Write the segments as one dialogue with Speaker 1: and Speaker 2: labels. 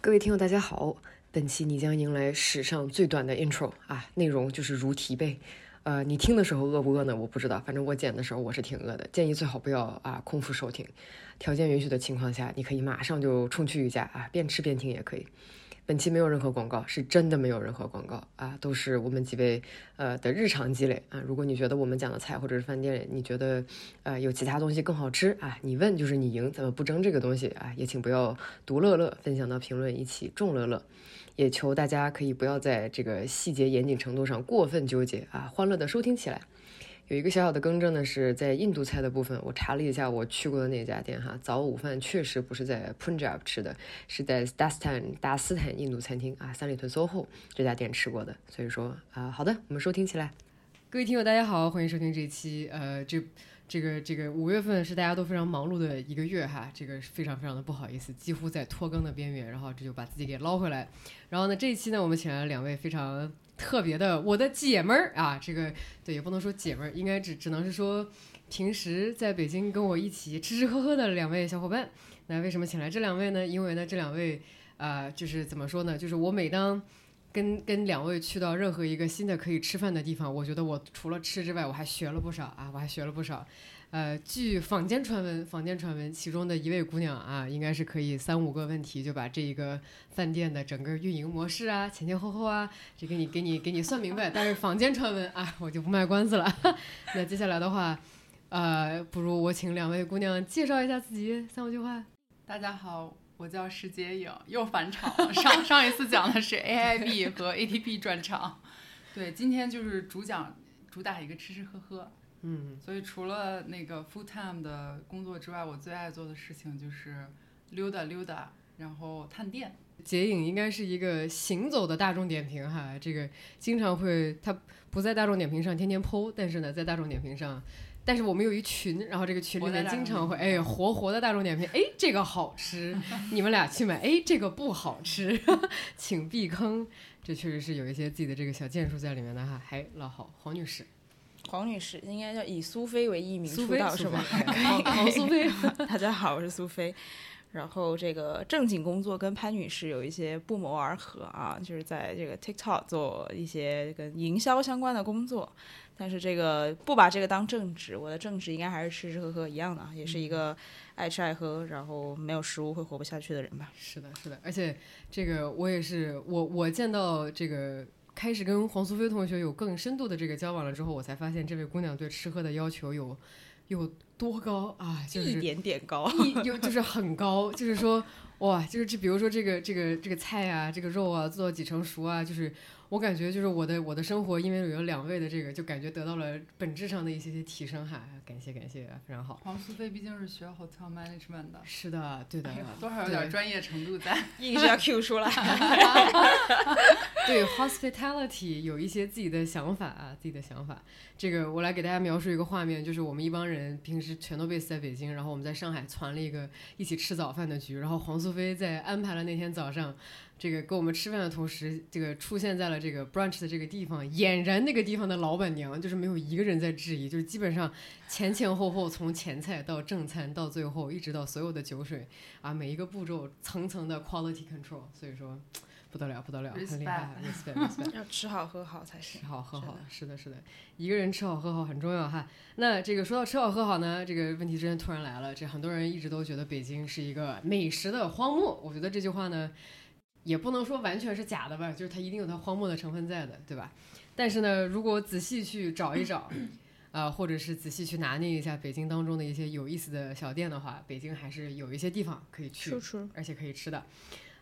Speaker 1: 各位听友，大家好！本期你将迎来史上最短的 intro 啊，内容就是如题呗。呃，你听的时候饿不饿呢？我不知道，反正我剪的时候我是挺饿的。建议最好不要啊空腹收听，条件允许的情况下，你可以马上就冲去瑜伽啊，边吃边听也可以。本期没有任何广告，是真的没有任何广告啊，都是我们几位呃的日常积累啊。如果你觉得我们讲的菜或者是饭店，你觉得呃有其他东西更好吃啊，你问就是你赢，咱们不争这个东西啊，也请不要独乐乐，分享到评论一起众乐乐。也求大家可以不要在这个细节严谨程度上过分纠结啊，欢乐的收听起来。有一个小小的更正呢，是在印度菜的部分，我查了一下我去过的那家店哈，早午饭确实不是在 Punjab 吃的，是在 Dastan 达斯坦印度餐厅啊，三里屯 SOHO 这家店吃过的。所以说啊、好的，我们收听起来。各位听友，大家好，欢迎收听这一期呃，这这个这个五月份是大家都非常忙碌的一个月哈，这个非常非常的不好意思，几乎在拖更的边缘，然后这就把自己给捞回来。然后呢，这一期呢，我们请来了两位非常特别的我的姐们儿啊，这个对，也不能说姐们儿，应该只只能是说平时在北京跟我一起吃吃喝喝的两位小伙伴。那为什么请来这两位呢？因为呢，这两位啊、呃就是怎么说呢？就是我每当跟跟两位去到任何一个新的可以吃饭的地方，我觉得我除了吃之外，我还学了不少啊，我还学了不少。呃，据坊间传闻，坊间传闻，其中的一位姑娘啊，应该是可以三五个问题就把这一个饭店的整个运营模式啊、前前后后啊，这给你给你给你算明白。但是坊间传闻啊，我就不卖关子了。 那接下来的话，呃，不如我请两位姑娘介绍一下自己，三五句话。
Speaker 2: 大家好，我叫石洁颖，又返场了。 上上一次讲的是 AIB 和 ATP 专场，对，今天就是主讲主打一个吃吃喝喝。
Speaker 1: 嗯，
Speaker 2: 所以除了那个 full time 的工作之外，我最爱做的事情就是溜达溜达，然后探店。
Speaker 1: 杰影应该是一个行走的大众点评哈，这个经常会他不在大众点评上天天剖，但是呢，在大众点评上，但是我们有一群，然后这个群里面经常会哎活活的大众点评，哎这个好吃，你们俩去买，哎这个不好吃， 请避坑。这确实是有一些自己的这个小建树在里面的哈，还老好黄女 士，
Speaker 3: 黄女士应该叫以苏菲为艺名
Speaker 1: 苏
Speaker 3: 出
Speaker 1: 菲
Speaker 3: 道
Speaker 1: 苏
Speaker 3: 是吗？
Speaker 1: 菲哎黄苏菲，
Speaker 3: 大家好，我是苏菲。然后这个正经工作跟潘女士有一些不谋而合啊，就是在这个 TikTok 做一些跟营销相关的工作，但是这个不把这个当正职，我的正职应该还是吃吃喝喝一样的啊，也是一
Speaker 1: 嗯
Speaker 3: 个爱吃爱喝，然后没有食物会活不下去的人吧。
Speaker 1: 是的，是的，而且这个我也是，我我见到这个开始跟黄苏菲同学有更深度的这个交往了之后，我才发现这位姑娘对吃喝的要求有有多高啊，就是
Speaker 3: 一点点高，
Speaker 1: 一有就是很高，就是说哇，就是这比如说这个这个这个菜啊，这个肉啊，做到几成熟啊，就是我感觉就是我的我的生活，因为有两位的这个，就感觉得到了本质上的一些些提升哈，感谢感谢，非常好。
Speaker 2: 黄苏菲毕竟是学 hotel management 的，
Speaker 1: 是的，对的
Speaker 2: 哎呦，多少有点专业程度在。
Speaker 3: 硬是要 Q 出来。
Speaker 1: 对 hospitality 有一些自己的想法啊，自己的想法。这个我来给大家描述一个画面，就是我们一帮人平时全都 base 在北京，然后我们在上海攒了一个一起吃早饭的局，然后黄苏菲在安排了那天早上，这个跟我们吃饭的同时，这个出现在了这个 brunch 的这个地方，俨然那个地方的老板娘就是没有一个人在质疑，就是基本上前前后后从前菜到正餐到最后一直到所有的酒水啊，每一个步骤层层的 quality control，所以说。不得了，不得了，很厉害，respect respect。
Speaker 3: 要吃好喝好才行
Speaker 1: 吃。好喝
Speaker 3: 是
Speaker 1: 好
Speaker 3: 的，
Speaker 1: 是的，是的，一个人吃好喝好很重要哈。那这个说到吃好喝好呢，这个问题真的突然来了。这很多人一直都觉得北京是一个美食的荒漠，我觉得这句话呢，也不能说完全是假的吧，就是它一定有它荒漠的成分在的，对吧？但是呢，如果仔细去找一找，啊、或者是仔细去拿捏一下北京当中的一些有意思的小店的话，北京还是有一些地方可以去
Speaker 3: 吃吃。
Speaker 1: 而且可以吃的。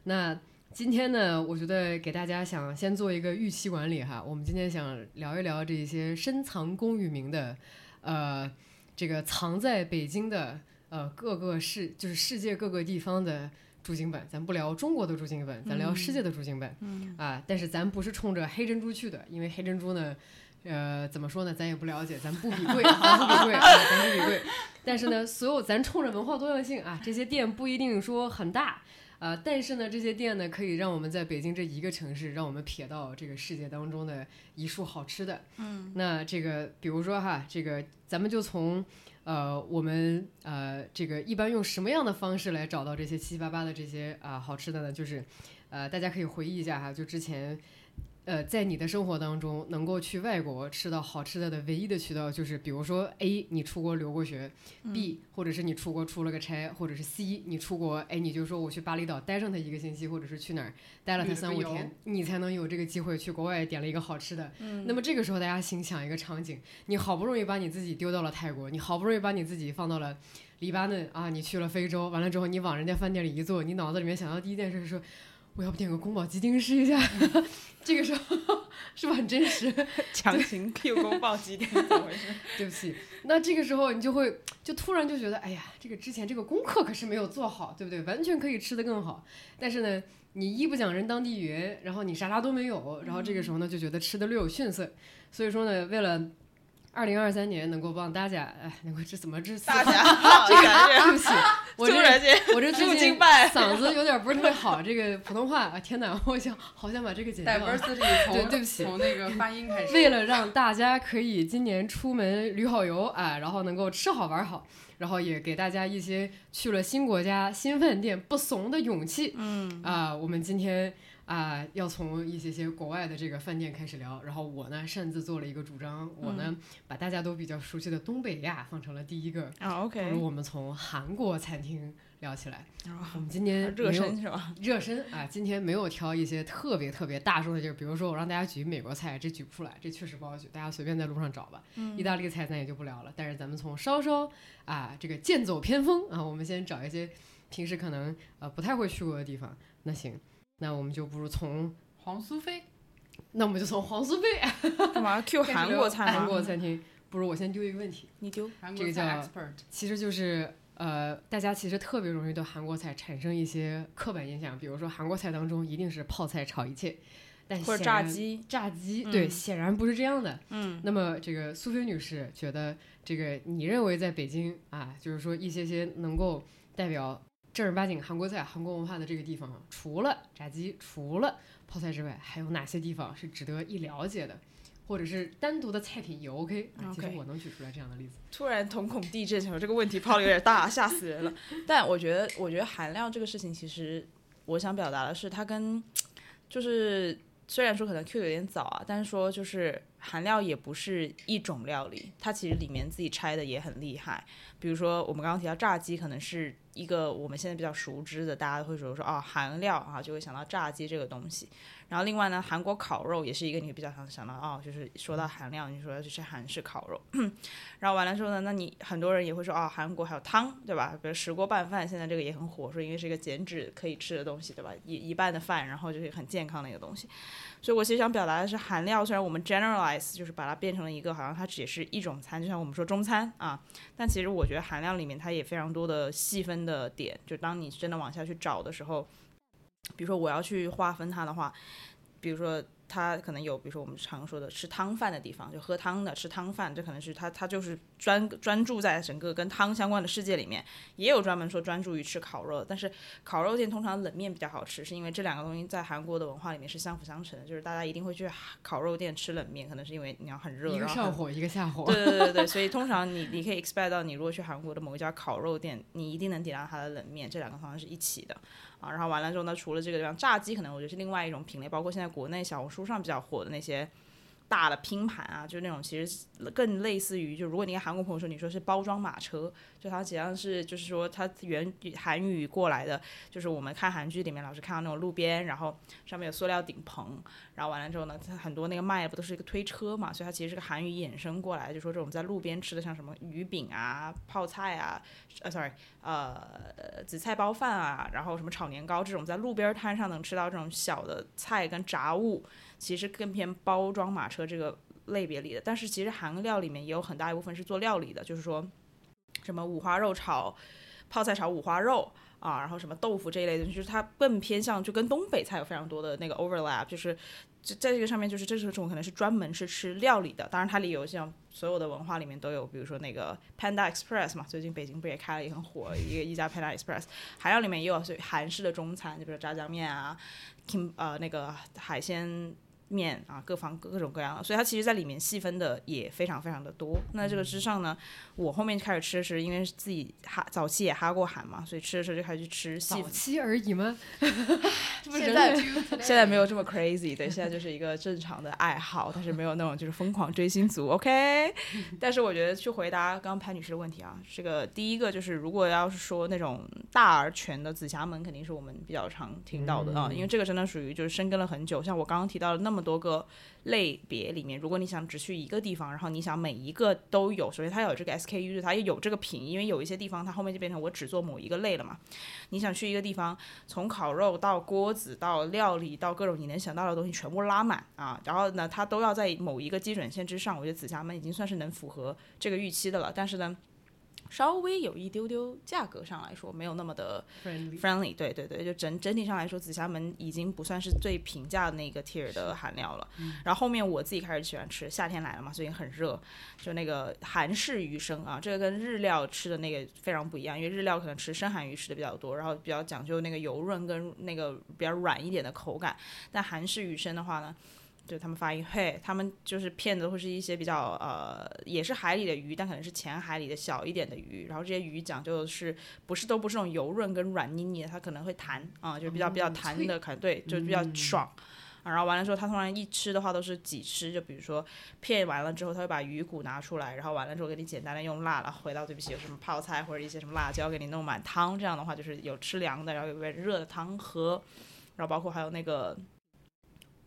Speaker 1: 那今天呢，我觉得给大家想先做一个预期管理哈。我们今天想聊一聊这些深藏功与名的，呃，这个藏在北京的呃各个世，就是世界各个地方的驻京办。咱不聊中国的驻京办，咱聊世界的驻京办。
Speaker 3: 嗯
Speaker 1: 啊，但是咱不是冲着黑珍珠去的，因为黑珍珠呢，呃，怎么说呢，咱也不了解，咱不比贵，咱不比贵， 啊、咱不比贵。但是呢，所有咱冲着文化多样性啊，这些店不一定说很大。呃，但是呢，这些店呢，可以让我们在北京这一个城市，让我们瞥到这个世界当中的一束好吃的。
Speaker 3: 嗯，
Speaker 1: 那这个，比如说哈，这个咱们就从呃，我们呃，这个一般用什么样的方式来找到这些七七八八的这些啊、好吃的呢？就是呃，大家可以回忆一下哈，就之前。呃，在你的生活当中，能够去外国吃到好吃的的唯一的渠道，就是比如说 A，你出国留过学；B，或者
Speaker 2: 嗯
Speaker 1: 是你出国出了个差，或者是 C，你出国，哎，你就说我去巴厘岛待上它一个星期，或者是去哪儿待了它
Speaker 2: 旅了
Speaker 1: 三
Speaker 2: 个
Speaker 1: 五
Speaker 2: 游
Speaker 1: 天，你才能有这个机会去国外点了一个好吃的。
Speaker 2: 嗯
Speaker 1: 那么这个时候，大家心想一个场景：你好不容易把你自己丢到了泰国，你好不容易把你自己放到了黎巴嫩啊，你去了非洲，完了之后，你往人家饭店里一坐，你脑子里面想到第一件事是说，我要不点个宫保鸡丁试一下？ 这个时候是不是很真实？
Speaker 3: 强行 Q 宫爆鸡丁，怎么回事？
Speaker 1: 对不起，那这个时候你就会就突然就觉得，哎呀，这个之前这个功课可是没有做好，对不对？完全可以吃得更好，但是呢，你一不讲人当地语言，然后你啥啥都没有，然后这个时候呢就觉得吃的略有逊色，所以说呢，为了。二零二三年能够帮大家，哎，能够这怎么 这四
Speaker 3: 大
Speaker 1: 川
Speaker 3: 家 好，这
Speaker 1: 对
Speaker 3: 个
Speaker 1: 不起，我
Speaker 3: 突
Speaker 1: 这
Speaker 3: 然间
Speaker 1: 我这
Speaker 3: 入
Speaker 1: 最近
Speaker 3: 境办
Speaker 1: 嗓子有点不是特别好，这个普通话啊，天哪， 我想好想把这个剪掉。
Speaker 2: diversity
Speaker 1: 对
Speaker 2: 从
Speaker 1: 对不起
Speaker 2: 从那个发音开始，
Speaker 1: 为了让大家可以今年出门旅好游啊，然后能够吃好玩好，然后也给大家一些去了新国家、新饭店不怂的勇气。嗯啊，我们今天啊要从一些些国外的这个饭店开始聊，然后我呢擅自做了一个主张，我
Speaker 3: 嗯
Speaker 1: 呢、把大家都比较熟悉的东北亚放成了第一个，
Speaker 3: 啊
Speaker 1: 不如
Speaker 3: ，OK，
Speaker 1: 我们从韩国餐厅聊起来。
Speaker 3: 啊
Speaker 1: 我们今天
Speaker 3: 热
Speaker 1: 没有
Speaker 3: 身是吧？
Speaker 1: 热身啊，今天没有挑一些特别特别大众的，就是比如说我让大家举美国菜，这举不出来，这确实不好举，大家随便在路上找吧。
Speaker 3: 嗯
Speaker 1: 意大利菜咱也就不聊了，但是咱们从稍稍啊这个剑走偏锋啊，我们先找一些平时可能呃不太会去过的地方。那行，那我们就不如从，
Speaker 2: 黄苏菲，
Speaker 1: 那我们就从黄苏菲
Speaker 3: 干嘛 Q
Speaker 1: 开始
Speaker 3: 韩
Speaker 1: 聊
Speaker 3: 国菜
Speaker 1: 韩
Speaker 3: 吗？
Speaker 1: 国餐厅，不如我先丢一个问题，
Speaker 3: 你丢
Speaker 2: 韩
Speaker 1: 这
Speaker 2: 国
Speaker 1: 个
Speaker 2: 菜
Speaker 1: 叫
Speaker 2: expert，
Speaker 1: 其实就是呃，大家其实特别容易对韩国菜产生一些刻板印象，比如说韩国菜当中一定是泡菜炒一切，但
Speaker 3: 或者
Speaker 1: 显
Speaker 3: 炸
Speaker 1: 然。
Speaker 3: 鸡？
Speaker 1: 炸鸡，对，
Speaker 3: 嗯
Speaker 1: 显然不是这样的。
Speaker 3: 嗯，
Speaker 1: 那么，这个苏菲女士觉得，这个你认为在北京啊，就是说一些些能够代表正儿八经韩国菜、韩国文化的这个地方，除了炸鸡、除了泡菜之外，还有哪些地方是值得一了解的，或者是单独的菜品也 OK 啊？其实
Speaker 3: OK
Speaker 1: 我能举出来这样的例子。
Speaker 3: 突然瞳孔地震，想说这个问题抛的有点大，吓死人了。 但我觉得，我觉得含量这个事情，其实我想表达的是，它跟就是虽然说可能 Q 有点早啊，但是说就是韩料也不是一种料理，它其实里面自己拆的也很厉害。比如说我们刚刚提到炸鸡，可能是一个我们现在比较熟知的，大家会说说哦韩料啊，就会想到炸鸡这个东西。然后另外呢，韩国烤肉也是一个你比较常想到哦，就是说到韩料，你说要去吃韩式烤肉。然后完了之后呢，那你很多人也会说啊、韩国还有汤，对吧？比如石锅拌饭，现在这个也很火，说因为是一个减脂可以吃的东西，对吧？一一半的饭，然后就是很健康的一个东西。所以我其实想表达的是，韩料虽然我们 generalize 就是把它变成了一个好像它只是一种餐，就像我们说中餐啊，但其实我觉得韩料里面它也非常多的细分的点，就当你真的往下去找的时候，比如说我要去划分它的话，比如说它可能有，比如说我们常说的吃汤饭的地方，就喝汤的吃汤饭，这可能是它它就是专专注在整个跟汤相关的世界里面，也有专门说专注于吃烤肉的，但是烤肉店通常冷面比较好吃，是因为这两个东西在韩国的文化里面是相辅相成的，就是大家一定会去烤肉店吃冷面，可能是因为你要很热，
Speaker 1: 一个
Speaker 3: 然后
Speaker 1: 上
Speaker 3: 很
Speaker 1: 火，一个下火。
Speaker 3: 对对对对，所以通常你你可以 expect 到，你如果去韩国的某一家烤肉店，你一定能点到它的冷面，这两个方向是一起的啊。然后完了之后呢，除了这个地方，炸鸡可能我觉得是另外一种品类，包括现在国内小红书上比较火的那些。大的拼盘啊，就那种其实更类似于，就如果你跟韩国朋友说，你说是包装马车，就它实际上是就是说它原韩语过来的，就是我们看韩剧里面老是看到那种路边，然后上面有塑料顶棚，然后完了之后呢，它很多那个卖的不都是一个推车嘛，所以它其实是个韩语衍生过来，就说这种在路边吃的像什么鱼饼啊、泡菜啊，呃，sorry，呃，紫菜包饭啊，然后什么炒年糕这种在路边摊上能吃到这种小的菜跟杂物，其实更偏包装马车这个类别里的。但是其实韩料里面也有很大一部分是做料理的，就是说什么五花肉炒泡菜炒五花肉。啊，然后什么豆腐这一类的，就是它更偏向就跟东北菜有非常多的那个 overlap，就是就在这个上面，就是这是种可能是专门是吃料理的，当然它里有像所有的文化里面都有，比如说那个 Panda Express 嘛，最近北京不也开了也很火一个一家 Panda Express，还有里面也有所以韩式的中餐，就比如炸酱面啊，kim 呃那个海鲜面啊，各方各种各样的，所以它其实在里面细分的也非常非常的多。那这个之上呢，我后面开始吃的是因为自己哈早期也哈过韩嘛，所以吃的时候就开始去吃细
Speaker 1: 早期而已吗？
Speaker 3: 现在 现在没有这么 crazy，对，现在就是一个正常的爱好，但是没有那种就是疯狂追星族，OK。但是我觉得去回答刚刚潘女士的问题啊，这个第一个就是如果要是说那种大而全的紫霞门，肯定是我们比较常听到的啊，因为这个真的属于就是深耕了很久。像我刚刚提到的那么多个类别里面，如果你想只去一个地方，然后你想每一个都有，首先它有这个 SKU，就是它也有这个品，因为有一些地方它后面就变成我只做某一个类了嘛。你想去一个地方，从烤肉到锅子到料理到各种你能想到的东西全部拉满啊，然后呢，它都要在某一个基准线之上。我觉得紫霞们已经算是能符合这个预期的了，但是呢，稍微有一丢丢价格上来说没有那么的 friendly，对对对，就整整体上来说，紫霞门已经不算是最平价的那个 tier 的韩料了。然后后面我自己开始喜欢吃，夏天来了嘛，最近很热，就那个韩式鱼生啊，这个跟日料吃的那个非常不一样，因为日料可能吃深海鱼吃的比较多，然后比较讲究那个油润跟那个比较软一点的口感。但韩式鱼生的话呢，就他们发音嘿，他们就是骗的会是一些比较呃，也是海里的鱼，但可能是浅海里的小一点的鱼。然后这些鱼讲究的是不是都不是那种油润跟软腻腻的，它可能会弹啊、就比较比较弹的，可对，就比较爽。啊，然后完了之后，它通常一吃的话都是几吃，就比如说片完了之后，它会把鱼骨拿出来，然后完了之后给你简单的用辣了，回到对不起有什么泡菜或者一些什么辣椒给你弄满汤，这样的话就是有吃凉的，然后有点热的汤喝，然后包括还有那个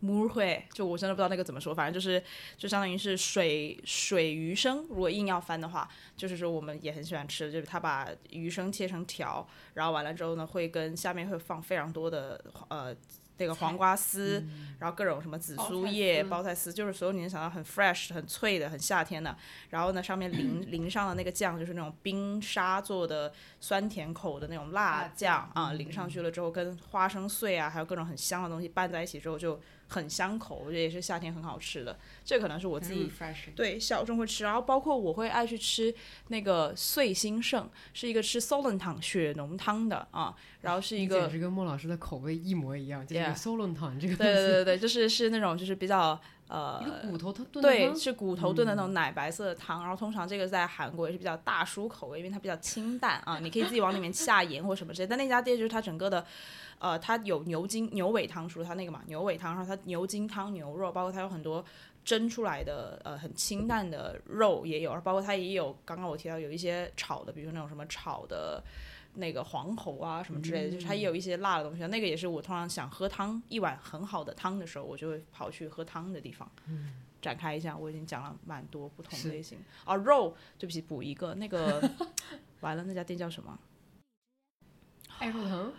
Speaker 3: 母会，就我真的不知道那个怎么说，反正就是就相当于是水水鱼生，如果硬要翻的话，就是说我们也很喜欢吃，就是他把鱼生切成条，然后完了之后呢，会跟下面会放非常多的呃那个黄瓜丝，然后各种什么紫苏叶、
Speaker 2: 包
Speaker 3: 嗯包菜丝，就是所有你能想到很 fresh、很脆的、很夏天的。然后呢，上面 淋淋上的那个酱就是那种冰沙做的酸甜口的那种
Speaker 2: 辣
Speaker 3: 辣酱
Speaker 2: 酱
Speaker 3: 啊，淋上去了之后，跟花生碎啊，还有各种很香的东西拌在一起之后就很香口，我觉得也是夏天很好吃的。这可能是我
Speaker 2: 嗯
Speaker 3: 自己对小众会吃，然后包括我会爱去吃那个碎心盛，是一个吃 s o l e n 汤血浓汤的啊，然后是一个
Speaker 1: 简直跟莫老师的口味一模一样，就是
Speaker 3: Yeah
Speaker 1: solo 汤这个东
Speaker 3: 对
Speaker 1: 西，
Speaker 3: 对对对，就是是那种就是比较呃
Speaker 1: 一个骨头炖的
Speaker 3: 对，
Speaker 1: 汤
Speaker 3: 是骨头炖的那种奶白色的汤，然后通常这个在韩国也是比较大叔口味，因为它比较清淡啊，你可以自己往里面下盐或什么之类。但那家店就是它整个的，呃，它有牛筋牛尾汤，除了它那个嘛牛尾汤，然后它牛筋汤、牛肉，包括它有很多蒸出来的呃很清淡的肉也有，然后包括它也有刚刚我提到有一些炒的，比如说那种什么炒的。那个黄喉啊什么之类的，就是它也有一些辣的东西，那个也是我通常想喝汤一碗很好的汤的时候，我就会跑去喝汤的地方。展开一下，我已经讲了蛮多不同
Speaker 1: 是
Speaker 3: 类型啊。肉，对不起，补一个那个，完了那家店叫什么？
Speaker 1: 爱肉疼，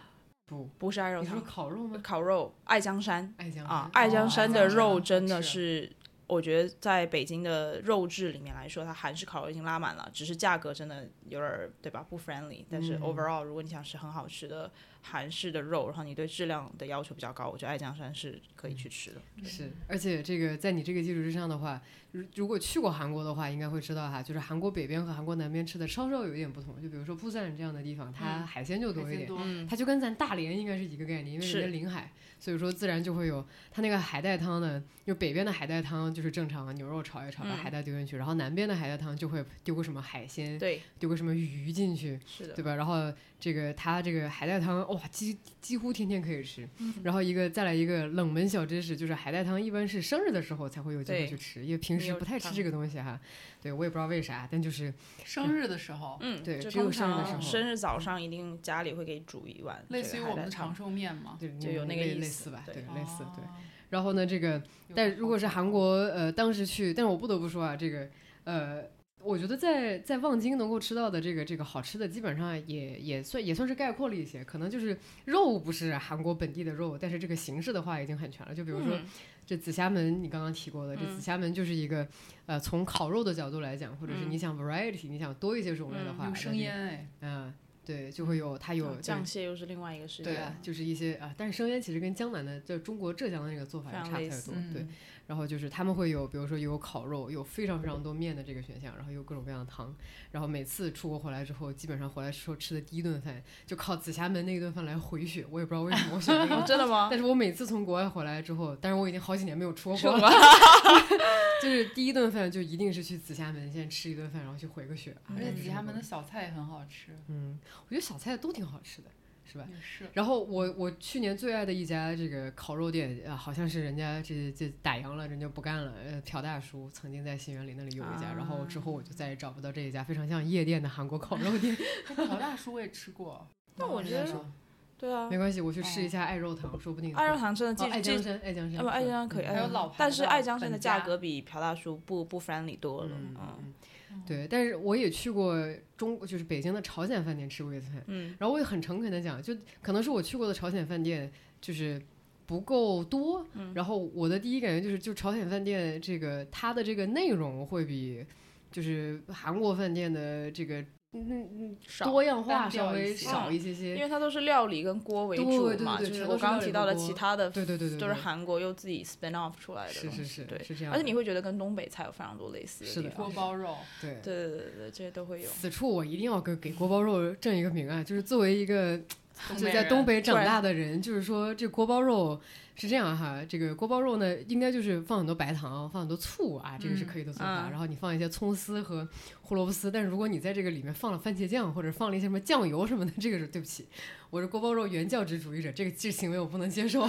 Speaker 1: 不，
Speaker 3: 不是爱肉
Speaker 1: 你说
Speaker 3: 汤，
Speaker 1: 烤肉吗？
Speaker 3: 烤肉，爱江山
Speaker 1: 爱江
Speaker 3: 啊，
Speaker 1: 爱
Speaker 3: 爱江山
Speaker 1: 哦
Speaker 3: 的肉真的
Speaker 1: 好吃
Speaker 3: 是。我觉得在北京的肉质里面来说，它韩式烤肉已经拉满了，只是价格真的有点儿对吧不 friendly。但是 overall，如果你想吃很好吃的韩式的肉，然后你对质量的要求比较高，我觉得爱江山是可以去吃的。
Speaker 1: 是，而且这个在你这个基础之上的话，如如果去过韩国的话，应该会知道哈，就是韩国北边和韩国南边吃的稍稍有一点不同。就比如说布赞这样的地方，它海鲜就多一点，
Speaker 3: 嗯，
Speaker 1: 它就跟咱大连应该是一个概念，因为
Speaker 3: 是
Speaker 1: 人家临海，所以说自然就会有它那个海带汤呢，就北边的海带汤就是正常牛肉炒一炒，把
Speaker 3: 嗯
Speaker 1: 海带丢进去，然后南边的海带汤就会丢个什么海鲜，
Speaker 3: 对，
Speaker 1: 丢个什么鱼进去，
Speaker 3: 是的，
Speaker 1: 对吧？然后这个它这个海带汤，哇，几几乎天天可以吃。
Speaker 3: 嗯
Speaker 1: 然后一个再来一个冷门小知识，就是海带汤一般是生日的时候才会有机会
Speaker 3: 对
Speaker 1: 去吃，因为平
Speaker 3: 你
Speaker 1: 时
Speaker 3: 有
Speaker 1: 不太
Speaker 3: 汤
Speaker 1: 吃这个东西哈。对，我也不知道为啥，但就是
Speaker 2: 生日的时候，
Speaker 3: 嗯，
Speaker 1: 对
Speaker 3: 就
Speaker 1: 只有
Speaker 3: 通
Speaker 1: 生日的
Speaker 3: 常
Speaker 1: 时候
Speaker 3: 生日早上一定家里会给煮一碗，
Speaker 2: 类似于我们的长
Speaker 3: 常
Speaker 2: 寿面嘛，
Speaker 1: 对
Speaker 3: 哦就有那个
Speaker 1: 类
Speaker 3: 意
Speaker 1: 类
Speaker 3: 思
Speaker 1: 似吧，
Speaker 3: 对
Speaker 1: 对，类似对。
Speaker 2: 哦
Speaker 1: 然后呢，这个但如果是韩国，呃，当时去，但是我不得不说啊，这个，呃，我觉得在在望京能够吃到的这个这个好吃的，基本上也也算也算是概括了一些。可能就是肉不是韩国本地的肉，但是这个形式的话已经很全了。就比如说
Speaker 3: 嗯
Speaker 1: 这紫霞门，你刚刚提过的，这
Speaker 3: 嗯
Speaker 1: 紫霞门就是一个，呃，从烤肉的角度来讲，或者是
Speaker 3: 嗯
Speaker 1: 你想 variety，你想多一些种类的
Speaker 3: 嗯
Speaker 1: 话，
Speaker 2: 有生腌哎，
Speaker 1: 嗯，对，就会有它有
Speaker 3: 嗯酱蟹又是另外一个世界
Speaker 1: 对
Speaker 3: 了，，
Speaker 1: 就是一些啊，但是生腌其实跟江南的，就中国浙江的那个做法
Speaker 3: 非
Speaker 1: 要
Speaker 3: 常
Speaker 1: 差太
Speaker 3: 类
Speaker 1: 多
Speaker 3: 似。。
Speaker 1: 对，然后就是他们会有，比如说有烤肉，有非常非常多面的这个选项，然后有各种各样的汤，然后每次出国回来之后，基本上回来之后吃的第一顿饭就靠紫霞门那一顿饭来回血，我也不知道为什么我选那个
Speaker 3: 真的吗？
Speaker 1: 但是我每次从国外回来之后，但是我已经好几年没有出过国
Speaker 3: 出
Speaker 1: 了， 就是第一顿饭就一定是去紫霞门先吃一顿饭，然后去回个血。啊
Speaker 2: 而且
Speaker 1: 然后
Speaker 2: 紫
Speaker 1: 吃
Speaker 2: 霞
Speaker 1: 火
Speaker 2: 门
Speaker 1: 锅
Speaker 2: 的小菜也很好吃，
Speaker 1: 嗯，我觉得小菜都挺好吃的，是吧？
Speaker 2: 也是。
Speaker 1: 然后我我去年最爱的一家这个烤肉店，呃，好像是人家这这打烊了，人家不干了。呃，朴大叔曾经在新园林那里有一家，然
Speaker 3: 啊
Speaker 1: 后之后我就再也找不到这一家非常像夜店的韩国烤肉店。
Speaker 2: 朴大叔我也吃过，
Speaker 3: 但我
Speaker 1: 朴
Speaker 3: 觉
Speaker 1: 大
Speaker 3: 得
Speaker 1: 叔
Speaker 3: 对啊
Speaker 1: 没，关系，我去吃一下爱肉堂，说不定
Speaker 3: 爱肉堂真的
Speaker 1: 哦爱
Speaker 3: 记
Speaker 1: 江
Speaker 3: 记
Speaker 1: 山，爱江山，
Speaker 3: 啊不，爱
Speaker 1: 对
Speaker 3: 江山可以，
Speaker 1: 嗯
Speaker 3: 爱
Speaker 2: 还有
Speaker 3: 江
Speaker 2: 老
Speaker 3: 山
Speaker 2: 牌
Speaker 3: 但是
Speaker 2: 的
Speaker 3: 爱江山
Speaker 2: 本
Speaker 3: 的价
Speaker 2: 家
Speaker 3: 格比朴大叔不不 friendly 多了，
Speaker 1: 嗯
Speaker 3: 嗯
Speaker 1: 嗯，对，但是我也去过中，就是北京的朝鲜饭店吃过一次饭，
Speaker 3: 嗯，
Speaker 1: 然后我也很诚恳的讲，就可能是我去过的朝鲜饭店就是不够多，
Speaker 3: 嗯
Speaker 1: 然后我的第一感觉就是，就朝鲜饭店这个它的这个内容会比就是韩国饭店的这个嗯嗯
Speaker 3: 少
Speaker 1: 多样化
Speaker 2: 单调
Speaker 1: 稍
Speaker 2: 一
Speaker 1: 微
Speaker 2: 些
Speaker 1: 少一些
Speaker 3: 嗯因
Speaker 1: 些，
Speaker 3: 为它都是料理跟锅为
Speaker 1: 对
Speaker 3: 主
Speaker 1: 对
Speaker 3: 嘛，
Speaker 1: 对
Speaker 3: 就
Speaker 1: 全
Speaker 3: 是
Speaker 1: 都
Speaker 3: 我
Speaker 1: 是料
Speaker 3: 刚刚
Speaker 1: 理跟
Speaker 3: 提到的
Speaker 1: 锅
Speaker 3: 其他的
Speaker 1: 对对对对，
Speaker 3: 都是
Speaker 1: 对
Speaker 3: 韩国又自己 spin off 出来的
Speaker 1: 是
Speaker 3: 东西，
Speaker 1: 是是
Speaker 3: 对，
Speaker 1: 是这样
Speaker 3: 而且
Speaker 1: 的
Speaker 3: 你会觉得跟东北菜有非常多类似
Speaker 1: 是
Speaker 3: 地
Speaker 1: 的
Speaker 2: 锅
Speaker 3: 方，
Speaker 2: 包肉，
Speaker 1: 对
Speaker 3: 对对对对，这些都会有。
Speaker 1: 此处我一定要给给锅包肉正一个名啊！就是作为一个
Speaker 2: 东
Speaker 1: 就
Speaker 2: 北
Speaker 1: 在
Speaker 2: 人
Speaker 1: 东北长
Speaker 3: 对
Speaker 1: 大的人，就是说这锅包肉是这样哈，这个锅包肉呢，应该就是放很多白糖，放很多醋啊，这个是可以的做法。
Speaker 3: 嗯
Speaker 1: 然后你放一些葱丝和胡萝卜丝，但是如果你在这个里面放了番茄酱或者放了一些什么酱油什么的，这个是对不起，我是锅包肉原教旨主义者，这个这行为我不能接受。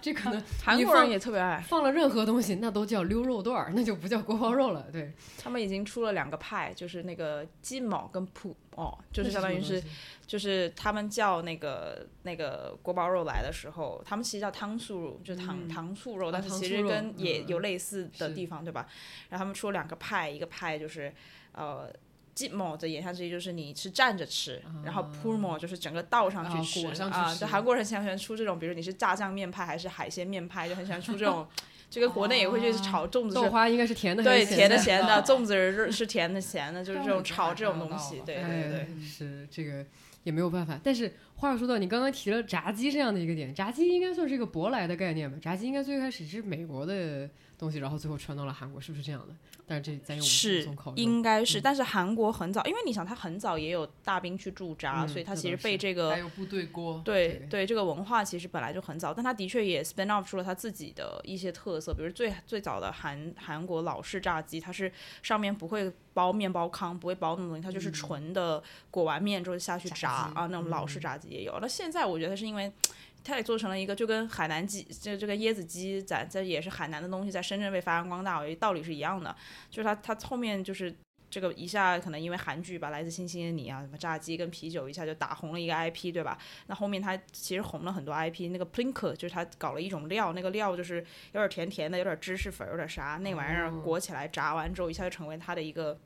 Speaker 1: 这可能
Speaker 3: 韩
Speaker 1: 你
Speaker 3: 国人
Speaker 1: 放
Speaker 3: 也特别爱，
Speaker 1: 放了任何东西，那都叫溜肉段儿，那就不叫锅包肉了。对，
Speaker 3: 他们已经出了两个派，就是那个鸡毛跟普哦，就
Speaker 1: 那什
Speaker 3: 是相当
Speaker 1: 么
Speaker 3: 于
Speaker 1: 东
Speaker 3: 是
Speaker 1: 西
Speaker 3: 就是他们叫那个那个锅包肉来的时候，他们其实叫汤素肉，就是糖、
Speaker 1: 嗯
Speaker 3: 糖素肉，
Speaker 1: 啊
Speaker 3: 但是
Speaker 1: 糖
Speaker 3: 其
Speaker 1: 醋
Speaker 3: 实
Speaker 1: 肉
Speaker 3: 跟也
Speaker 1: 嗯
Speaker 3: 有类似的
Speaker 1: 是
Speaker 3: 地方，对吧？然后他们出了两个派，一个派就是呃。寂寞的言下之意就是你是站着吃，然后 p u r m o 就是整个倒上
Speaker 1: 啊
Speaker 3: 去吃
Speaker 1: 裹上去
Speaker 3: 啊。
Speaker 1: 吃
Speaker 3: 就韩国人喜欢出这种，比如你是炸酱面派还是海鲜面派，就很喜欢出这 种。这个国内也会去炒粽子
Speaker 1: 豆
Speaker 3: 是
Speaker 1: 花应该是甜的还
Speaker 3: 对，
Speaker 1: 是
Speaker 3: 甜
Speaker 1: 咸
Speaker 3: 的
Speaker 1: 的
Speaker 3: 咸的，
Speaker 2: 啊
Speaker 3: 粽子是是甜的咸的，就是
Speaker 2: 但
Speaker 3: 这
Speaker 2: 我
Speaker 3: 种
Speaker 2: 觉得
Speaker 3: 炒
Speaker 2: 还
Speaker 3: 这种
Speaker 2: 蛮
Speaker 3: 东
Speaker 2: 好
Speaker 3: 西，
Speaker 2: 的
Speaker 3: 对
Speaker 2: 哎
Speaker 3: 对对
Speaker 1: 哎。是这个也没有办法。但是话又说到你刚刚提了炸鸡这样的一个点，炸鸡应该算是一个舶来的概念吧？炸鸡应该最开始是美国的东西，然后最后传到了韩国，是不是这样的？但是这咱又无无
Speaker 3: 是
Speaker 1: 从考证。
Speaker 3: 应该是，但是韩国很早，因为你想，他很早也有大兵去驻扎，
Speaker 1: 嗯
Speaker 3: 所以他
Speaker 1: 这
Speaker 3: 其实
Speaker 1: 倒
Speaker 3: 被
Speaker 1: 是
Speaker 3: 这
Speaker 2: 还
Speaker 3: 个
Speaker 2: 有部队锅，
Speaker 3: 对
Speaker 1: 对
Speaker 3: 对这个文化其实本来就很早，但他的确也 spin off 出了他自己的一些特色，比如最最早的韩韩国老式炸鸡，它是上面不会包面包糠，不会包那种东西，它就是纯的裹完面之后下去
Speaker 1: 嗯炸
Speaker 3: 炸
Speaker 1: 鸡嗯
Speaker 3: 啊，那种老式炸鸡也有。那现在我觉得是因为。它也做成了一个，就跟海南鸡，这这个椰子鸡在在也是海南的东西，在深圳被发扬光大，我觉得道理是一样的。就是它它后面就是这个一下可能因为韩剧吧，《来自星星的你》啊，什么炸鸡跟啤酒一下就打红了一个 IP，对吧？那后面它其实红了很多 IP，那个 Plinker 就是它搞了一种料，那个料就是有点甜甜的，有点芝士粉，有点啥，那玩意儿
Speaker 1: 哦
Speaker 3: 裹起来炸完之后，一下就成为它的一个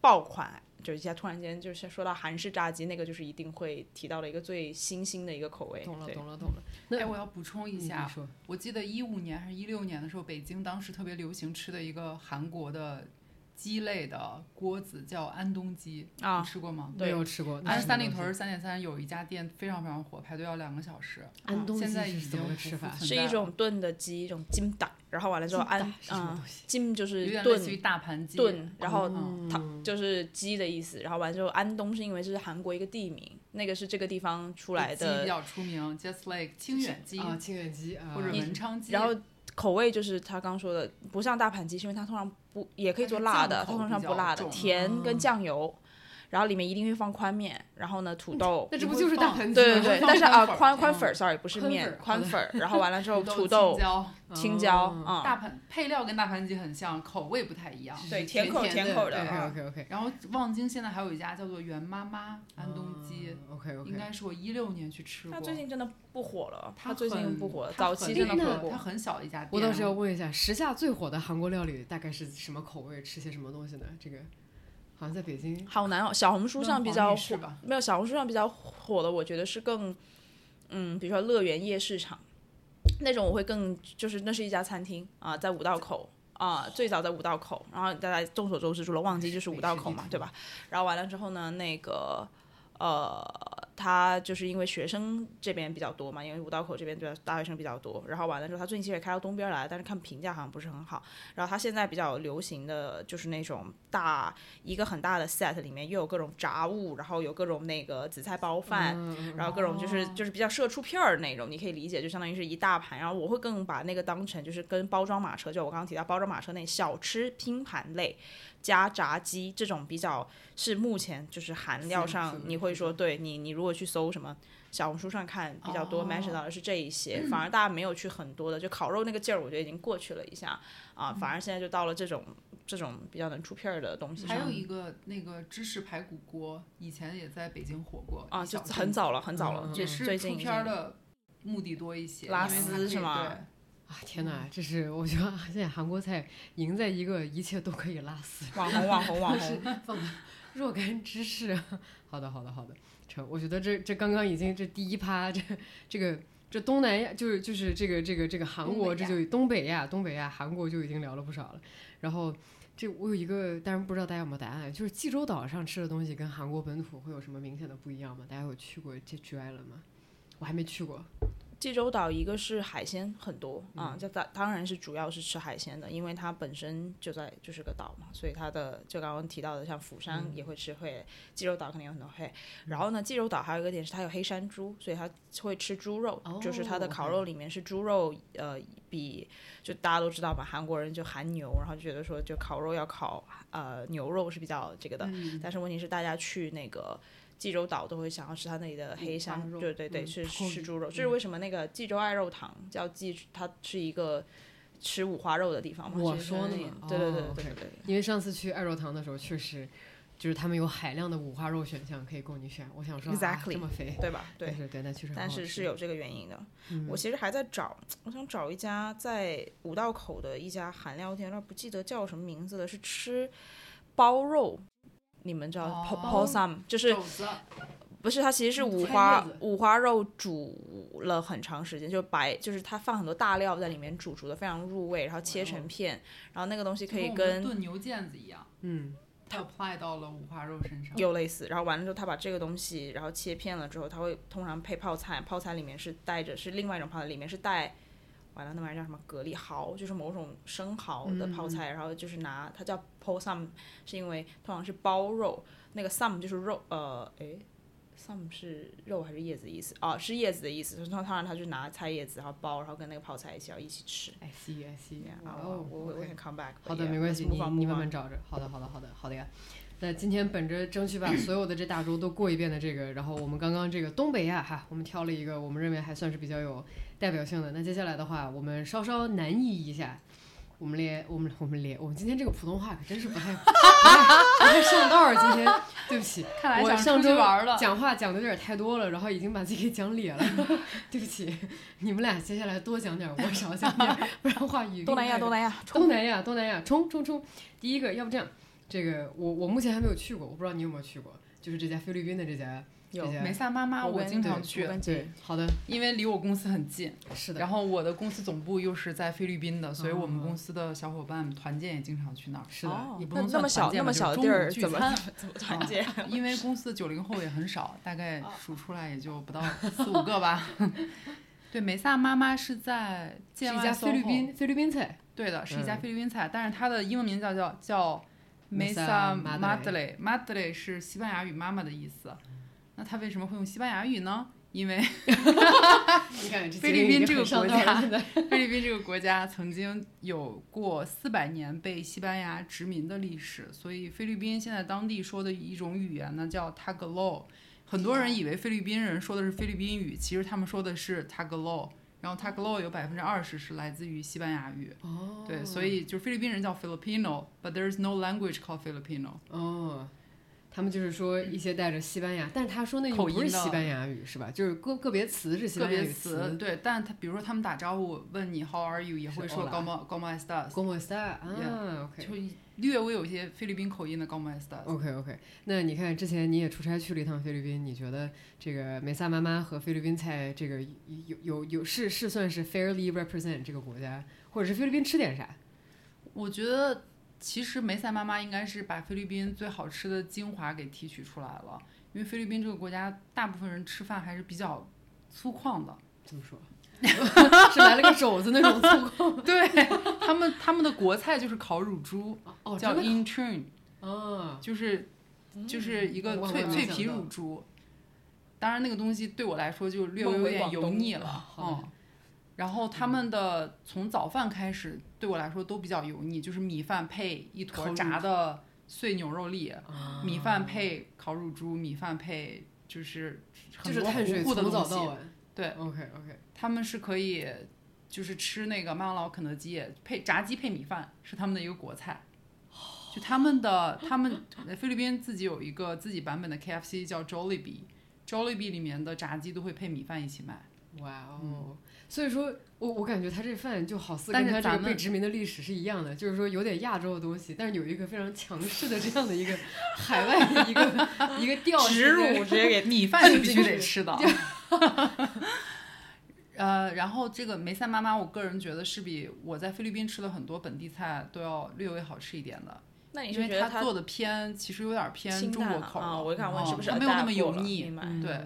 Speaker 3: 爆款。就一下突然间就是说到韩式炸鸡，那个就是一定会提到的一个最新兴的一个口味。
Speaker 1: 懂了，
Speaker 3: 对
Speaker 1: 懂了，懂了。那嗯
Speaker 2: 哎，我要补充一
Speaker 1: 你
Speaker 2: 下
Speaker 1: 你，说
Speaker 2: 我记得一五年还是一六年的时候，北京当时特别流行吃的一个韩国的鸡类的锅子叫安东鸡，
Speaker 3: 啊
Speaker 2: 你吃过吗？
Speaker 1: 没
Speaker 3: 对
Speaker 1: 有吃过？那
Speaker 2: 安
Speaker 1: 是
Speaker 2: 三
Speaker 1: 什
Speaker 2: 里
Speaker 1: 么
Speaker 2: 屯
Speaker 1: 东
Speaker 2: 儿
Speaker 1: 西，
Speaker 2: 三点三有一家店非常非常火，排队要两个小时。
Speaker 1: 安东
Speaker 2: 现
Speaker 1: 鸡
Speaker 2: 在
Speaker 1: 是
Speaker 2: 已
Speaker 1: 怎么个
Speaker 2: 经不
Speaker 1: 吃
Speaker 2: 复
Speaker 1: 法？
Speaker 2: 存
Speaker 3: 是
Speaker 2: 在
Speaker 3: 一
Speaker 2: 了
Speaker 3: 种炖的鸡，一种金蛋，然后完了之后
Speaker 1: 金蛋
Speaker 3: 安
Speaker 1: 是什么
Speaker 3: 嗯
Speaker 1: 东西，
Speaker 3: 金就
Speaker 2: 有
Speaker 3: 是
Speaker 2: 点类似于
Speaker 3: 炖
Speaker 2: 大盘鸡，
Speaker 3: 炖，然后
Speaker 2: 嗯
Speaker 3: 它就是鸡的意思，然后完了之后安东是因为这是韩国一个地名，那个是这个地方出来
Speaker 2: 鸡比
Speaker 3: 的，
Speaker 2: 较出名，Just Like 清远鸡
Speaker 1: 啊，清远鸡啊，
Speaker 2: 或者
Speaker 1: 你
Speaker 2: 文昌鸡，
Speaker 3: 然后口味就是他刚说的，不像大盘鸡，是因为它通常不也可以做辣的，
Speaker 2: 它是
Speaker 3: 它
Speaker 2: 酱口
Speaker 3: 通常不辣的，
Speaker 2: 比较重啊
Speaker 3: 甜跟酱油，然后里面一定会放宽面，然后呢土豆。
Speaker 1: 那这
Speaker 2: 你
Speaker 1: 不
Speaker 2: 会
Speaker 1: 就是大
Speaker 2: 放
Speaker 1: 盘鸡
Speaker 3: 对
Speaker 1: 吗？
Speaker 3: 对对，
Speaker 2: 嗯 放
Speaker 3: 但是
Speaker 2: 宽粉
Speaker 3: 啊，
Speaker 2: 儿
Speaker 3: 宽宽
Speaker 2: 嗯
Speaker 3: 粉儿，sorry，不是
Speaker 1: 宽粉
Speaker 3: 面
Speaker 1: 儿，
Speaker 3: 宽粉儿，然后完了之 后土
Speaker 2: 豆、青、
Speaker 3: 豆
Speaker 2: 椒，
Speaker 3: 青椒
Speaker 1: 哦
Speaker 3: 啊，
Speaker 2: 大盘配料跟大盘鸡很像，口味不太一样。
Speaker 3: 对，
Speaker 2: 啊甜
Speaker 3: 甜口
Speaker 2: 甜
Speaker 3: 甜
Speaker 2: 的
Speaker 3: 口
Speaker 1: 对
Speaker 3: 的啊，
Speaker 1: ，OK OK OK，
Speaker 2: 然后望京现在还有一家叫做袁妈
Speaker 3: 哦
Speaker 2: 妈安东鸡，
Speaker 1: ，OK
Speaker 2: 应
Speaker 1: OK，
Speaker 2: 该是我一六年去吃过。
Speaker 3: 他最近真的不火了，
Speaker 2: 它
Speaker 3: 他最近
Speaker 2: 很
Speaker 3: 不火了，
Speaker 2: 它
Speaker 3: 早
Speaker 2: 很
Speaker 3: 期真的
Speaker 1: 那
Speaker 3: 火
Speaker 2: 它
Speaker 3: 过。
Speaker 2: 很小的一家店。啊
Speaker 1: 我倒是要问一下，时下最火的韩国料理大概是什么口味？吃些什么东西呢？这个好像在北京
Speaker 3: 好难哦，小红书
Speaker 2: 论
Speaker 3: 上比
Speaker 2: 黄
Speaker 3: 较
Speaker 2: 女士
Speaker 3: 火
Speaker 2: 吧，
Speaker 3: 没有小红书上比较火的，我觉得是更，嗯，比如说乐园夜市场那种，我会更就是那是一家餐厅啊，在五道口啊，最早在五道口，然后大家众所周知，除了旺季就是五道口嘛，对吧？然后完了之后呢，那个呃，他就是因为学生这边比较多嘛，因为五道口这边对大学生比较多。然后完了之后，他最近其实也开到东边来，但是看评价好像不是很好。然后他现在比较流行的就是那种大一个很大的 set 里面又有各种炸物，然后有各种那个紫菜包饭，
Speaker 2: 嗯
Speaker 3: 然后各种就是就是比较社畜片儿那种，你可以理解，就相当于是一大盘。然后我会更把那个当成就是跟包装马车，就我刚刚提到包装马车那小吃拼盘类加炸鸡这种比较是目前就是含料
Speaker 2: 是
Speaker 3: 上
Speaker 2: 的
Speaker 3: 你会说对你你如果去搜什么。小红书上看比较多
Speaker 2: 哦
Speaker 3: mention 到的是这一些， 反而大家没有去很多的，就烤肉那个劲儿，我觉得已经过去了一下啊，
Speaker 2: 嗯
Speaker 3: 反而现在就到了这种这种比较能出片儿的东西
Speaker 2: 还有
Speaker 3: 上
Speaker 2: 一个那个芝士排骨锅，以前也在北京火过
Speaker 3: 啊，
Speaker 2: 一
Speaker 3: 就
Speaker 2: 小阵
Speaker 3: 很
Speaker 2: 子，
Speaker 3: 早了，很早了，
Speaker 1: 嗯
Speaker 3: 就
Speaker 2: 也
Speaker 3: 是
Speaker 2: 是
Speaker 3: 最
Speaker 2: 出
Speaker 3: 近已
Speaker 2: 片儿
Speaker 3: 经
Speaker 2: 的目的多一些，
Speaker 3: 拉
Speaker 2: 因为它
Speaker 3: 丝
Speaker 2: 可以
Speaker 3: 是吗？
Speaker 1: 啊，天哪，这是我觉得啊现在韩国菜赢在一个一切都可以拉丝，
Speaker 3: 网红网 红网
Speaker 1: 是
Speaker 3: 红，
Speaker 1: 放的 若干芝士。 好的，好的，好的，成。我觉得这这刚刚已经这第一趴，这这个这东南亚就是就是这个这个这个韩国，这
Speaker 2: 东北
Speaker 1: 就东北亚
Speaker 2: 亚
Speaker 1: 东北亚韩国就已经聊了不少了。然后这我有一个，但是不知道大家有没有答案，就是济州岛上吃的东西跟韩国本土会有什么明显的不一样吗？大家有去过这 G Island 吗？我还没去过。
Speaker 3: 济州岛一个是海鲜很多
Speaker 2: 嗯
Speaker 3: 啊，就当当然是主要是吃海鲜的，因为它本身就在就是个岛嘛，所以它的就刚刚提到的，像釜山
Speaker 2: 嗯
Speaker 3: 也会吃会，济州岛肯定有很多会。然后呢，济州岛还有一个点是它有黑山猪，所以它会吃猪肉，就是它的
Speaker 1: 哦
Speaker 3: 烤肉里面是猪肉，呃，比就大家都知道嘛，韩国人就韩牛，然后就觉得说就烤肉要烤呃牛肉是比较这个的，
Speaker 1: 嗯
Speaker 3: 但是问题是大家去那个。济州岛都会想要吃它那里的黑
Speaker 1: 八
Speaker 3: 山，
Speaker 1: 嗯肉
Speaker 3: 对对对，
Speaker 1: 嗯
Speaker 3: 是
Speaker 1: 泡
Speaker 3: 吃
Speaker 1: 鱼
Speaker 3: 猪肉，这是为什么那个济州爱肉堂叫济，它是一个吃五花肉的地方嘛？
Speaker 1: 我
Speaker 3: 是
Speaker 1: 说呢
Speaker 3: 那里
Speaker 1: 哦
Speaker 3: 对对对对
Speaker 1: OK
Speaker 3: 对对对。
Speaker 1: 因为上次去爱肉堂的时候，确实就是他们有海量的五花肉选项可以供你选。我想说啊，
Speaker 3: Exactly
Speaker 1: 这么肥，
Speaker 3: 对吧？对
Speaker 1: 但，哎是嗯对，那确实很
Speaker 3: 但
Speaker 1: 好
Speaker 3: 是
Speaker 1: 吃
Speaker 3: 是有这个原因的。我其实还在找，我想找一家在五道口的一家韩料店，但不记得叫什么名字了，是吃包肉，你们知道
Speaker 2: 哦
Speaker 3: p o p o m 就是
Speaker 2: 肘子，啊
Speaker 3: 不是，它其实是
Speaker 2: 嗯
Speaker 3: 五
Speaker 2: 菜叶
Speaker 3: 花
Speaker 2: 子
Speaker 3: 五花肉煮了很长时间，就白，就是它放很多大料在里面煮，煮的非常入味，然后切
Speaker 2: 哦
Speaker 3: 成片，然后那个东西可以
Speaker 2: 就我们
Speaker 3: 跟
Speaker 2: 炖牛腱子一样，
Speaker 1: 嗯，
Speaker 2: 它 apply 到了五花肉身上。
Speaker 3: 有类似，然后完了之后，他把这个东西，然后切片了之后，他会通常配泡菜，泡菜里面是带着是另外一种泡菜，里面是带，完了那玩意儿叫什么蛤蜊蚝，就是某种生蚝的泡菜，
Speaker 1: 嗯
Speaker 3: 然后就是拿它叫 po some，是因为通常是包肉，那个 some 就是肉，呃，诶 some 是肉还是叶子的意思？哦，是叶子的意思，然后当然他就拿菜叶子然后包，然后跟那个泡菜一起要一起吃。
Speaker 1: I see I see，
Speaker 3: Yeah，
Speaker 1: 哇
Speaker 3: 啊我
Speaker 1: 哦
Speaker 3: 我我
Speaker 1: OK
Speaker 3: 很 come back，哎
Speaker 1: 好的，没关系，你你慢慢
Speaker 3: 找。
Speaker 1: 找着。好的，好的，好的，好的呀。那今天本着争取 把所有的这大洲都过一遍的这个，然后我们刚刚这个东北亚哈，我们挑了一个我们认为还算是比较有代表性的。那接下来的话，我们稍稍难译一下。我们连我们我们连我们今天这个普通话可真是不太不太不太上道儿，今天对不起，
Speaker 2: 看来
Speaker 1: 我
Speaker 2: 想
Speaker 1: 上
Speaker 2: 出去
Speaker 1: 周
Speaker 2: 玩儿了。
Speaker 1: 讲话讲的有点太多了，然后已经把自己给讲咧了， 对不起，你们俩接下来多讲点儿，我少讲点儿，不然话语
Speaker 3: 东南
Speaker 1: 病太
Speaker 3: 亚，东南亚，
Speaker 1: 东南亚，东南亚，冲冲冲！第一个，要不这样，这个我我目前还没有去过，我不知道你有没有去过，就是这家菲律宾的这家，
Speaker 3: 有
Speaker 1: 这家
Speaker 2: 梅萨妈妈，
Speaker 3: 我
Speaker 2: 我
Speaker 3: 跟
Speaker 2: 经
Speaker 1: 对
Speaker 2: 常
Speaker 3: 我
Speaker 2: 去，
Speaker 3: 跟
Speaker 1: 对，好的，
Speaker 2: 因为离我公司很近。
Speaker 1: 是的，
Speaker 2: 然后我的公司总部又是在菲律宾的，所以我们公司的小伙伴团建也经常去那儿。
Speaker 1: 是的，
Speaker 3: 哦
Speaker 2: 也不
Speaker 3: 那
Speaker 2: 能
Speaker 3: 那么
Speaker 2: 算团
Speaker 3: 小
Speaker 2: 建
Speaker 3: 那
Speaker 2: 吧
Speaker 3: 么
Speaker 2: 就
Speaker 3: 小
Speaker 2: 是
Speaker 3: 的
Speaker 2: 中
Speaker 3: 地
Speaker 2: 午
Speaker 3: 儿
Speaker 2: 聚
Speaker 3: 怎么
Speaker 2: 餐
Speaker 3: 怎么团建？
Speaker 2: 因为公司的九零后也很少，大概
Speaker 3: 哦
Speaker 2: 数出来也就不到四五个吧。 对，梅萨妈妈是在
Speaker 1: 是
Speaker 2: 建
Speaker 1: 一
Speaker 2: 外
Speaker 1: 家
Speaker 2: SOHO
Speaker 1: 菲律，宾菲律宾菜，
Speaker 2: 对的，是一家
Speaker 1: 嗯
Speaker 2: 菲律宾菜，但是它的英文名叫叫叫梅
Speaker 1: Mesa
Speaker 2: 萨
Speaker 1: Madre 嗯
Speaker 2: Madre Madre 是西班牙语妈妈的意思。那它为什么会用西班牙语呢？因为
Speaker 1: 你看这
Speaker 2: 菲律宾这个
Speaker 1: 节目
Speaker 2: 国
Speaker 1: 已经很上道
Speaker 2: 家
Speaker 1: 了 现在，
Speaker 2: 菲律宾这个国家曾经有过四百年被西班牙殖民的历史，所以菲律宾现在当地说的一种语言呢叫 Tagalog。很多人以为菲律宾人说的是菲律宾语，其实他们说的是 Tagalog。然后 Tagalog 有百分之二十是来自于西班牙语，
Speaker 1: 哦，
Speaker 2: 对，所以就是菲律宾人叫 Filipino，but there's no language called Filipino。
Speaker 1: 哦。他们就是说一些带着西班牙，但是他说那
Speaker 2: 口
Speaker 1: 个不是
Speaker 2: 音的
Speaker 1: 西班牙语是吧？就是个个别词是西
Speaker 2: 个
Speaker 1: 班牙
Speaker 2: 别
Speaker 1: 语
Speaker 2: 词
Speaker 1: 词。
Speaker 2: 对，但他比如说他们打招呼问你 How are you，也会
Speaker 1: 是
Speaker 2: 说
Speaker 1: hola
Speaker 2: Como Como estas，
Speaker 1: Como está？啊
Speaker 2: Yeah，
Speaker 1: ，OK，
Speaker 2: 就略微有一些菲律宾口音的 Como estas。
Speaker 1: OK OK，那你看之前你也出差去了一趟菲律宾，你觉得这个梅萨妈妈和菲律宾菜这个有有有有是是算是 fairly represent 这个国家，或者是菲律宾吃点啥？
Speaker 2: 我觉得其实梅赛妈妈应该是把菲律宾最好吃的精华给提取出来了，因为菲律宾这个国家大部分人吃饭还是比较粗犷的。
Speaker 1: 怎么说？ 是来了个肘子那种粗犷。
Speaker 2: 对他们，他们的国菜就是烤乳猪，
Speaker 1: 哦，
Speaker 2: 叫
Speaker 1: 真的
Speaker 2: intern，
Speaker 1: 啊，
Speaker 2: 就是
Speaker 1: 嗯
Speaker 2: 就是一个
Speaker 1: 我还
Speaker 2: 脆
Speaker 1: 没
Speaker 2: 脆
Speaker 1: 想
Speaker 2: 皮
Speaker 1: 到
Speaker 2: 乳猪。当然，那个东西对我来说就略微
Speaker 3: 梦
Speaker 2: 有
Speaker 3: 回
Speaker 2: 点
Speaker 3: 广
Speaker 2: 油
Speaker 3: 东
Speaker 2: 腻
Speaker 1: 啊
Speaker 2: 了，
Speaker 1: 好
Speaker 2: 嗯。然后他们的从早饭开始，对我来说都比较油腻，就是米饭配一
Speaker 1: 烤
Speaker 2: 坨
Speaker 1: 乳
Speaker 2: 炸的碎牛肉粒，
Speaker 1: 啊
Speaker 2: 哦米饭配烤乳猪，米饭配就是
Speaker 1: 就
Speaker 2: 很
Speaker 1: 是
Speaker 2: 多
Speaker 1: 碳水
Speaker 2: 糊糊的
Speaker 1: 从
Speaker 2: 东
Speaker 1: 早到
Speaker 2: 西，
Speaker 1: 晚。
Speaker 2: 对
Speaker 1: ，OK OK，
Speaker 2: 他们是可以就是吃那个麦当劳、肯德基配炸鸡配米饭是他们的一个国菜。就他们的，他们呃菲律宾自己有一个自己版本的 KFC 叫 Jollibee，Jollibee 里面的炸鸡都会配米饭一起卖。
Speaker 1: 哇哦
Speaker 2: 嗯！
Speaker 1: 所以说我我感觉他这饭就好似
Speaker 2: 但
Speaker 1: 跟他
Speaker 2: 是
Speaker 1: 这个
Speaker 2: 咱们
Speaker 1: 被殖民的历史是一样的，就是说有点亚洲的东西，但是有一个非常强势的这样的一个 海外的一 个一个调性
Speaker 3: 植入直接给
Speaker 2: 米饭是必须得吃的。 呃，然后这个梅赛妈妈，我个人觉得是比我在菲律宾吃的很多本地菜都要略微好吃一点的，
Speaker 3: 那你
Speaker 2: 因
Speaker 3: 是
Speaker 2: 为
Speaker 3: 觉得
Speaker 2: 它
Speaker 3: 它
Speaker 2: 做的偏，其实有点偏
Speaker 3: 清
Speaker 2: 中
Speaker 3: 淡
Speaker 2: 国
Speaker 3: 了
Speaker 2: 口
Speaker 3: 啊？
Speaker 2: 了
Speaker 3: 我想问
Speaker 2: 嗯
Speaker 3: 是不是
Speaker 2: 它没有那
Speaker 3: adapt
Speaker 2: 么
Speaker 3: 过
Speaker 2: 油
Speaker 3: 了
Speaker 2: 腻，
Speaker 3: 明白
Speaker 1: 嗯
Speaker 2: 对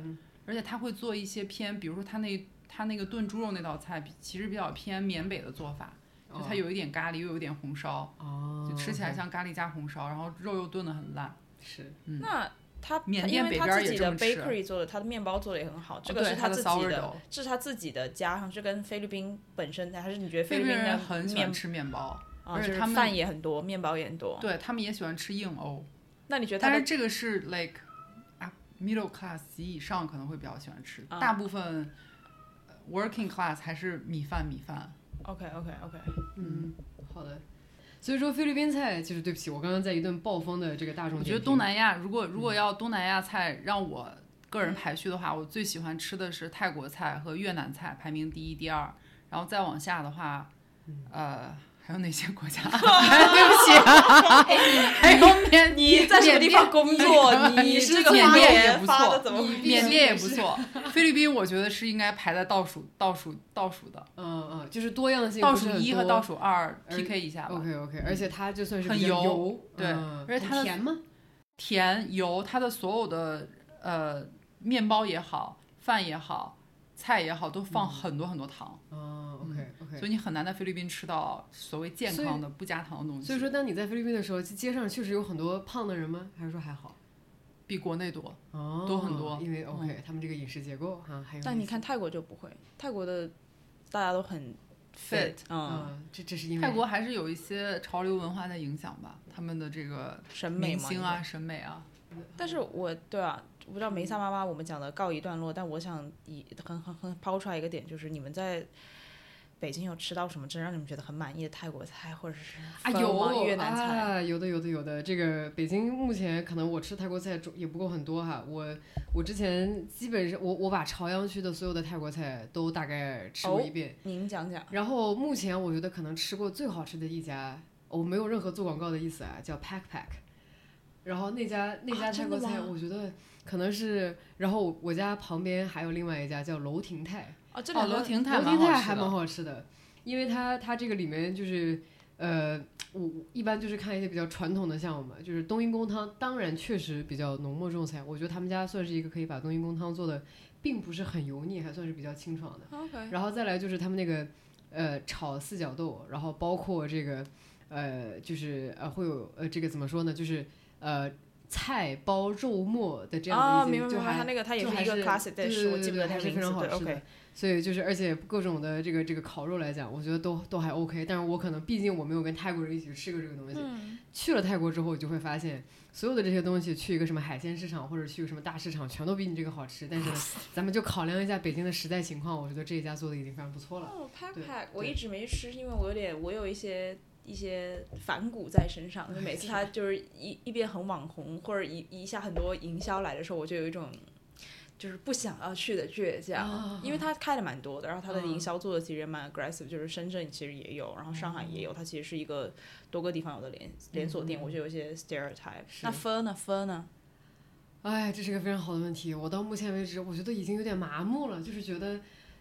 Speaker 2: 而且他会做一些偏，比如说他那他那个炖猪肉那道菜，比其实比较偏缅北的做法，就它
Speaker 1: 哦
Speaker 2: 有一点咖喱，又有一点红烧，
Speaker 1: 哦，
Speaker 2: 就吃起来
Speaker 1: OK，
Speaker 2: 像咖喱加红烧，然后肉又炖得很烂。
Speaker 1: 是
Speaker 2: 嗯
Speaker 3: 那他
Speaker 2: 缅
Speaker 3: 他
Speaker 2: 甸
Speaker 3: 因为
Speaker 2: 北
Speaker 3: 他
Speaker 2: 边儿
Speaker 3: 自
Speaker 2: 也
Speaker 3: 己
Speaker 2: 这
Speaker 3: 的
Speaker 2: 么吃
Speaker 3: bakery 做的，他的面包做的也很好，这
Speaker 2: 哦
Speaker 3: 个
Speaker 2: 对
Speaker 3: 是
Speaker 2: 它的
Speaker 3: 自己
Speaker 2: sourdough
Speaker 3: 的，这是他自己的加上，这跟菲律宾本身的，还是你觉得
Speaker 2: 菲
Speaker 3: 律
Speaker 2: 律
Speaker 3: 宾
Speaker 2: 宾人
Speaker 3: 的
Speaker 2: 很喜欢
Speaker 3: 面
Speaker 2: 吃面包，
Speaker 3: 啊，
Speaker 2: 而且
Speaker 3: 就是
Speaker 2: 他们
Speaker 3: 饭也很多，面包也很多。
Speaker 2: 对他们也喜欢吃硬欧，
Speaker 3: 那你觉得他
Speaker 2: 但
Speaker 3: 的
Speaker 2: 是这个是 like 啊 middle class 及以上可能会比较喜欢吃，
Speaker 3: 啊
Speaker 2: 大部分呃 working class 还是米饭米饭。
Speaker 3: OK OK OK，
Speaker 1: 嗯，好的。所以说菲律宾菜就是对不起，我刚刚在一顿暴风的这个大众
Speaker 2: 我
Speaker 1: 点
Speaker 2: 觉得
Speaker 1: 评嗯
Speaker 2: 东南亚如果如果要东南亚菜让我个人排序的话，我最喜欢吃的是泰国菜和越南菜，排名第一、第二。然后再往下的话，
Speaker 1: 嗯
Speaker 2: 呃，还有哪些 国家？对
Speaker 1: 哎
Speaker 2: 不起，还有缅
Speaker 3: 你在什么地方工作？
Speaker 2: 缅
Speaker 3: 你
Speaker 2: 你
Speaker 3: 这
Speaker 2: 是
Speaker 3: 个
Speaker 2: 缅
Speaker 3: 发
Speaker 2: 甸
Speaker 3: 言
Speaker 2: 也不
Speaker 3: 发
Speaker 2: 错
Speaker 3: 的怎么回事？
Speaker 2: 缅甸也不错，菲律宾我觉得是应该排在倒数、倒数、倒数的，
Speaker 1: 嗯嗯，就是多样性
Speaker 2: 倒
Speaker 1: 不是
Speaker 2: 数
Speaker 1: 很
Speaker 2: 一和
Speaker 1: 多
Speaker 2: 倒数二
Speaker 1: 而
Speaker 2: PK 一下吧。
Speaker 1: OK OK，而且它就算是
Speaker 2: 很
Speaker 1: 比较
Speaker 2: 油
Speaker 1: 油，
Speaker 2: 对
Speaker 1: 嗯
Speaker 2: 而且
Speaker 1: 很
Speaker 2: 它的
Speaker 1: 甜吗？
Speaker 2: 甜油，它的所有的呃面包也好，饭也好，菜也好，都放很多很多糖，
Speaker 1: 嗯，OK OK，
Speaker 2: 所以你很难在菲律宾吃到所谓健康的不加糖的东西。
Speaker 1: 所以说，当你在菲律宾的时候，街上确实有很多胖的人吗？还是说还好？
Speaker 2: 比国内多，
Speaker 1: 哦，
Speaker 2: 多很多嗯
Speaker 1: 因为 OK，、他们这个饮食结构哈、还有。
Speaker 3: 但你看，泰国就不会，泰国的大家都很
Speaker 2: Fit
Speaker 3: 嗯，
Speaker 1: 嗯，这这是因为
Speaker 2: 泰国还是有一些潮流文化在影响吧，他们的这个
Speaker 1: 嗯
Speaker 3: 审美
Speaker 2: 明
Speaker 3: 嘛。
Speaker 2: 星啊、审美啊，
Speaker 3: 但是我对啊，我不知道梅萨妈妈我们讲的告一段落，但我想以很很很抛出来一个点，就是你们在北京有吃到什么真让你们觉得很满意的泰国菜，或者是
Speaker 1: 啊
Speaker 3: 饭吗
Speaker 1: 有
Speaker 3: 越南菜？
Speaker 1: 啊，有的有的有的。这个北京目前可能我吃泰国菜种也不够很多哈，我我之前基本上我我把朝阳区的所有的泰国菜都大概吃过
Speaker 3: 哦
Speaker 1: 一遍，
Speaker 3: 您讲讲
Speaker 1: 然后目前我觉得可能吃过最好吃的一家，我没有任何做广告的意思啊，叫 Pack Pack。然后那家那家泰
Speaker 3: 啊真
Speaker 1: 国
Speaker 3: 的
Speaker 1: 菜，
Speaker 3: 吗
Speaker 1: 我觉得可能是，然后我我家旁边还有另外一家叫楼亭泰，
Speaker 3: 哦，这
Speaker 2: 哦，
Speaker 3: 两
Speaker 2: 楼
Speaker 3: 个
Speaker 2: 亭泰
Speaker 1: 楼
Speaker 2: 蛮
Speaker 1: 亭
Speaker 2: 好
Speaker 1: 泰
Speaker 2: 吃
Speaker 1: 还蛮
Speaker 2: 的。
Speaker 1: 好吃的，因为它它这个里面就是，呃，我我一般就是看一些比较传统的项目嘛，就是冬阴功汤，当然确实比较浓墨重彩，我觉得他们家算是一个可以把冬阴功汤做的并不是很油腻，还算是比较清爽的。
Speaker 3: OK，
Speaker 1: 然后再来就是他们那个呃炒四角豆，然后包括这个呃就是呃会有呃这个怎么说呢，就是呃菜包肉末的这
Speaker 3: 啊，
Speaker 1: 样的一
Speaker 3: 明
Speaker 1: 些，
Speaker 3: 白
Speaker 1: 就
Speaker 3: 明白，
Speaker 1: 还
Speaker 3: 它那个它也
Speaker 1: 就还
Speaker 3: 一个
Speaker 1: 是
Speaker 3: classic
Speaker 1: 对
Speaker 3: dish，
Speaker 1: 对
Speaker 3: 我
Speaker 1: 对
Speaker 3: 记不
Speaker 1: 对
Speaker 3: 得它
Speaker 1: 还是
Speaker 3: 名
Speaker 1: 非
Speaker 3: 字
Speaker 1: 常好
Speaker 3: 对
Speaker 1: 吃的
Speaker 3: OK，
Speaker 1: 所以就是，而且各种的这个这个烤肉来讲，我觉得都都还 OK。但是我可能毕竟我没有跟泰国人一起吃过这个东西，
Speaker 3: 嗯，
Speaker 1: 去了泰国之后，我就会发现所有的这些东西，去一个什么海鲜市场或者去一个什么大市场，全都比你这个好吃。但是呢咱们就考量一下北京的实在情况，我觉得这一家做的已经非常不错了。
Speaker 3: 哦，pack
Speaker 1: 对
Speaker 3: pack，我
Speaker 1: 对
Speaker 3: 一直没吃，因为我有点，我有一些一些反骨在身上，就每次 他就是一一边很网红，或者一一下很多营销来的时候，我就有一种就是不想要去的倔强，
Speaker 1: 啊
Speaker 3: 因为他开的蛮多的，然后他的
Speaker 1: 嗯
Speaker 3: 营销做的其实也蛮 aggressive，就是深圳其实也有，然后上海
Speaker 1: 哦
Speaker 3: 也有，它其实是一个多个地方有的连连锁
Speaker 1: 嗯
Speaker 3: 店，我就有一些 stereotype。那分呢？分呢？
Speaker 1: 哎，这是个非常好的问题。我到目前为止，我觉得已经有点麻木了，就是觉得，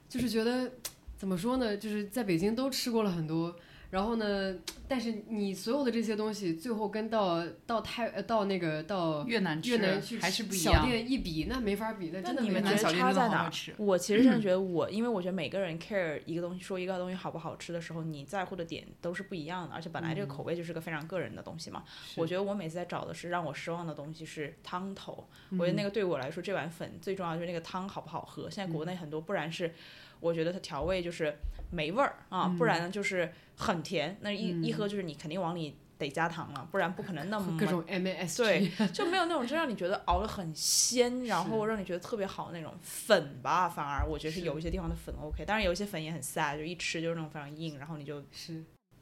Speaker 1: 就是觉得，怎么说呢？就是在北京都吃过了很多，然后呢，但是你所有的这些东西，最后跟到到泰呃到那个到
Speaker 2: 越南
Speaker 1: 越
Speaker 2: 吃
Speaker 1: 南去
Speaker 2: 还是不一
Speaker 1: 小
Speaker 2: 样。
Speaker 1: 店一比，那没法比，那
Speaker 3: 那
Speaker 1: 真的
Speaker 3: 你
Speaker 1: 没
Speaker 3: 们
Speaker 1: 法比
Speaker 2: 南
Speaker 3: 觉得
Speaker 2: 小店
Speaker 3: 差
Speaker 2: 真的
Speaker 3: 在
Speaker 2: 好
Speaker 3: 哪
Speaker 2: 好
Speaker 3: 儿
Speaker 2: 吃？
Speaker 3: 我其实真的觉得我，因为我觉得每个人 care 一个东西，说一个东西好不好吃的时候，你在乎的点都是不一样的，而且本来这个口味就是个非常个人的东西嘛。我觉得我每次在找的是让我失望的东西是汤头，我觉得那个对我来说这碗粉最重要的就是那个汤好不好喝。现在国内很多，不然是我觉得它调味就是没味儿啊，不然呢就是很甜，那一、一喝就是你肯定往里得加糖了，不然不可能那么
Speaker 1: 各种 MAS
Speaker 3: 对， 就没有那种真让你觉得熬得很鲜，然后让你觉得特别好那种粉吧。反而我觉得是
Speaker 1: 是
Speaker 3: 有一些地方的粉 OK，当然有一些粉也很 sad，就一吃就是那种非常硬，然后你就是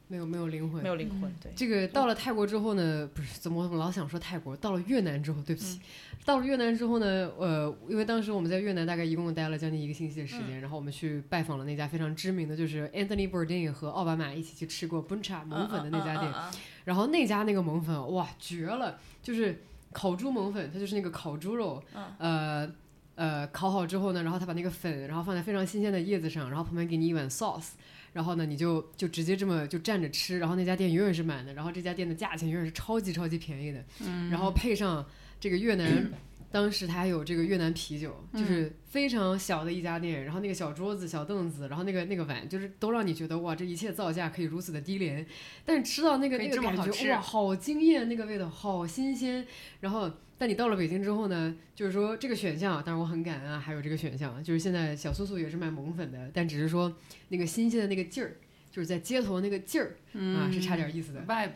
Speaker 1: 没有没有灵魂
Speaker 3: 没。有灵魂。对，
Speaker 1: 嗯这个到了泰国之后呢，不是怎么老想说泰国？到了越南之后，对不
Speaker 3: 嗯
Speaker 1: 起，到了越南之后呢，呃，因为当时我们在越南大概一共待了将近一个星期的时
Speaker 3: 嗯
Speaker 1: 间，然后我们去拜访了那家非常知名的，就是 Anthony Bourdain 和奥巴马一起去吃过 Buncha
Speaker 3: 嗯
Speaker 1: 蒙粉的那家店，，
Speaker 3: 嗯嗯嗯嗯
Speaker 1: 然后那家那个蒙粉哇绝了，就是烤猪蒙粉，它就是那个烤猪肉，呃呃烤好之后呢，然后他把那个粉，然后放在非常新鲜的叶子上，然后旁边给你一碗 sauce，然后呢你就就直接这么就蘸着吃，然后那家店永远是满的，然后这家店的价钱永远是超级超级便宜的，然后配上这个越南。当时它还有这个越南啤酒，就是非常小的一家店，然后那个小桌子、小凳子，然后那个那个碗，就是都让你觉得哇，这一切造价可以如此的低廉，但是吃到那个
Speaker 2: 可以
Speaker 1: 那个
Speaker 2: 这么
Speaker 1: 感
Speaker 2: 好吃
Speaker 1: 觉哇，好惊艳，那个味道好新鲜。然后，但你到了北京之后呢，就是说这个选项，当然我很感恩啊，还有这个选项，就是现在小苏苏也是卖萌粉的，但只是说那个新鲜的那个劲儿，就是在街头那个劲儿、啊，是差点意思的。
Speaker 2: 外，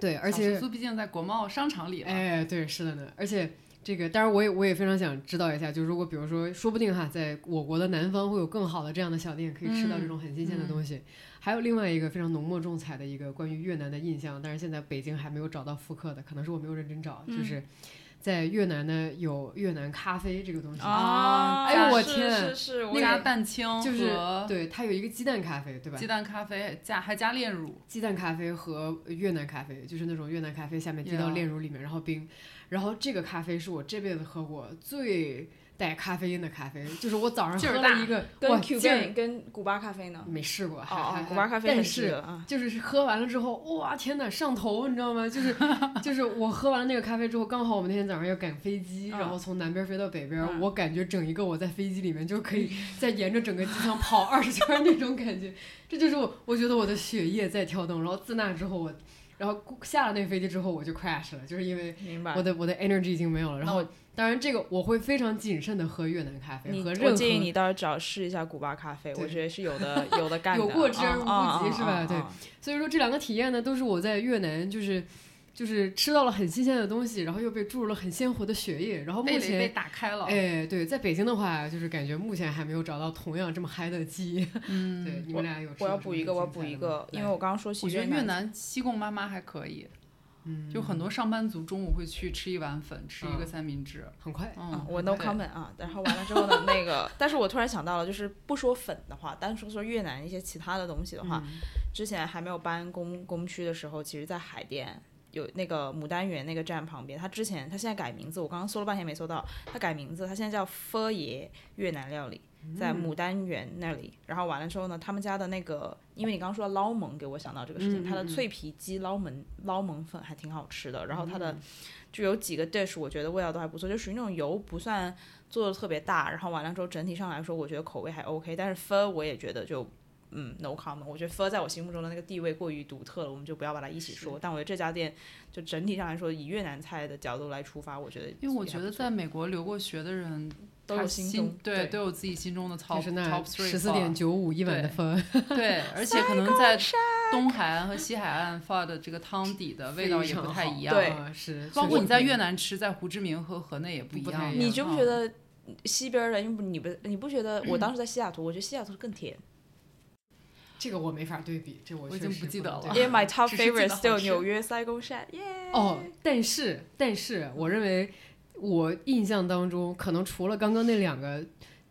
Speaker 1: 对，而且
Speaker 2: 嗯小苏苏毕竟在国贸商场里了，
Speaker 1: 哎，对，是的呢。而且这个，当然我也我也非常想知道一下，就如果比如说，说不定哈，在我国的南方会有更好的这样的小店，可以吃到
Speaker 2: 嗯
Speaker 1: 这种很新鲜的东西。还有另外一个非常浓墨重彩的一个关于越南的印象，但是现在北京还没有找到复刻的，可能是我没有认真找，
Speaker 2: 嗯
Speaker 1: 就是。在越南呢，有越南咖啡这个东西，
Speaker 2: 哦
Speaker 3: 啊！
Speaker 1: 哎呦我
Speaker 3: 是
Speaker 1: 天
Speaker 3: 是是，我
Speaker 2: 加
Speaker 3: 也
Speaker 2: 蛋清
Speaker 1: 就是
Speaker 2: 和
Speaker 1: 对它有一个鸡蛋咖啡，对吧
Speaker 2: 鸡？蛋咖啡，加还加炼乳，
Speaker 1: 鸡蛋咖啡和越南咖啡，就是那种越南咖啡下面滴
Speaker 2: Yeah
Speaker 1: 到炼乳里面，然后冰。然后这个咖啡是我这辈子喝过最带咖啡因的咖啡，就是我早上
Speaker 2: 劲
Speaker 1: 喝
Speaker 2: 儿大
Speaker 1: 了一个，哇，
Speaker 3: 跟 Q
Speaker 1: 劲儿
Speaker 3: 店跟古巴咖啡呢？
Speaker 1: 没试过，还还
Speaker 3: 哦，古巴咖啡
Speaker 1: 但
Speaker 3: 很适合
Speaker 1: 是。
Speaker 3: 啊。
Speaker 1: 就是喝完了之后，哇天呐，上头，你知道吗？就是 就是我喝完了那个咖啡之后，刚好我们那天早上要赶飞机，
Speaker 3: 嗯
Speaker 1: 然后从南边飞到北边，
Speaker 3: 嗯
Speaker 1: 我感觉整一个我在飞机里面就可 以再沿着整个机场跑二十圈儿那种感觉，这就是我我觉得我的血液在跳动。然后自那之后我，然后下了那个飞机之后我就 crash 了，就是因为
Speaker 3: 明白
Speaker 1: 我。的我的 energy 已经没有了。然
Speaker 2: 那
Speaker 1: 后
Speaker 2: 我
Speaker 1: 当然这个我会非常谨慎的喝越南咖啡
Speaker 3: 你
Speaker 1: 和
Speaker 3: 我
Speaker 1: 任何
Speaker 3: 建议你到时候找试一下古巴咖啡，我
Speaker 1: 对
Speaker 3: 觉得是有的，有的干的，
Speaker 1: 有过之而
Speaker 3: 啊啊
Speaker 1: 无不及
Speaker 3: 啊
Speaker 1: 是吧
Speaker 3: 啊
Speaker 1: 对
Speaker 3: 啊
Speaker 1: 所以说这两个体验呢，都是我在越南就是就是吃到了很新鲜的东西，然后又被注入了很鲜活的血液，然后哦目
Speaker 2: 味蕾被
Speaker 1: 前。
Speaker 2: 打开了。
Speaker 1: 哎，对，在北京的话，就是感觉目前还没有找到同样这么嗨的记忆。
Speaker 2: 嗯，
Speaker 1: 对，你们俩有吃
Speaker 3: 我要
Speaker 1: 过什
Speaker 3: 补
Speaker 1: 么
Speaker 3: 一个，我要
Speaker 1: 精
Speaker 3: 补
Speaker 1: 彩
Speaker 3: 一
Speaker 1: 的
Speaker 3: 个
Speaker 1: 吗，
Speaker 3: 因为
Speaker 1: 来
Speaker 3: 我刚刚说起
Speaker 2: 我觉得越
Speaker 3: 南
Speaker 2: 南西贡妈妈还可以，
Speaker 1: 嗯
Speaker 2: 就很多上班族中午会去吃一碗粉，吃一个三明治。
Speaker 1: 很快，
Speaker 2: 嗯
Speaker 3: 啊，，我 no
Speaker 2: 对
Speaker 3: comment 啊。然后完了之后呢，那个，但是我突然想到了，就是不说粉的话，单说说越南一些其他的东西的话，
Speaker 2: 嗯
Speaker 3: 之前还没有搬工工区的时候，其实在海淀。有那个牡丹园那个站旁边，它之前它现在改名字，我刚刚搜了半天没搜到，它改名字，它现在叫佛爷越南料理，在
Speaker 2: 嗯
Speaker 3: 牡丹园那里。然后完了之后呢，他们家的那个，因为你刚刚说到捞蒙，给我想到这个事
Speaker 1: 嗯
Speaker 3: 情，它的
Speaker 1: 嗯嗯
Speaker 3: 脆皮鸡捞蒙捞蒙粉还挺好吃的，然后它
Speaker 2: 嗯
Speaker 3: 的就有几个 dish，我觉得味道都还不错，就属于那种油不算做的特别大，然后完了之后整体上来说，我觉得口味还 OK，但是分我也觉得就。嗯，no comment。我觉得 f 在我心目中的那个地位过于独特了，我们就不要把它一起说。但我觉得这家店就整体上来说，以越南菜的角度来出发，我觉得
Speaker 2: 因为我
Speaker 3: 也
Speaker 2: 觉
Speaker 3: 还
Speaker 2: 得在美国留过学的人，
Speaker 3: 都
Speaker 2: 他
Speaker 3: 有心
Speaker 2: 心
Speaker 3: 中
Speaker 2: 对都有自己心中的 top
Speaker 1: 就是那
Speaker 2: top
Speaker 1: 十
Speaker 2: three
Speaker 1: 四点
Speaker 2: far
Speaker 1: 九五一碗的
Speaker 2: 对
Speaker 1: 分，
Speaker 2: 对，而且可能在东海岸和西海岸放的这个汤底的呃 味道也不太一样。
Speaker 3: 对
Speaker 1: 啊是。
Speaker 2: 包括
Speaker 1: 确实
Speaker 2: 你在
Speaker 1: 不一
Speaker 2: 越
Speaker 1: 样，
Speaker 2: 南吃，在胡志明和河内也不一
Speaker 1: 不
Speaker 2: 样
Speaker 1: 太。一样
Speaker 3: 你觉不觉
Speaker 2: 嗯
Speaker 3: 得西边儿的，因为你不你不觉得？我当时在西雅图，我觉得西雅图更甜。
Speaker 1: 这个我没法对比，这我
Speaker 2: 我已
Speaker 1: 确
Speaker 2: 经
Speaker 1: 实
Speaker 2: 不记得
Speaker 1: 能
Speaker 2: 了
Speaker 1: 对
Speaker 2: 啊
Speaker 1: 比
Speaker 3: In my top
Speaker 2: 只是记得
Speaker 3: favorite
Speaker 2: 好
Speaker 3: still
Speaker 2: 吃啊
Speaker 3: 纽约 Cycle Shad，耶！
Speaker 1: 哦，但是但是，我认为我印象当中，可能除了刚刚那两个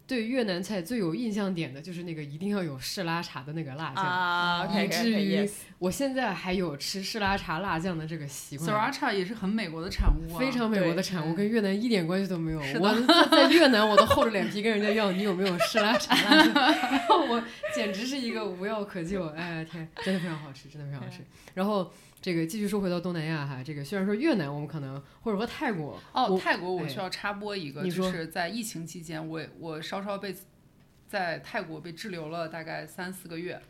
Speaker 1: 对越南菜最有印象点的就是那个一定要有士拉茶的那个辣酱，
Speaker 3: 啊
Speaker 1: 以至于
Speaker 3: yes
Speaker 1: 我现在还有吃士拉茶辣酱的这个习惯。
Speaker 2: Sriracha 也是很美国的产物啊，
Speaker 1: 非常美国
Speaker 3: 对
Speaker 1: 的产物，跟越南一点关系都没有。
Speaker 2: 是的
Speaker 1: 我在在越南，我都厚着脸皮跟人家要你有没有士拉茶 辣酱，然后我简直是一个无药可救。哎天，真的非常好吃，真的非常好吃。然后这个继续说回到东南亚哈，这个虽然说越南我们可能或者说泰国
Speaker 2: 哦，
Speaker 1: 我
Speaker 2: 泰国我
Speaker 1: 哎
Speaker 2: 需要插播一个，
Speaker 1: 你
Speaker 2: 就
Speaker 1: 说
Speaker 2: 是在疫情期间，我我稍稍被在泰国被滞留了大概三四个月，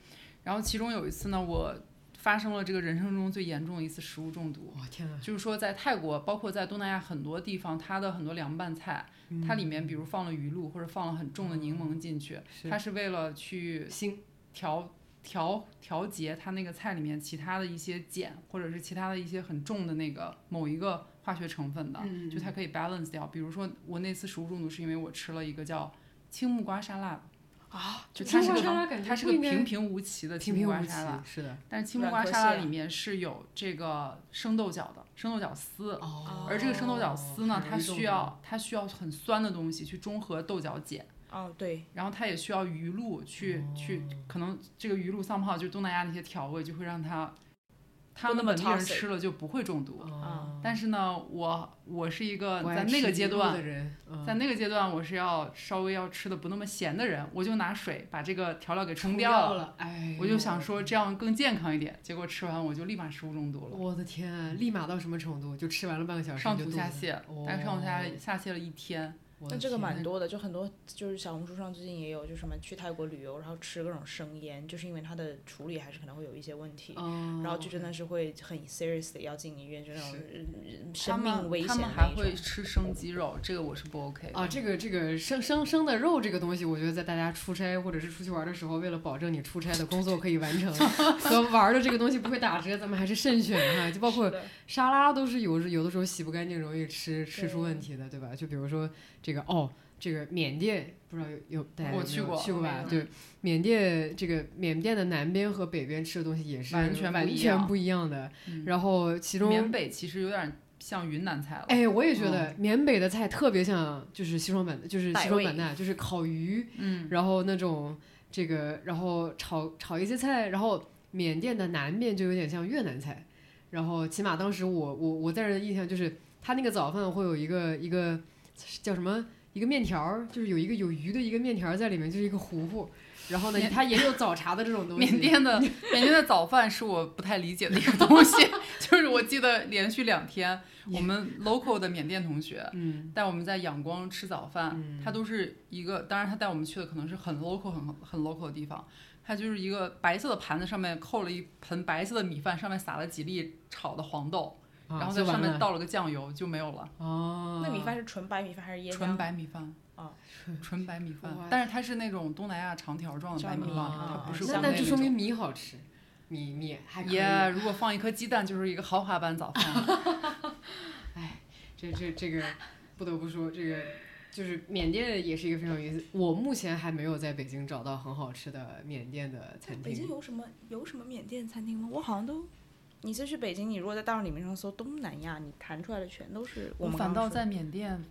Speaker 2: 然后其中有一次呢，我发生了这个人生中最严重的一次食物中毒。
Speaker 1: 哇天呐，啊
Speaker 2: 就是说，在泰国，包括在东南亚很多地方，它的很多凉拌菜，
Speaker 1: 嗯
Speaker 2: 它里面比如放了鱼露或者放了很重的柠檬进去，
Speaker 1: 哦是
Speaker 2: 它是为了去
Speaker 1: 腥
Speaker 2: 调调调节它那个菜里面其他的一些碱，或者是其他的一些很重的那个某一个化学成分的，
Speaker 1: 嗯
Speaker 2: 就它可以 balance 掉。比如说我那次食物中毒是因为我吃了一个叫青木瓜沙拉，
Speaker 3: 啊，
Speaker 2: 就
Speaker 1: 青
Speaker 2: 它
Speaker 1: 木
Speaker 2: 是
Speaker 1: 瓜
Speaker 2: 个
Speaker 1: 沙拉感觉
Speaker 2: 它是
Speaker 1: 不
Speaker 2: 个
Speaker 1: 应该
Speaker 2: 平平无奇的
Speaker 1: 平
Speaker 2: 青木
Speaker 1: 平
Speaker 2: 瓜
Speaker 1: 无
Speaker 2: 沙拉，
Speaker 1: 奇，是的。
Speaker 2: 但是青木瓜
Speaker 3: 软壳
Speaker 2: 沙拉
Speaker 3: 蟹
Speaker 2: 里面是有这个生豆角的，生豆角丝。
Speaker 1: 哦
Speaker 2: 而这个生哦豆角丝呢，它
Speaker 1: 还有一种
Speaker 2: 需要它需要很酸的东西去中和豆角碱，
Speaker 3: 哦对，
Speaker 2: 然后它也需要鱼露去、去，可能这个鱼露上泡就东南亚那些调味就会让它，它
Speaker 3: 不那
Speaker 2: 们
Speaker 3: 么
Speaker 2: 本地人
Speaker 3: toxic
Speaker 2: 吃了就不会中毒。
Speaker 1: 哦
Speaker 2: 但是呢，我我是一个
Speaker 1: 不呃爱
Speaker 2: 在那个
Speaker 1: 吃
Speaker 2: 阶
Speaker 1: 鱼露
Speaker 2: 段
Speaker 1: 的，人，嗯
Speaker 2: 在那个阶段我是要稍微要吃的不那么咸的人，我就拿水把这个调料给冲
Speaker 1: 冲
Speaker 2: 掉
Speaker 1: 掉
Speaker 2: 了。
Speaker 1: 了，哎，
Speaker 2: 我就想，说这样更健康一点，结果吃完我就立马食物中毒了。
Speaker 1: 我的天啊，立马到什么程度？就吃完了半个小时
Speaker 2: 上
Speaker 1: 就
Speaker 2: 吐
Speaker 1: 肚
Speaker 2: 下
Speaker 1: 子，
Speaker 2: 泻，
Speaker 1: 哦
Speaker 2: 但是上吐下下泻了一天。
Speaker 1: 我的
Speaker 3: 那这个
Speaker 1: 天
Speaker 3: 蛮多的，就很多就是小红书上最近也有，就什么去泰国旅游，然后吃各种生腌，就是因为它的处理还是可能会有一些问题，
Speaker 1: 哦
Speaker 3: 然后就真的是会很 serious 的要进医院，就那种呃
Speaker 2: 他
Speaker 3: 生命危
Speaker 2: 们
Speaker 3: 险
Speaker 2: 他
Speaker 3: 的
Speaker 2: 们
Speaker 3: 那
Speaker 2: 还
Speaker 3: 一
Speaker 2: 会
Speaker 3: 种
Speaker 2: 吃生鸡肉，这个我是不 OK 的。
Speaker 1: 啊，这个这个生生生的肉这个东西，我觉得在大家出差或者是出去玩的时候，为了保证你出差的工作可以完成和玩的这个东西不会打折，咱们还是慎选哈。就包括
Speaker 3: 是的
Speaker 1: 沙拉都是有有的时候洗不干净，容易吃吃出
Speaker 3: 对
Speaker 1: 问题的，对吧？就比如说这个哦，这个缅甸不知道有有大家有
Speaker 2: 我
Speaker 1: 没
Speaker 2: 去
Speaker 1: 有
Speaker 2: 过
Speaker 1: 去过吧
Speaker 2: 嗯？
Speaker 1: 对，缅甸这个缅甸的南边和北边吃的东西也是
Speaker 2: 完全不
Speaker 1: 完
Speaker 2: 一
Speaker 1: 全
Speaker 2: 样
Speaker 1: 不一样的。
Speaker 2: 嗯
Speaker 1: 然后其中
Speaker 2: 缅北其实有点像云南菜了。嗯
Speaker 1: 哎，我也觉得缅北的菜特别像，就是西双版，就是西
Speaker 3: 百
Speaker 1: 双
Speaker 3: 味
Speaker 1: 版纳，就是烤鱼，
Speaker 2: 嗯，
Speaker 1: 然后那种这个，然后炒炒一些菜，然后缅甸的南边就有点像越南菜，然后起码当时我我我在这儿的印象就是，他那个早饭会有一个一个叫什么一个面条儿，就是有一个有鱼的一个面条儿在里面，就是一个糊糊，然后呢，
Speaker 2: 缅
Speaker 1: 他也有早茶的这种东西，
Speaker 2: 缅 甸的缅甸的早饭是我不太理解的一个东西， 就是我记得连续两天，我们 local 的缅甸同学
Speaker 1: 嗯，
Speaker 2: 带我们在仰光吃早饭，他都是一个，当然他带我们去的可能是很 local 很很 local 的地方，他就是一个白色的盘子上面扣了一盆白色的米饭，上面撒了几粒炒的黄豆，
Speaker 1: 啊
Speaker 2: 然后在
Speaker 1: 就
Speaker 2: 上
Speaker 1: 完
Speaker 2: 面
Speaker 1: 了
Speaker 2: 倒了个酱油就没有了，
Speaker 1: 哦，
Speaker 3: 那米饭是纯白米饭还是椰
Speaker 2: 呃纯
Speaker 3: 浆？
Speaker 2: 白米饭。
Speaker 3: 哦，
Speaker 2: 纯白米饭
Speaker 1: 哇，
Speaker 2: 但是它是那种东南亚长条状的白米
Speaker 3: 米
Speaker 2: 饭，它
Speaker 1: 啊
Speaker 3: 啊
Speaker 2: 不是
Speaker 1: 那
Speaker 2: 国
Speaker 1: 那
Speaker 2: 内
Speaker 1: 就
Speaker 2: 那
Speaker 1: 说
Speaker 2: 种
Speaker 1: 明米好吃，米米还可以。
Speaker 2: 耶！如果放一颗鸡蛋，就是一个豪华版早饭。
Speaker 1: 这这这个不得不说，这个就是缅甸也是一个非常有意思。我目前还没有在北京找到很好吃的缅甸的餐
Speaker 3: 北京
Speaker 1: 厅。
Speaker 3: 有什么有什么缅甸餐厅吗？我好像都，你这去北京，你如果在大众点评上搜东南亚，你弹出来的全都是
Speaker 2: 我
Speaker 3: 们
Speaker 2: 反
Speaker 3: 刚
Speaker 2: 倒
Speaker 3: 说
Speaker 2: 在缅甸，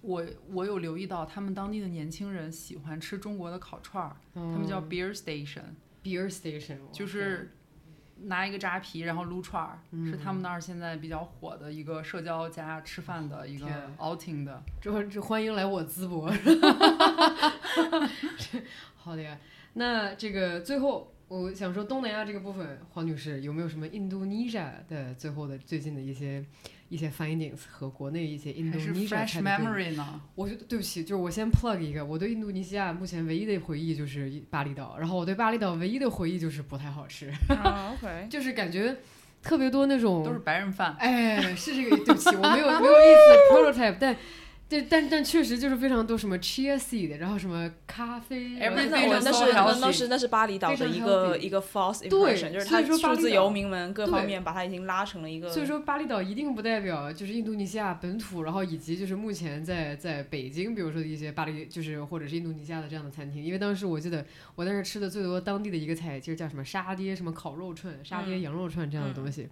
Speaker 2: 我我有留意到他们当地的年轻人喜欢吃中国的烤串儿，
Speaker 1: 嗯哦
Speaker 2: 他们叫 beer station，
Speaker 1: Beer Station，我
Speaker 2: 就是拿一个扎啤然后撸串儿，是他们那儿现在比较火的一个社交加吃饭的一个
Speaker 1: 天
Speaker 2: outing 的。
Speaker 1: 这这欢迎来我淄博。 好的呀，那这个最后我想说东南亚这个部分，黄女士有没有什么印度尼西亚的最后的最近的一些一些 findings 和国内一些印度
Speaker 2: 还是
Speaker 1: 尼西亚
Speaker 2: fresh
Speaker 1: 菜的对比
Speaker 2: memory 呢？
Speaker 1: 我觉得对不起，就是我先 plug 一个，我对印度尼西亚目前唯一的回忆就是巴厘岛，然后我对巴厘岛唯一的回忆就是不太好吃，
Speaker 3: 啊，OK，
Speaker 1: 就是感觉特别多那种
Speaker 2: 都是白人饭。
Speaker 1: 哎，是这个，对不起，我没有没有意思 prototype，但对，但但确实就是非常多什么 chia seed，然后什么咖啡，
Speaker 2: 哎不是
Speaker 1: 然后
Speaker 2: 非
Speaker 3: 我
Speaker 2: 常
Speaker 3: 那
Speaker 2: so
Speaker 3: 是那
Speaker 2: healthy
Speaker 3: 那是那是巴厘岛
Speaker 1: 非
Speaker 3: 的
Speaker 1: 常
Speaker 3: 一个
Speaker 1: healthy
Speaker 3: 一个 false
Speaker 1: 对
Speaker 3: impression，就是
Speaker 1: 所
Speaker 3: 它
Speaker 1: 以说巴
Speaker 3: 数
Speaker 1: 厘
Speaker 3: 字
Speaker 1: 岛
Speaker 3: 游民们各方
Speaker 1: 对
Speaker 3: 面把它已经拉成了一个，
Speaker 1: 所以说，巴厘岛一定不代表就是印度尼西亚本土，然后以及就是目前在在北京，比如说的一些巴黎，就是或者是印度尼西亚的这样的餐厅。因为当时我记得我在那儿吃的最多当地的一个菜，就是叫什么沙爹什么烤肉串、沙爹
Speaker 3: 嗯嗯
Speaker 1: 羊肉串这样的东西。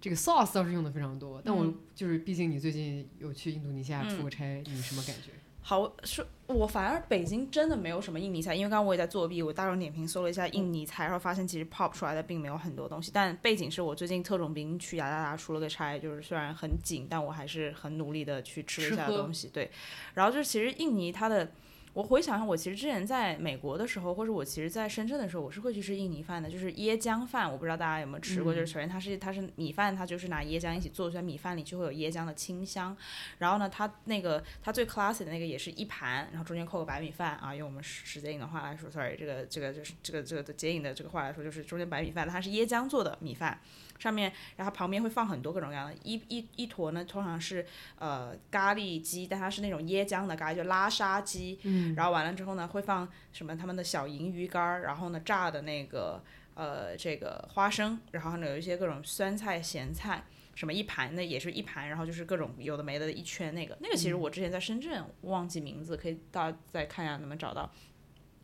Speaker 1: 这个 sauce 倒是用的非常多，但我就是毕竟你最近有去印度尼西亚出过差，你什么感觉？
Speaker 3: 好说，我反而北京真的没有什么印尼菜，因为刚刚我也在作弊，我大众点评搜了一下印尼菜，然后发现其实 pop 出来的并没有很多东西。但背景是我最近特种兵去雅加达出了个差，就是虽然很紧，但我还是很努力的去吃了一下
Speaker 2: 吃喝
Speaker 3: 东西。对，然后就是其实印尼它的。我回想一下，我其实之前在美国的时候，或者我其实在深圳的时候，我是会去吃印尼饭的，就是椰浆饭。我不知道大家有没有吃过，就是首先它是它是米饭，它就是拿椰浆一起做出来，米饭里就会有椰浆的清香。然后呢，它那个它最 classy 的那个也是一盘，然后中间扣个白米饭啊，用我们时时节影的话来说，sorry，这个这个就是这个这个节影的这个话来说，就是中间白米饭，它是椰浆做的米饭。上面，然后旁边会放很多各种各样的，一一一坨呢，通常是呃咖喱鸡，但它是那种椰浆的咖喱，就拉沙鸡，嗯，然后完了之后呢，会放什么他们的小银鱼干儿，然后呢炸的那个呃这个花生，然后呢有一些各种酸菜咸菜，什么一盘那也是一盘，然后就是各种有的没的一圈那个那个其实我之前在深圳忘记名字，可以大家再看一下能不能找到。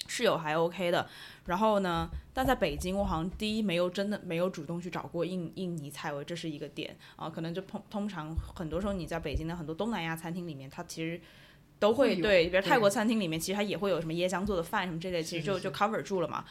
Speaker 3: 是有还 OK 的，然后呢？但在北京，我好像第一没有真的没有主动去找过印印尼菜，我这是一个点啊。可能就通通常很多时候你在北京的很多东南亚餐厅里面，它其实都
Speaker 1: 会
Speaker 3: 会
Speaker 1: 有
Speaker 3: 对，比
Speaker 1: 对
Speaker 3: 如泰国餐厅里面，其实它也会有什么椰浆做的饭什么这类，其实
Speaker 1: 是
Speaker 3: 就是就 cover 住了嘛。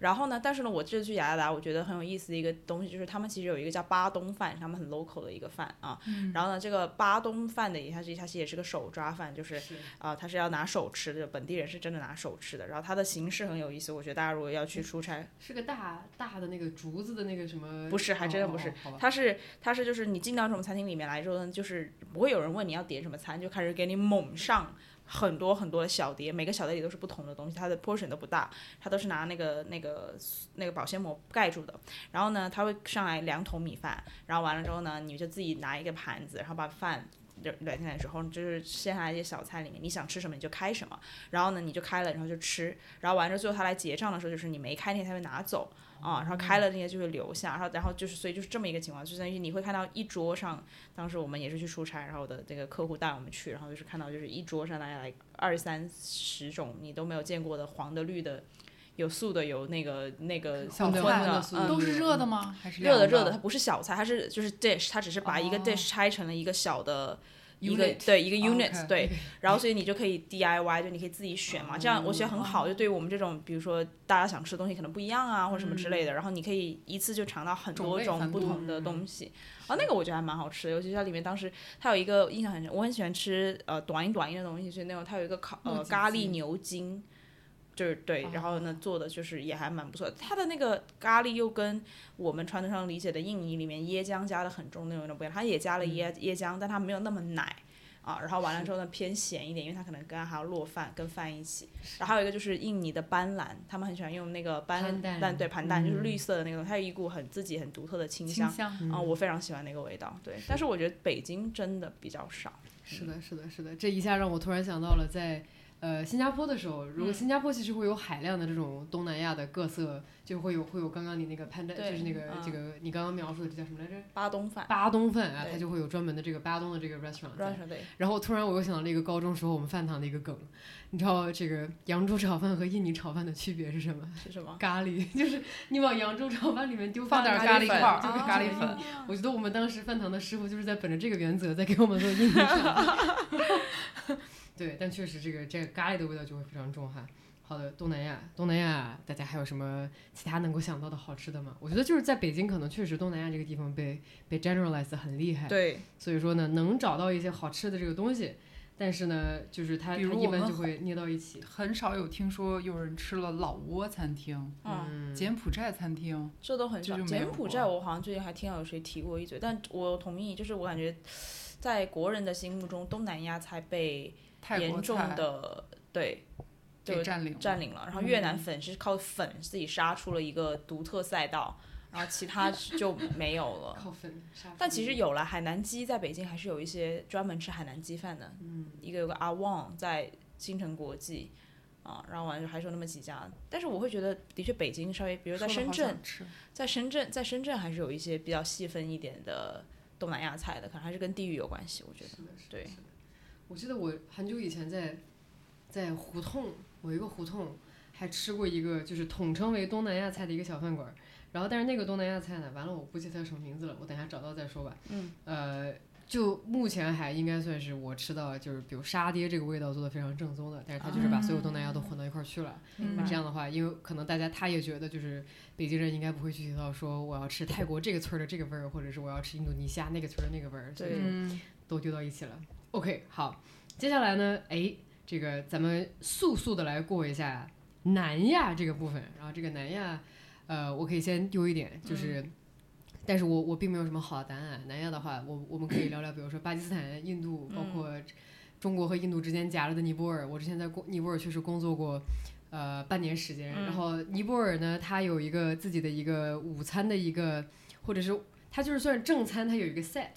Speaker 3: 然后呢，但是呢，我这次去雅加达，我觉得很有意思的一个东西就是他们其实有一个叫巴东饭，是他们很 local 的一个饭啊。然后呢，这个巴东饭的它是它其实也是个手抓饭，就是啊、它是要拿手吃的，本地人是真的拿手吃的。然后它的形式很有意思，我觉得大家如果要去出差，
Speaker 1: 是个大大的那个竹子的那个什么？
Speaker 3: 不是还真的不是
Speaker 1: 哦。好吧，
Speaker 3: 它是它是就是你进到这种餐厅里面来之后呢，就是不会有人问你要点什么餐，就开始给你猛上很多很多的小碟，每个小碟里都是不同的东西，它的 portion 都不大，它都是拿那个那个那个保鲜膜盖住的。然后呢，它会上来两桶米饭，然后完了之后呢，你就自己拿一个盘子，然后把饭。软软进来之后，就是剩下来一些小菜里面，你想吃什么你就开什么，然后呢你就开了，然后就吃，然后完了之后他来结账的时候，就是你没开那些他会拿走，啊，然后开了那些就会留下，然后然后就是所以就是这么一个情况，就相当于你会看到一桌上，当时我们也是去出差，然后我的这个客户带我们去，然后就是看到就是一桌上大概来二三十种你都没有见过的黄的、绿的，有素的，有那个那个
Speaker 1: 小
Speaker 3: 荤
Speaker 1: 菜
Speaker 3: 的
Speaker 1: 的素的
Speaker 3: 嗯
Speaker 2: 都是热的吗？还是
Speaker 3: 热的
Speaker 2: 的
Speaker 3: 热的，它？不是小菜，它是就是 dish，它只是把一个
Speaker 2: 哦
Speaker 3: dish 拆成了一个小的。一个
Speaker 2: Unit 哦
Speaker 3: 对一个 unit、
Speaker 2: OK，
Speaker 3: 对， 然后所以你就可以 DIY，就你可以自己选嘛，这样我觉得很
Speaker 2: 哦
Speaker 3: 好。就对于我们这种，比如说大家想吃的东西可能不一样啊，或者什么之类的，然后你可以一次就尝到
Speaker 2: 嗯
Speaker 3: 很
Speaker 2: 种
Speaker 3: 多
Speaker 2: 类
Speaker 3: 种
Speaker 2: 繁
Speaker 3: 不
Speaker 2: 多嗯
Speaker 3: 同的东西。啊，那个我觉得还蛮好吃的，尤其是它里面当时它有一个印象很深，我很喜欢吃呃短一短一的东西，就是那种它有一个烤
Speaker 2: 木
Speaker 3: 呃
Speaker 2: 槿
Speaker 3: 咖
Speaker 2: 鸡
Speaker 3: 喱牛筋，就是对，然后呢
Speaker 2: 哦
Speaker 3: 做的就是也还蛮不错的。它的那个咖喱又跟我们传统上理解的印尼里面椰浆加的很重那种有点不一样，它也加了椰、椰浆，但它没有那么奶。啊，然后完了之后呢，偏咸一点，因为它可能跟还要落饭，跟饭一起。然后还有一个就是印尼的斑斓，他们很喜欢用那个斑
Speaker 1: 斑斓
Speaker 3: 斓，对盘蛋，就是
Speaker 1: 嗯
Speaker 3: 绿色的那个东西，它有一股很自己很独特的清
Speaker 2: 清
Speaker 3: 香。
Speaker 2: 香。
Speaker 3: 啊、我非常喜欢那个味道，对。但是我觉得北京真的比较少，
Speaker 1: 是
Speaker 3: 嗯
Speaker 1: 的，是的，是的，这一下让我突然想到了在。呃，新加坡的时候，如
Speaker 3: 嗯
Speaker 1: 果新加坡其实会有海量的这种东南亚的各色，就会有会有刚刚你那个潘丹，
Speaker 3: 对
Speaker 1: 就是那个、
Speaker 3: 嗯
Speaker 1: 这个你刚刚描述的这叫什么来着？
Speaker 3: 巴东饭，
Speaker 1: 巴东饭啊，
Speaker 3: 对
Speaker 1: 它就会有专门的这个巴东的这个 restaurant
Speaker 3: 不知道
Speaker 1: 在。
Speaker 3: 什么对，
Speaker 1: 然后突然我又想到了一个高中时候我们饭堂的一个梗，你知道这个扬州炒饭和印尼炒饭的区别是什么？
Speaker 3: 是什么？
Speaker 1: 咖喱， 就是你往扬州炒饭里面丢
Speaker 2: 放
Speaker 1: 点
Speaker 2: 点
Speaker 1: 咖
Speaker 2: 咖喱
Speaker 1: 粉，
Speaker 2: 块儿
Speaker 1: 就是
Speaker 2: 啊
Speaker 1: 咖喱粉。我觉得我们当时饭堂的师傅就是在本着这个原则在给我们做 印尼炒饭。对，但确实这个这个咖喱的味道就会非常重哈。好的，东南亚，东南亚，大家还有什么其他能够想到的好吃的吗？我觉得就是在北京，可能确实东南亚这个地方被被 generalize 得很厉害。
Speaker 3: 对，
Speaker 1: 所以说呢，能找到一些好吃的这个东西，但是呢，就是它
Speaker 2: 比如
Speaker 1: 它一
Speaker 2: 我
Speaker 1: 般
Speaker 2: 们
Speaker 1: 就会捏到一起。
Speaker 2: 很少有听说有人吃了老挝餐厅、
Speaker 3: 嗯，
Speaker 1: 嗯，
Speaker 2: 柬埔寨餐厅，
Speaker 3: 这都很
Speaker 2: 这
Speaker 3: 少。
Speaker 2: 就没
Speaker 3: 柬
Speaker 2: 有
Speaker 3: 埔
Speaker 2: 过
Speaker 3: 寨我好像最近还听到有谁提过一嘴，但我同意，就是我感觉在国人的心目中，东南亚才被
Speaker 2: 泰国
Speaker 3: 严重
Speaker 2: 菜嗯
Speaker 3: 的对。
Speaker 2: 给占领了
Speaker 3: 占领了，然后越
Speaker 2: 嗯
Speaker 3: 南粉是靠粉自己杀出了一个独特赛道，然后其他就没有了。
Speaker 1: 靠粉，沙
Speaker 3: 但
Speaker 1: 粉
Speaker 3: 其实有了海南鸡，在北京还是有一些专门吃海南鸡饭的，嗯，一个有个阿旺在新城国际，啊，然后完了还是有那么几家，但是我会觉得，的确北京稍微，比如在
Speaker 2: 说得
Speaker 3: 深
Speaker 2: 好
Speaker 3: 圳
Speaker 2: 想，吃
Speaker 3: 在深圳，在深圳还是有一些比较细分一点的东南亚菜的，可能还是跟地域有关系，我觉得
Speaker 1: 是的，是的
Speaker 3: 对
Speaker 1: 是的我记得我很久以前在在胡同某一个胡同还吃过一个，就是统称为东南亚菜的一个小饭馆儿。然后，但是那个东南亚菜呢，完了我不记得它叫什么名字了，我等一下找到再说吧。嗯，呃，就目前还应该算是我吃到就是比如沙爹这个味道做的非常正宗的，但是它就是把所有东南亚都混到一块儿去了。
Speaker 3: 明
Speaker 1: 那
Speaker 3: 白
Speaker 1: 这样的话，因为可能大家他也觉得就是北京人应该不会具体到说我要吃泰国这个村儿的这个味儿，或者是我要吃印度尼西亚那个村儿的那个味儿，所以
Speaker 3: 对
Speaker 2: 嗯，
Speaker 1: 都丢到一起了。OK，好，接下来呢，哎，这个咱们速速的来过一下南亚这个部分。然后这个南亚，呃，我可以先丢一点，就是，但是我我并没有什么好的答案。啊南亚的话，我我们可以聊聊，比如说巴基斯坦、印度，包括中国和印度之间夹着的尼泊尔。我之前在工尼泊尔确实工作过。呃，半年时间，
Speaker 3: 嗯
Speaker 1: 然后尼泊尔呢，它有一个自己的一个午餐的一个，或者是它就是算是正餐，它有一个 set，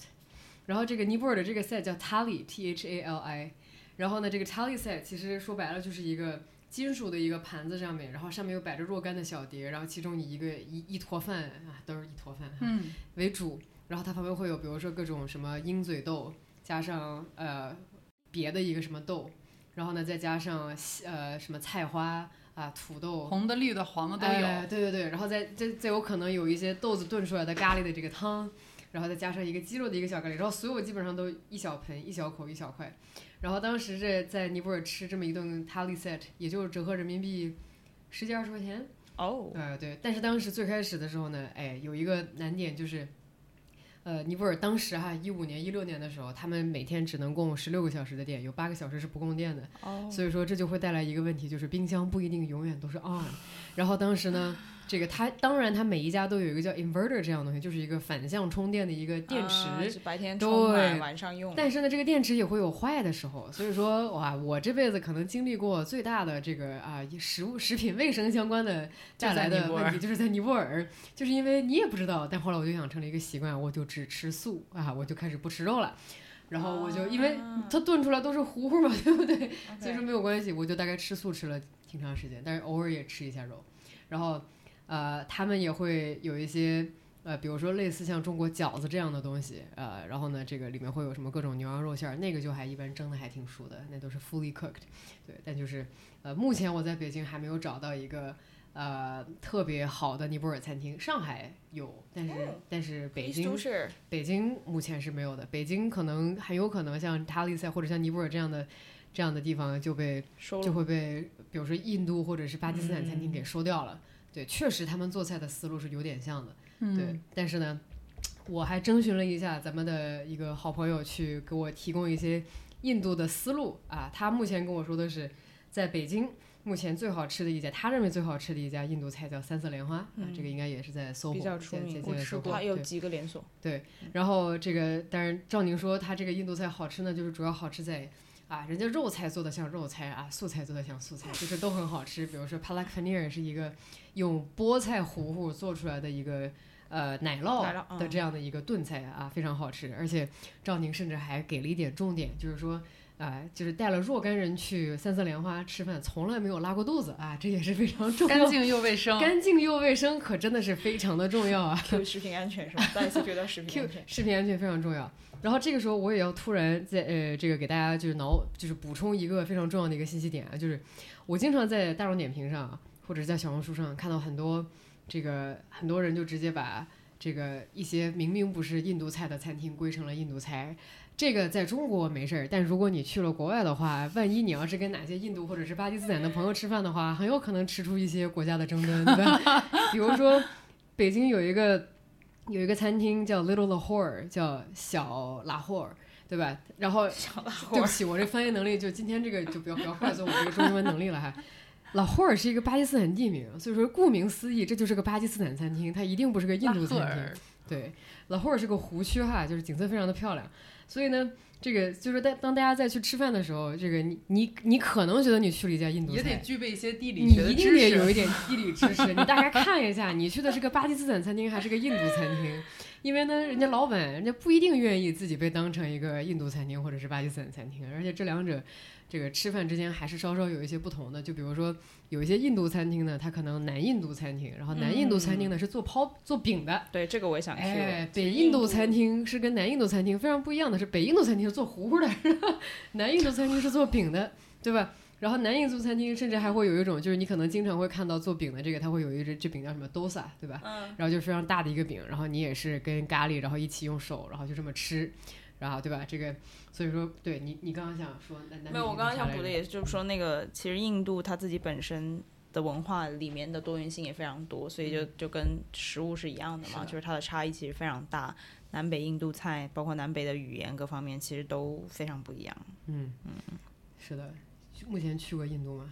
Speaker 1: 然后这个尼泊尔的这个 set 叫 Thali T H A L I，然后呢，这个 Thali set 其实说白了就是一个金属的一个盘子上面，然后上面有摆着若干的小碟，然后其中以一个一一坨饭啊，都是一坨饭哈、
Speaker 2: 嗯，
Speaker 1: 为主，然后它旁边会有比如说各种什么鹰嘴豆，加上呃别的一个什么豆，然后呢再加上西呃什么菜花啊土豆。
Speaker 2: 红的、绿的、黄的都有。
Speaker 1: 哎对对对，然后再再再有可能有一些豆子炖出来的咖喱的这个汤，然后再加上一个鸡肉的一个小咖喱，然后所有基本上都一小盆、一小口、一小块。然后当时这在尼泊尔吃这么一顿 thali set，也就是折合人民币十几二十块钱。
Speaker 3: 哦，
Speaker 1: 呃，对，但是当时最开始的时候呢，哎，有一个难点就是，呃，尼泊尔当时哈，一五年、一六年的时候，他们每天只能供十六个小时的电，有八个小时是不供电的，
Speaker 3: 哦
Speaker 1: 所以说这就会带来一个问题，就是冰箱不一定永远都是 on。然后当时 呢，这个它当然它每一家都有一个叫 inverter 这样的东西，就是一个反向充电的一个电池，
Speaker 3: 啊是白天充满，
Speaker 1: 对
Speaker 3: 晚上用。
Speaker 1: 但是呢，这个电池也会有坏的时候，所以说哇，我这辈子可能经历过最大的这个啊食物食品卫生相关的带来的问题， 就是在尼泊尔，就是因为你也不知道，但后来我就养成了一个习惯，我就只吃素啊，我就开始不吃肉了，然后我就因为
Speaker 3: 啊
Speaker 1: 它炖出来都是糊糊嘛，对不对？
Speaker 3: OK
Speaker 1: 所以说没有关系，我就大概吃素吃了挺长时间，但是偶尔也吃一下肉。然后，呃，他们也会有一些呃，比如说类似像中国饺子这样的东西，呃，然后呢，这个里面会有什么各种牛羊肉馅儿，那个就还一般蒸的还挺熟的，那都是 fully cooked。对，但就是呃，目前我在北京还没有找到一个。呃，特别好的尼泊尔餐厅，上海有，但是、但是北京
Speaker 3: 都是
Speaker 1: 北京目前是没有的，北京可能很有可能像塔利塞或者像尼泊尔这样的这样的地方就被
Speaker 3: 收
Speaker 1: 就
Speaker 3: 了，
Speaker 1: 会被，比如说印度或者是巴基斯坦餐厅给收掉了。对，确实他们做菜的思路是有点像的。
Speaker 2: 嗯
Speaker 1: 对，，但是呢，我还征询了一下咱们的一个好朋友，去给我提供一些印度的思路啊。他目前跟我说的是，在北京目前最好吃的一家，他认为最好吃的一家印度菜叫三色莲花、啊，这个应该也是在 SOHO
Speaker 3: 比较出名
Speaker 1: 在在
Speaker 3: 我
Speaker 1: 在
Speaker 2: 吃
Speaker 1: SOHO，
Speaker 2: 过
Speaker 3: 它有
Speaker 1: 对
Speaker 3: 几个 连锁，
Speaker 1: 然后这个，当然照您说，它这个印度菜好吃呢，就是主要好吃在啊，人家肉菜做的像肉菜啊，素菜做的像素菜，就是都很好吃。比如说 palak paneer 是一个用菠菜糊糊做出来的一个呃奶
Speaker 3: 奶
Speaker 1: 酪
Speaker 3: 酪
Speaker 1: 的
Speaker 3: 嗯
Speaker 1: 这样的一个炖菜啊，非常好吃。而且赵宁甚至还给了一点重点，就是说。啊、就是带了若干人去三色莲花吃饭，从来没有拉过肚子啊，这也是非常重要。
Speaker 2: 干净又卫生。
Speaker 1: 干净又卫生，可真的是非常的重要啊。
Speaker 3: Q 食品安全是吧？再一次觉得食品
Speaker 1: Q
Speaker 3: 安全。
Speaker 1: 食品安全非常重要。然后这个时候我也要突然在呃这个给大家就是脑就是补充一个非常重要的一个信息点啊，就是我经常在大众点评上啊或者是在小红书上看到很多这个很多人就直接把这个一些明明不是印度菜的餐厅归成了印度菜。这个在中国没事儿，但如果你去了国外的话，万一你要是跟哪些印度或者是巴基斯坦的朋友吃饭的话，很有可能吃出一些国家的争端，对吧？比如说，北京有一个有一个餐厅叫 Little Lahore，叫小拉霍尔，对吧？然后对不起，我这翻译能力就今天这个就不要不要怪罪我这个中英文能力了还。拉霍尔是一个巴基斯坦地名，所以说顾名思义，这就是个巴基斯坦餐厅，它一定不是个印度餐
Speaker 2: 拉赫
Speaker 1: 厅
Speaker 2: 尔。
Speaker 1: 对，拉霍尔是个湖区哈，就是景色非常的漂亮。所以呢，这个就是当当大家再去吃饭的时候，这个你你你可能觉得你去了一家印度菜，
Speaker 2: 也得具备一些地理
Speaker 1: 你
Speaker 2: 学的
Speaker 1: 一定
Speaker 2: 知
Speaker 1: 得有
Speaker 2: 识。
Speaker 1: 一点地理知识，你大概看一下，你去的是个巴基斯坦餐厅还是个印度餐厅？因为呢，人家老板人家不一定愿意自己被当成一个印度餐厅或者是巴基斯坦餐厅，而且这两者这个吃饭之间还是稍稍有一些不同的。就比如说有一些印度餐厅呢，它可能南印度餐厅，然后南印度餐
Speaker 2: 嗯
Speaker 1: 厅呢是做泡做饼的，
Speaker 3: 对，这个我也想去。
Speaker 1: 哎，北印度餐厅是跟南印度餐厅非常不一样的是，北印度餐厅是做糊糊的， 南印度餐厅是做饼的，对吧？然后南印度餐厅甚至还会有一种，就是你可能经常会看到做饼的这个，它会有一只这饼叫什么 dosa，对吧？
Speaker 3: 嗯，
Speaker 1: 然后就非常大的一个饼，然后你也是跟咖喱，然后一起用手，然后就这么吃。然后对吧？这个所以说，对你你刚刚想说南南
Speaker 3: 没有，我刚刚想补的也是，就是说那个其实印度它自己本身的文化里面的多元性也非常多，所以就就跟食物是一样的
Speaker 1: 是
Speaker 3: 嘛，
Speaker 1: 的
Speaker 3: 就是它的差异其实非常大。南北印度菜，包括南北的语言各方面，其实都非常不一样。
Speaker 1: 嗯嗯是的，目前去过印度吗？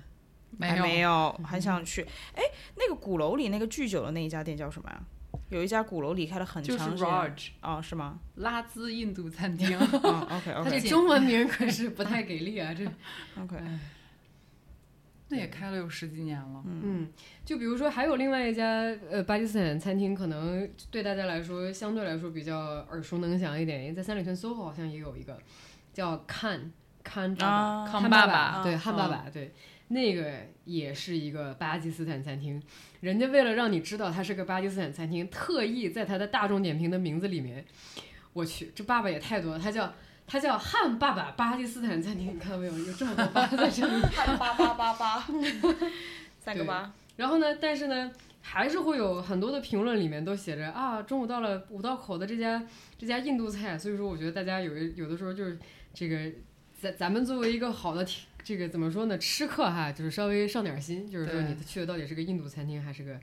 Speaker 3: 还
Speaker 2: 有，
Speaker 3: 没有，还想去。哎，那个鼓楼里那个巨酒的那一家店叫什么呀、有一家鼓楼里开了很
Speaker 2: 就是
Speaker 3: 长时间。
Speaker 2: Raj
Speaker 3: 哦，是吗？
Speaker 2: 拉兹印度 餐厅。
Speaker 3: 嗯，OK
Speaker 1: 它这
Speaker 3: OK
Speaker 1: 中文名可是不太给力啊，这
Speaker 3: OK，
Speaker 2: 那也开了有十几年了，
Speaker 1: 嗯，就比如说还有另外一家呃巴基斯坦餐厅，可能对大家来说相对来说比较耳熟能详一点，因为在三里屯 SOHO 好像也有一个叫看看爸爸，
Speaker 3: 啊，
Speaker 2: 康
Speaker 1: 汉爸
Speaker 2: 爸爸
Speaker 1: 对
Speaker 3: 啊
Speaker 1: 汉爸爸对。那个也是一个巴基斯坦餐厅，人家为了让你知道它是个巴基斯坦餐厅，特意在它的大众点评的名字里面，我去，这爸爸也太多了，他叫他叫汉爸爸巴基斯坦餐厅，你看到没有？有这么多 爸在这里。
Speaker 3: 八八八八， 三个
Speaker 1: 对
Speaker 3: 八，
Speaker 1: 然后呢，但是呢，还是会有很多的评论里面都写着啊，中午到了五道口的这家这家印度菜，所以说我觉得大家有一有的时候就是这个，咱咱们作为一个好的体这个怎么说呢，吃客哈，就是稍微上点心，就是说
Speaker 2: 对
Speaker 1: 你去的到底是个印度餐厅还是个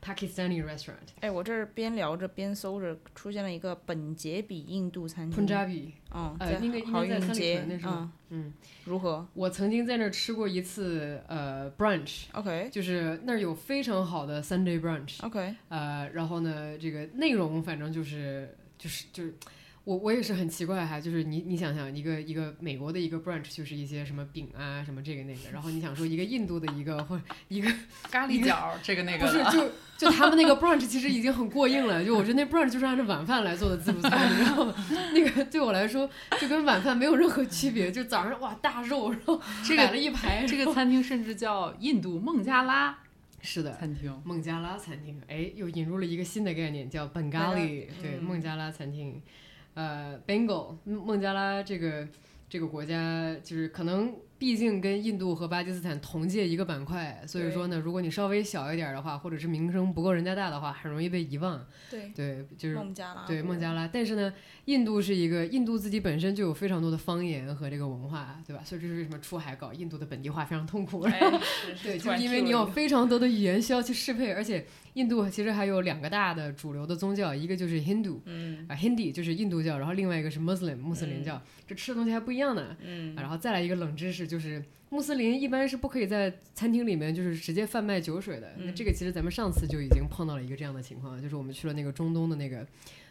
Speaker 1: Pakistani restaurant
Speaker 3: 哎，我这儿边聊着边搜着，出现了一个本杰比印度餐厅。
Speaker 1: Punjabi。
Speaker 3: 嗯，
Speaker 1: 呃应该应该
Speaker 3: 好
Speaker 1: 在
Speaker 3: 运
Speaker 1: 三里
Speaker 3: 街
Speaker 1: 屯那，是
Speaker 3: 嗯
Speaker 1: 吗嗯，
Speaker 3: 如何
Speaker 1: 我曾经在那儿吃过一次呃 brunch，
Speaker 3: ？OK
Speaker 1: 就是那儿有非常好的 Sunday brunch，
Speaker 3: OK，
Speaker 1: 呃，然后呢，这个内容反正就是就是就是，我我也是很奇怪哈，就是你你想想一个一个美国的一个 brunch 就是一些什么饼啊什么这个那个，然后你想说一个印度的一个或者一个
Speaker 2: 咖喱角这个那
Speaker 1: 不
Speaker 2: 个
Speaker 1: 是
Speaker 2: 的，
Speaker 1: 就就他们那个 brunch 其实已经很过硬了，就我觉得那 brunch 就是按照晚饭来做的自助餐，你知道吗？ 那个对我来说就跟晚饭没有任何区别，就早上哇大肉，然后
Speaker 2: 这
Speaker 1: 摆了
Speaker 2: 个
Speaker 1: 一排，
Speaker 2: 这个餐厅甚至叫印度孟加拉
Speaker 1: 是的，
Speaker 2: 餐 厅。
Speaker 1: 孟加拉餐厅，哎，又引入了一个新的概念，叫 Bengali，对，
Speaker 3: 嗯
Speaker 1: 孟加拉餐厅，呃，Bengal，孟孟加拉这个这个国家，就是可能毕竟跟印度和巴基斯坦同届一个板块，所以
Speaker 3: 对
Speaker 1: 说呢，如果你稍微小一点的话，或者是名声不够人家大的话，很容易被遗忘。
Speaker 3: 对，
Speaker 1: 对，就是
Speaker 3: 孟加拉，
Speaker 1: 对孟加拉，但是呢，印度是一个印度自己本身就有非常多的方言和这个文化，对吧？所以这是为什么出海搞印度的本地化非常痛苦。
Speaker 3: 哎，
Speaker 1: 对，
Speaker 3: 突
Speaker 1: 就
Speaker 3: 然
Speaker 1: 是因为
Speaker 3: cue
Speaker 1: 你
Speaker 3: 了
Speaker 1: 有
Speaker 3: 一个
Speaker 1: 非常多的语言需要去适配，而且印度其实还有两个大的主流的宗教，一个就是 Hindu
Speaker 3: 嗯
Speaker 1: 啊，Hindi 就是印度教，然后另外一个是 Muslim 穆斯林
Speaker 3: 嗯
Speaker 1: 教，这吃的东西还不一样呢。啊
Speaker 3: 嗯
Speaker 1: 然后再来一个冷知识，就是穆斯林一般是不可以在餐厅里面就是直接贩卖酒水的。那
Speaker 3: 嗯
Speaker 1: 这个其实咱们上次就已经碰到了一个这样的情况，就是我们去了那个中东的那个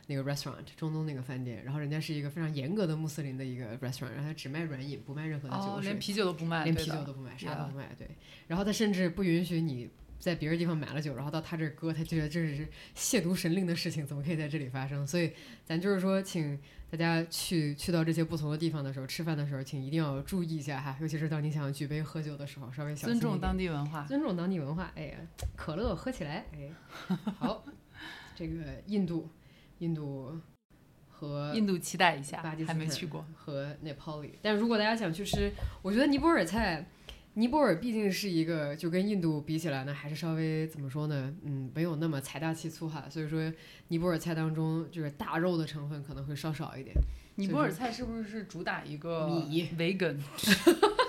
Speaker 1: 那个 restaurant，中东那个饭店，然后人家是一个非常严格的穆斯林的一个 restaurant，然后他只卖软饮，不卖任何的酒水。
Speaker 2: 哦，连啤酒都不卖，
Speaker 1: 连
Speaker 2: 对
Speaker 1: 啤
Speaker 2: 的
Speaker 1: 酒都不买，啥
Speaker 2: Yeah
Speaker 1: 都不买，对。然后他甚至不允许你在别的地方买了酒，然后到他这儿搁，他觉得这是亵渎神灵的事情，怎么可以在这里发生？所以咱就是说，请大家去去到这些不同的地方的时候，吃饭的时候，请一定要注意一下哈，尤其是当你想要举杯喝酒的时候，稍微小心
Speaker 2: 尊
Speaker 1: 一
Speaker 2: 重
Speaker 1: 点
Speaker 2: 当地文化。
Speaker 1: 尊重当地文化。哎呀，可乐喝起来，哎， 好，这个印度，印度和
Speaker 2: 印度期待一下
Speaker 1: 巴基，斯
Speaker 2: 还
Speaker 1: 坦
Speaker 2: 没去过。
Speaker 1: 和 Nepali。但如果大家想去吃，我觉得尼泊尔菜，尼泊尔毕竟是一个就跟印度比起来呢，还是稍微怎么说呢，嗯，没有那么财大气粗哈。所以说，尼泊尔菜当中就是大肉的成分可能会稍少一点。
Speaker 2: 尼泊尔菜是不是主打一个
Speaker 1: 米
Speaker 2: vegan？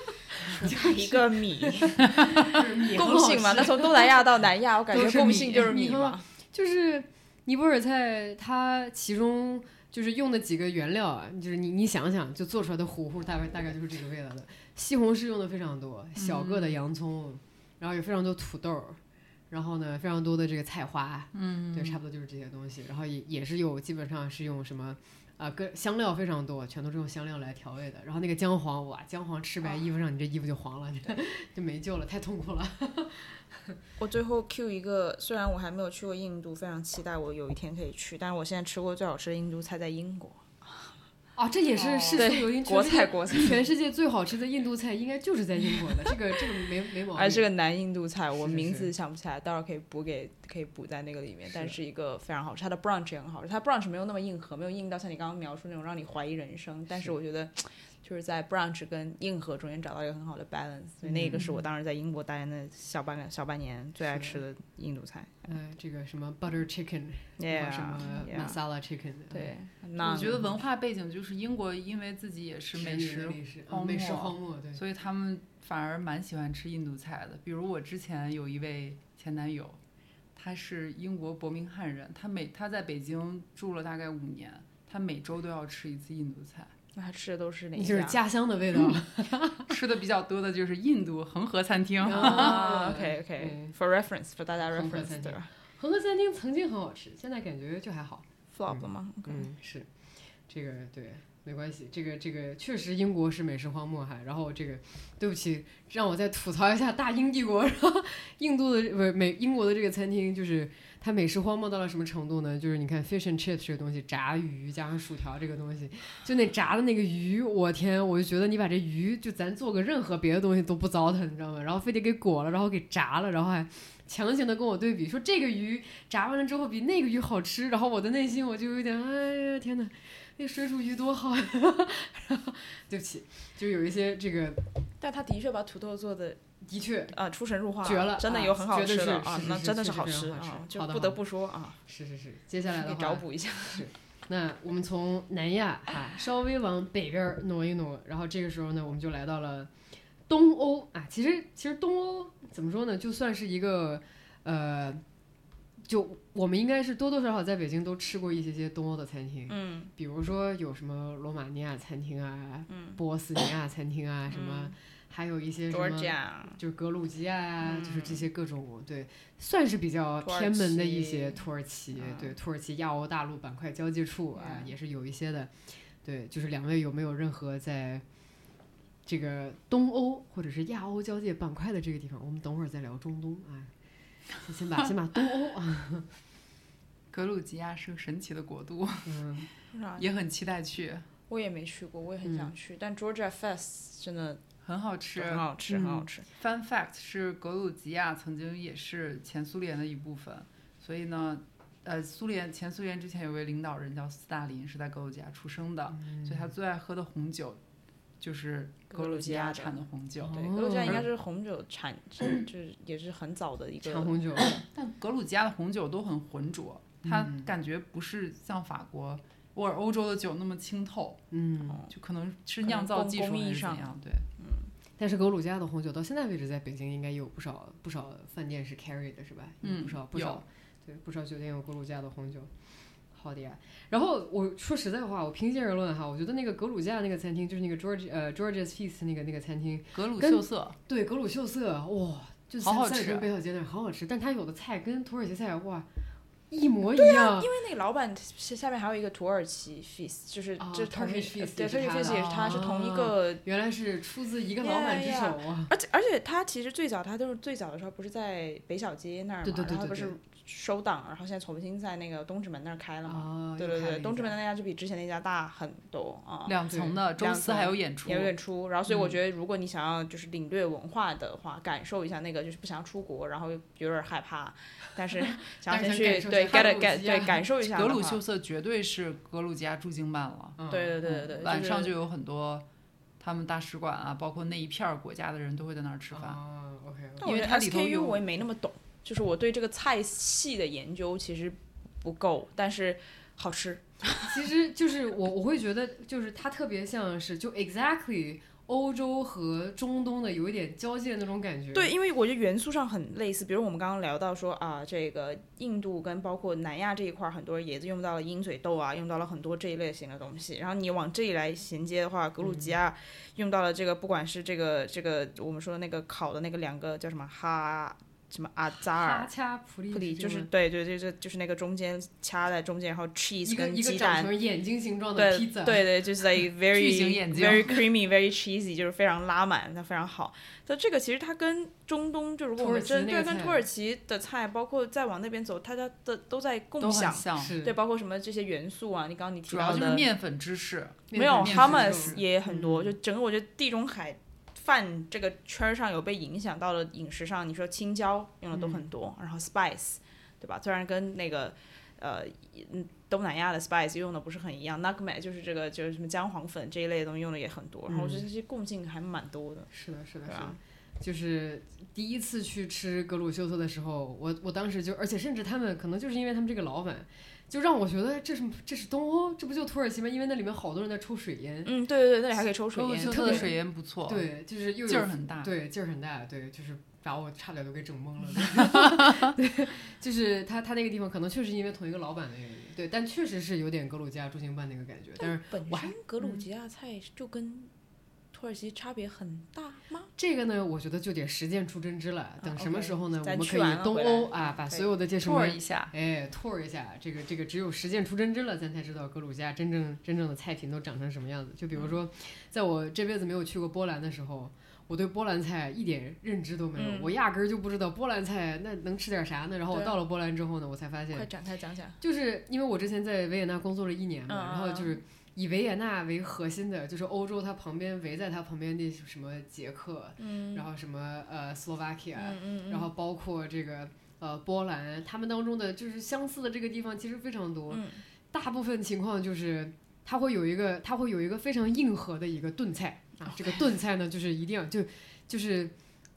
Speaker 3: 一 个米
Speaker 1: 米很
Speaker 3: 共
Speaker 1: 好
Speaker 3: 性嘛，
Speaker 1: 吃
Speaker 3: 那从东南亚到南亚，我感
Speaker 1: 都
Speaker 3: 觉
Speaker 1: 是
Speaker 3: 共
Speaker 1: 米
Speaker 3: 性就是
Speaker 1: 米
Speaker 3: 米
Speaker 1: 和
Speaker 3: 嘛，
Speaker 1: 就是尼泊尔菜，它其中就是用的几个原料啊，就是你你想想，就做出来的糊糊大概大概就是这个味道的。西红柿用的非常多，小个的
Speaker 3: 嗯
Speaker 1: 洋葱，然后有非常多土豆，然后呢非常多的这个菜花，
Speaker 2: 嗯
Speaker 1: 对，差不多就是这些东西。然后也也是有基本上是用什么。啊，跟香料非常多，全都是用香料来调味的。然后那个姜黄，哇，姜黄吃白衣服上，你这衣服就黄了， 就没救了，太痛苦了。
Speaker 3: 我最后 Q 一个，虽然我还没有去过印度，非常期待我有一天可以去，但是我现在吃过最好吃的印度菜在英国，
Speaker 1: 啊，这也是世俗有因
Speaker 3: 哦
Speaker 1: 全
Speaker 3: 国
Speaker 1: 世界
Speaker 3: 菜国菜，
Speaker 1: 全世界最好吃的印度菜应该就是在英国的，这个这个没没毛病。
Speaker 3: 而是个南印度菜，
Speaker 1: 嗯是
Speaker 3: 我
Speaker 1: 是
Speaker 3: 名
Speaker 1: 是
Speaker 3: 字想不起来，到时候可以补给，可以补在那个里面。
Speaker 1: 是
Speaker 3: 但是一个非常好吃，它的 brunch 也很好吃，它 brunch 没有那么硬核，没有硬到像你刚刚描述那种让你怀疑人生，但是
Speaker 1: 是
Speaker 3: 我觉得就是在 brunch 跟硬核中间找到一个很好的 balance，所以那个是我当时在英国待的小半个小半年最爱
Speaker 1: 嗯是
Speaker 3: 吃的印度菜。
Speaker 1: 呃，这个什么 butter chicken，然后
Speaker 3: Yeah，
Speaker 1: 什么
Speaker 3: yeah
Speaker 1: masala chicken，呃
Speaker 3: 对，
Speaker 2: 我
Speaker 3: 那
Speaker 2: 觉得文化背景就是英国，因为自己也是
Speaker 1: 殖
Speaker 2: 美
Speaker 1: 民
Speaker 2: 食
Speaker 1: 的历史，
Speaker 2: 荒
Speaker 1: 啊美食
Speaker 2: 漠
Speaker 1: 荒漠，对，
Speaker 2: 所以他们反而蛮喜欢吃印度菜的。比如我之前有一位前男友，他是英国伯明翰人，他每他在北京住了大概五年，他每周都要吃一次印度菜，
Speaker 3: 那他吃的都是哪
Speaker 1: 你
Speaker 3: 一
Speaker 1: 就是
Speaker 3: 家？
Speaker 1: 家乡的味道，
Speaker 2: 吃的比较多的就是印度恒河餐厅。
Speaker 3: 啊
Speaker 1: 对
Speaker 3: ，OK OK for reference for 大家
Speaker 1: 恒河餐
Speaker 3: reference
Speaker 1: 厅
Speaker 3: 对吧
Speaker 1: 恒河餐厅曾经很好吃，现在感觉就还好。
Speaker 3: ？flop 了吗？
Speaker 1: 嗯，是，这个对，没关系，这个这个确实英国是美食荒漠哈。然后这个，对不起，让我再吐槽一下大英帝国。然后印度的不是美英国的这个餐厅，就是它美食荒漠到了什么程度呢？就是你看 fish and chips 这个东西，炸鱼加上薯条这个东西，就那炸的那个鱼，我天，我就觉得你把这鱼就咱做个任何别的东西都不糟蹋，你知道吗？然后非得给裹了，然后给炸了，然后还。强行的跟我对比，说这个鱼炸完了之后比那个鱼好吃，然后我的内心我就有点，哎呀天哪，那水煮鱼多好呀！然后对不起，就有一些这个
Speaker 3: 但他的确把土豆做的
Speaker 1: 的确
Speaker 3: 啊出神入化，
Speaker 1: 绝了
Speaker 3: 真的
Speaker 1: 啊
Speaker 3: 有很好
Speaker 1: 绝对
Speaker 3: 吃的
Speaker 1: 是
Speaker 3: 啊
Speaker 1: 是，
Speaker 3: 那
Speaker 1: 是
Speaker 3: 真的
Speaker 1: 确
Speaker 3: 是
Speaker 1: 实
Speaker 3: 好
Speaker 1: 非常
Speaker 3: 吃
Speaker 1: 好吃
Speaker 3: 啊，就
Speaker 1: 好的
Speaker 3: 不得
Speaker 1: 好的
Speaker 3: 不说啊，
Speaker 1: 是是是，接下来
Speaker 3: 给
Speaker 1: 的
Speaker 3: 找
Speaker 1: 话，
Speaker 3: 补一下。
Speaker 1: 那我们从南亚啊稍微往北边儿挪一挪，然后这个时候呢，我们就来到了东欧啊。其实其实东欧怎么说呢，就算是一个呃，就我们应该是多多少少在北京都吃过一些些东欧的餐厅，
Speaker 3: 嗯
Speaker 1: 比如说有什么罗马尼亚餐厅啊、
Speaker 3: 嗯，
Speaker 1: 波斯尼亚餐厅啊，什么
Speaker 3: 嗯
Speaker 1: 还有一些什
Speaker 3: 佐尔
Speaker 1: 么
Speaker 3: 吉亚，
Speaker 1: 就是格鲁吉亚呀、
Speaker 3: 嗯
Speaker 1: 就是这些各种对，算是比较偏门的一些土耳其，
Speaker 3: 耳其
Speaker 1: 对土耳其亚欧大陆板块交界处啊，
Speaker 3: Yeah
Speaker 1: 也是有一些的。对，就是两位有没有任何在这个东欧或者是亚欧交界板块的这个地方？我们等会儿再聊中东啊，先先把先把 东欧啊，
Speaker 2: 格鲁吉亚是个神奇的国 度，
Speaker 1: 嗯，
Speaker 3: 是吧
Speaker 2: 也很期待去，
Speaker 3: 我也没去过，我也很想去，但 Georgia Fest 真的
Speaker 2: 很好吃。
Speaker 3: 很好吃，
Speaker 1: 嗯
Speaker 3: 很好吃。
Speaker 2: Fun fact 是格鲁吉亚曾经也是前苏联的一部分，所以呢，呃，苏联前苏联之前有位领导人叫斯大林，是在格鲁吉亚出生的，所以
Speaker 3: 嗯
Speaker 2: 他最爱喝的红酒就是格鲁吉亚产的红酒。
Speaker 1: 格
Speaker 3: 对，
Speaker 1: 哦
Speaker 3: 格鲁吉亚应该是红酒产，就是就是也是很早的一
Speaker 1: 长
Speaker 3: 个。
Speaker 1: 红 酒，
Speaker 2: 但格鲁吉亚的红酒都很浑浊，它
Speaker 1: 嗯
Speaker 2: 感觉不是像法国或者欧洲的酒那么清透，
Speaker 1: 嗯，
Speaker 3: 哦
Speaker 2: 就可能是
Speaker 3: 可能
Speaker 2: 酿造
Speaker 3: 工
Speaker 2: 技术
Speaker 3: 工艺
Speaker 2: 还是
Speaker 3: 上
Speaker 2: 怎样。对，
Speaker 1: 但是格鲁吉亚的红酒到现在为止，在北京应该有不少不少饭店是 carry 的，是吧？
Speaker 2: 嗯
Speaker 1: 有不少不
Speaker 2: 有
Speaker 1: 少，对，不少酒店有格鲁吉亚的红酒。好的呀，然后我说实在话，我平心而论哈，我觉得那个格鲁吉亚那个餐厅，就是那个 George 呃 George's Feast 那个那个餐厅，
Speaker 2: 格鲁
Speaker 1: 跟
Speaker 2: 秀色
Speaker 1: 对，格鲁秀色哇，就
Speaker 2: 好好
Speaker 1: 在
Speaker 2: 吃
Speaker 1: 在
Speaker 3: 啊
Speaker 1: 北小街那儿好好吃，但它有的菜跟土耳其菜哇一模一样
Speaker 3: 啊因，为那个老板下下面还有一个土耳其 feast，就是
Speaker 1: 哦
Speaker 3: 这同一
Speaker 1: Turkish feast
Speaker 3: 对
Speaker 1: 也是
Speaker 3: Turkish
Speaker 1: 他的
Speaker 3: feast 也是他是同一个，
Speaker 1: 原来是出自一个老板之
Speaker 3: Yeah,
Speaker 1: 手
Speaker 3: yeah
Speaker 1: 啊。
Speaker 3: 而且而且他其实最早他就是最早的时候不是在北小街那儿嘛，
Speaker 1: 对对对
Speaker 3: 然后他不
Speaker 1: 对
Speaker 3: 是收档，然后现在重新在那个东直门那儿开了嘛。
Speaker 1: 啊，
Speaker 3: 对
Speaker 1: 又
Speaker 3: 对
Speaker 1: 开了
Speaker 3: 对，
Speaker 1: 一
Speaker 3: 东直
Speaker 1: 家
Speaker 3: 门的那家就比之前那家大很多啊。
Speaker 2: 两层的，周
Speaker 3: 两
Speaker 2: 四还有演出，
Speaker 3: 也有点出，然后所以我
Speaker 1: 嗯
Speaker 3: 觉得，如果你想要就是领略文化的话，感受一下那个，就是不想出国，然后有点害怕，但是想
Speaker 1: 但
Speaker 3: 要
Speaker 1: 是想感
Speaker 3: 先去
Speaker 1: 受
Speaker 3: 对
Speaker 1: 一下
Speaker 3: get
Speaker 1: 格
Speaker 3: a
Speaker 1: 鲁
Speaker 3: get
Speaker 1: 吉亚
Speaker 3: 对感受一下
Speaker 2: 格
Speaker 3: 的
Speaker 2: 鲁
Speaker 3: 话
Speaker 2: 秀色绝对是格鲁吉亚驻京办了。
Speaker 1: 嗯
Speaker 3: 对对对对对，
Speaker 2: 晚
Speaker 3: 就是
Speaker 2: 上就有很多他们大使馆啊，包括那一片儿国家的人都会在那儿吃饭。
Speaker 1: 啊，OK，
Speaker 3: 但我
Speaker 2: 因为
Speaker 3: 觉得
Speaker 2: 它里头
Speaker 3: SKU
Speaker 2: 有
Speaker 3: 我也没那么懂，就是我对这个菜系的研究其实不够，但是好吃，
Speaker 1: 其实就是我我会觉得，就是它特别像是就 exactly 欧洲和中东的有一点交界那种感觉。
Speaker 3: 对，，因为我觉得元素上很类似，比如我们刚刚聊到说啊，这个印度跟包括南亚这一块儿，很多也用到了鹰嘴豆啊，用到了很多这一类型的东西。然后你往这里来衔接的话，格鲁
Speaker 1: 嗯
Speaker 3: 吉亚用到了这个，不管是这个这个我们说的那个烤的那个两个叫什么哈什么阿扎
Speaker 1: 哈
Speaker 3: 尔。
Speaker 1: 恰普利
Speaker 3: 普里
Speaker 1: 这
Speaker 3: 就是
Speaker 1: 种
Speaker 3: 对对对，就就是那个中间掐在中间，然后 cheese
Speaker 1: 一个
Speaker 3: 跟
Speaker 1: 一个
Speaker 3: 鸡
Speaker 1: 长
Speaker 3: 蛋，
Speaker 1: 成眼睛形状的
Speaker 3: 对
Speaker 1: pizza，
Speaker 3: 对对，就是 like
Speaker 2: 巨型
Speaker 3: very
Speaker 2: 眼睛
Speaker 3: very creamy very cheesy，就是非常拉满，它非常好。但这个其实它跟中东，就如果我们
Speaker 1: 土耳
Speaker 3: 真
Speaker 1: 其那
Speaker 3: 对
Speaker 1: 个
Speaker 3: 跟
Speaker 1: 菜
Speaker 3: 土耳其的菜，包括再往那边走，它家的都在
Speaker 2: 都
Speaker 3: 共
Speaker 2: 很
Speaker 3: 享，
Speaker 2: 像，
Speaker 1: 是
Speaker 3: 对，包括什么这些元素啊，你刚刚你提
Speaker 2: 主
Speaker 3: 到
Speaker 2: 要
Speaker 3: 的，
Speaker 2: 就是面粉芝士，
Speaker 3: 没有
Speaker 1: 面粉
Speaker 2: 食
Speaker 3: hummus
Speaker 2: 肉
Speaker 3: 也很多，
Speaker 1: 嗯
Speaker 3: 就整个我觉得地中海饭这个圈儿上有被影响到了嗯饮食上，你说青椒用的都很多，然后 spice 对吧？虽然跟那个呃，嗯，东南亚的 spice 用的不是很一样 n u g m e 就是这个就是什么姜黄粉这一类的东西用的也很多，然后我觉得这些共性还蛮多的，
Speaker 1: 是的，是的，
Speaker 3: 对啊
Speaker 1: 是
Speaker 3: 吧
Speaker 1: 的。就是第一次去吃格鲁修特的时候，我我当时就，而且甚至他们可能就是因为他们这个老板，就让我觉得这是这是东欧，这不就土耳其吗？因为那里面好多人在抽水烟，
Speaker 3: 嗯，对对对，那里还可以抽水
Speaker 1: 格鲁
Speaker 3: 烟，
Speaker 1: 修
Speaker 2: 特
Speaker 1: 特
Speaker 2: 的
Speaker 1: 对
Speaker 2: 水烟不错，，
Speaker 1: 对，就是又有
Speaker 2: 劲儿很大。
Speaker 1: 对，劲儿很大，对，就是把我差点都给整懵了。 对，就是他他那个地方可能确实因为同一个老板的原因，对，但确实是有点格鲁吉亚中兴办那个感觉。但是
Speaker 3: 本
Speaker 1: 我还
Speaker 3: 身格鲁吉亚菜就跟土耳其差别很大吗？
Speaker 1: 这个呢，我觉得就得实践出真知了。等什么
Speaker 3: ，OK
Speaker 1: 时候呢，
Speaker 3: 咱
Speaker 1: 我们
Speaker 3: 去
Speaker 1: 可
Speaker 3: 完
Speaker 1: 以
Speaker 3: 了
Speaker 1: 东
Speaker 3: 回
Speaker 1: 欧
Speaker 3: 来嗯
Speaker 1: 啊，把
Speaker 3: 可
Speaker 1: 所有的介绍
Speaker 2: 托
Speaker 1: 完
Speaker 2: 一下，
Speaker 1: 哎，tour 一下，这个这个只有实践出真知了，咱才知道格鲁吉亚真正真正的菜品都长成什么样子。就比
Speaker 3: 嗯
Speaker 1: 如说，在我这辈子没有去过波兰的时候，我对波兰菜一点认知都没有，
Speaker 3: 嗯
Speaker 1: 我压根儿就不知道波兰菜那能吃点啥呢。然后我
Speaker 3: 对
Speaker 1: 到了波兰之后呢，我才发
Speaker 3: 快
Speaker 1: 现，
Speaker 3: 展开讲讲。
Speaker 1: 就是因为我之前在维也纳工作了一年嘛，
Speaker 3: 嗯
Speaker 1: 然后就是。以维也纳为核心的，就是欧洲，它旁边围在它旁边那什么捷克，
Speaker 3: 嗯
Speaker 1: 然后什么呃斯洛伐克，
Speaker 3: 嗯
Speaker 1: 然后包括这个呃波兰，他们当中的就是相似的这个地方其实非常多。
Speaker 3: 嗯
Speaker 1: 大部分情况就是它会有一个它会有一个非常硬核的一个炖菜啊，这个炖菜呢就是一定要就就是。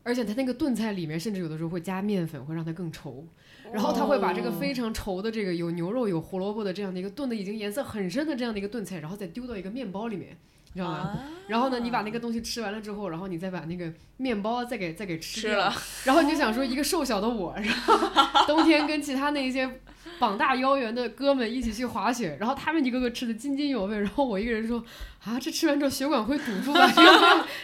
Speaker 1: 而且它那个炖菜里面，甚至有的时候会加面粉，会让它更稠。然后它会把这个非常稠的这个有牛肉、有胡萝卜的这样的一个炖的已经颜色很深的这样的一个炖菜，然后再丢到一个面包里面，你知道吗？然后呢，你把那个东西吃完了之后，然后你再把那个面包再给再给吃
Speaker 3: 吃
Speaker 1: 掉
Speaker 3: 了，
Speaker 1: 然后你就想说一个瘦小的我，然后冬天跟其他那些膀大腰圆的哥们一起去滑雪，然后他们一个个吃的津津有味，然后我一个人说啊，这吃完之后血管会堵住吧？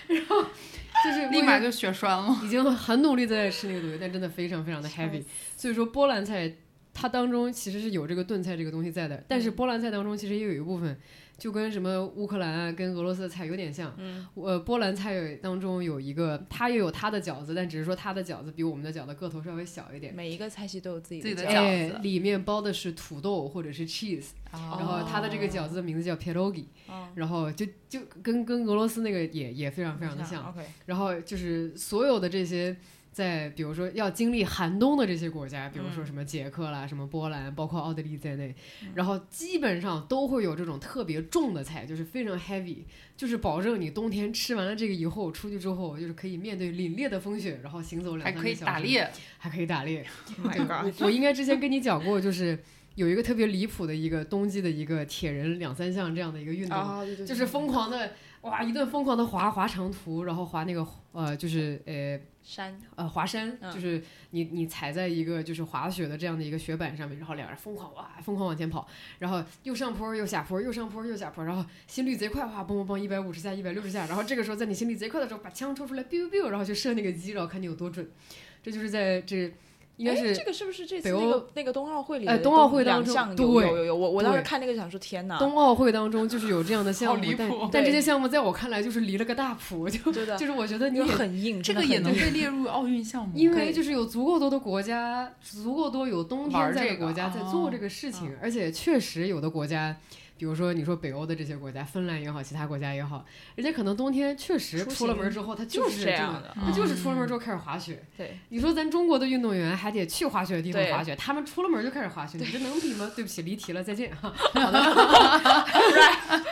Speaker 1: 然后就是
Speaker 2: 立马
Speaker 1: 就
Speaker 2: 就血栓了。
Speaker 1: 已经很努力在吃那个东西，但真的非常非常的 heavy，所以说波兰菜。它当中其实是有这个炖菜这个东西在的，但是波兰菜当中其实也有一部分，就跟什么乌克兰啊、跟俄罗斯的菜有点像，
Speaker 3: 嗯，
Speaker 1: 呃，波兰菜当中有一个，它也有它的饺子，但只是说它的饺子比我们的饺子个头稍微小一点。
Speaker 3: 每一个菜系都有自己
Speaker 2: 自己的
Speaker 3: 的
Speaker 2: 饺
Speaker 3: 酱
Speaker 1: 哎
Speaker 2: 子，
Speaker 1: 里面包的是土豆或者是 cheese，、然
Speaker 2: 哦
Speaker 1: 后它的这个饺子的名字叫 pierogi，、
Speaker 3: 哦
Speaker 1: 然后就就跟跟俄罗斯那个也也非常非常的像。
Speaker 3: OK，
Speaker 1: 然后就是所有的这些，在比如说要经历寒冬的这些国家，比如
Speaker 2: 嗯
Speaker 1: 说什么捷克啦、什么波兰，包括奥地利在内，然后基本上都会有这种特别重的菜，就是非常 heavy，就是保证你冬天吃完了这个以后，出去之后就是可以面对凛冽的风雪，然后行走两
Speaker 2: 还
Speaker 1: 三个
Speaker 2: 可以
Speaker 1: 小
Speaker 2: 打
Speaker 1: 时，
Speaker 2: 猎，
Speaker 1: 还可以打猎。
Speaker 3: Oh my
Speaker 1: 我我应该之前跟你讲过，就是有一个特别离谱的一个冬季的一个铁人两三项这样的一个运
Speaker 3: god，
Speaker 1: 动，
Speaker 3: 啊，对对对
Speaker 1: 就是疯狂的哇，一顿疯狂的滑滑长途，然后滑那个呃，就是呃
Speaker 3: 山，
Speaker 1: 呃滑山，
Speaker 3: 嗯
Speaker 1: 就是你你踩在一个就是滑雪的这样的一个雪板上面，然后两人疯狂哇疯狂往前跑，然后又上坡又下坡又上坡又下坡，然后心率贼快哇嘣嘣嘣一百五十下一百六十下，然后这个时候在你心率贼快的时候把枪抽出来 biu biu，然后去射那个鸡，然后看你有多准，这就是在这应该
Speaker 3: 哎
Speaker 1: 是
Speaker 3: 这个是不是这次
Speaker 1: 北
Speaker 3: 那
Speaker 1: 欧
Speaker 3: 个那个冬奥会里
Speaker 1: 哎
Speaker 3: 的
Speaker 1: 冬
Speaker 3: 冬
Speaker 1: 奥会当
Speaker 3: 两
Speaker 1: 中
Speaker 3: 项有
Speaker 1: 对
Speaker 3: 有有有，我我当时
Speaker 1: 对
Speaker 3: 看那个想说天哪，
Speaker 1: 冬奥会当中就是有这样的项
Speaker 2: 好
Speaker 1: 目
Speaker 2: 离，
Speaker 1: 但
Speaker 2: 谱
Speaker 1: 但这
Speaker 3: 对
Speaker 1: 些项目在我看来就是离了个大谱，就
Speaker 3: 对的，
Speaker 1: 就是我觉得你
Speaker 3: 就
Speaker 1: 也
Speaker 3: 很硬，
Speaker 2: 这
Speaker 3: 真的
Speaker 2: 个也
Speaker 3: 很
Speaker 2: 能
Speaker 3: 硬
Speaker 2: 被列入奥运项
Speaker 3: 嗯
Speaker 2: 目，
Speaker 1: 因为就是有足够多的国家，足够多有冬
Speaker 2: 玩
Speaker 1: 天在
Speaker 2: 这
Speaker 1: 的
Speaker 2: 个
Speaker 1: 国家
Speaker 3: 哦
Speaker 1: 在做这个事情，
Speaker 3: 嗯
Speaker 1: 而且确实有的国家，比如说你说北欧的这些国家，芬兰也好，其他国家也好，人家可能冬天确实
Speaker 3: 出
Speaker 1: 出了
Speaker 3: 行
Speaker 1: 门之后，他
Speaker 3: 就是这
Speaker 1: 么
Speaker 3: 样的
Speaker 1: 他就是出了门
Speaker 2: 嗯
Speaker 1: 之后开始滑雪。
Speaker 3: 对，
Speaker 1: 你说咱中国的运动员还得去滑雪的地方
Speaker 3: 对
Speaker 1: 滑雪，他们出了门就开始滑雪，你这能比吗？对不起，离题了，再见。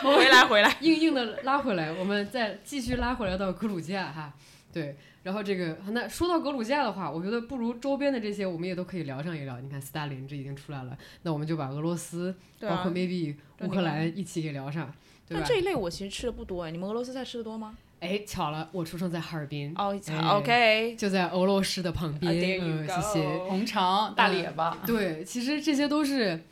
Speaker 3: 回来回来，
Speaker 1: 硬硬的拉回来，我们再继续拉回来到格鲁吉亚哈。对，然后这个那说到格鲁吉亚的话，我觉得不如周边的这些我们也都可以聊上一聊。你看斯大林这已经出来了，那我们就把俄罗斯，
Speaker 3: 对
Speaker 1: 包
Speaker 3: 啊
Speaker 1: 括 maybe
Speaker 3: 对
Speaker 1: 乌
Speaker 3: 啊
Speaker 1: 克兰一起给聊上，对
Speaker 3: 但
Speaker 1: 吧？
Speaker 3: 这一类我其实吃的不多哎，你们俄罗斯菜吃的多吗？
Speaker 1: 哎，巧了，我出生在哈尔滨，
Speaker 3: 哦
Speaker 1: 哎
Speaker 3: ，OK，
Speaker 1: 就在俄罗斯的旁
Speaker 3: Ah, there
Speaker 1: 边。
Speaker 3: you
Speaker 1: 嗯，谢谢。
Speaker 3: go
Speaker 2: 红肠、大列巴，
Speaker 1: 对，其实这些都是。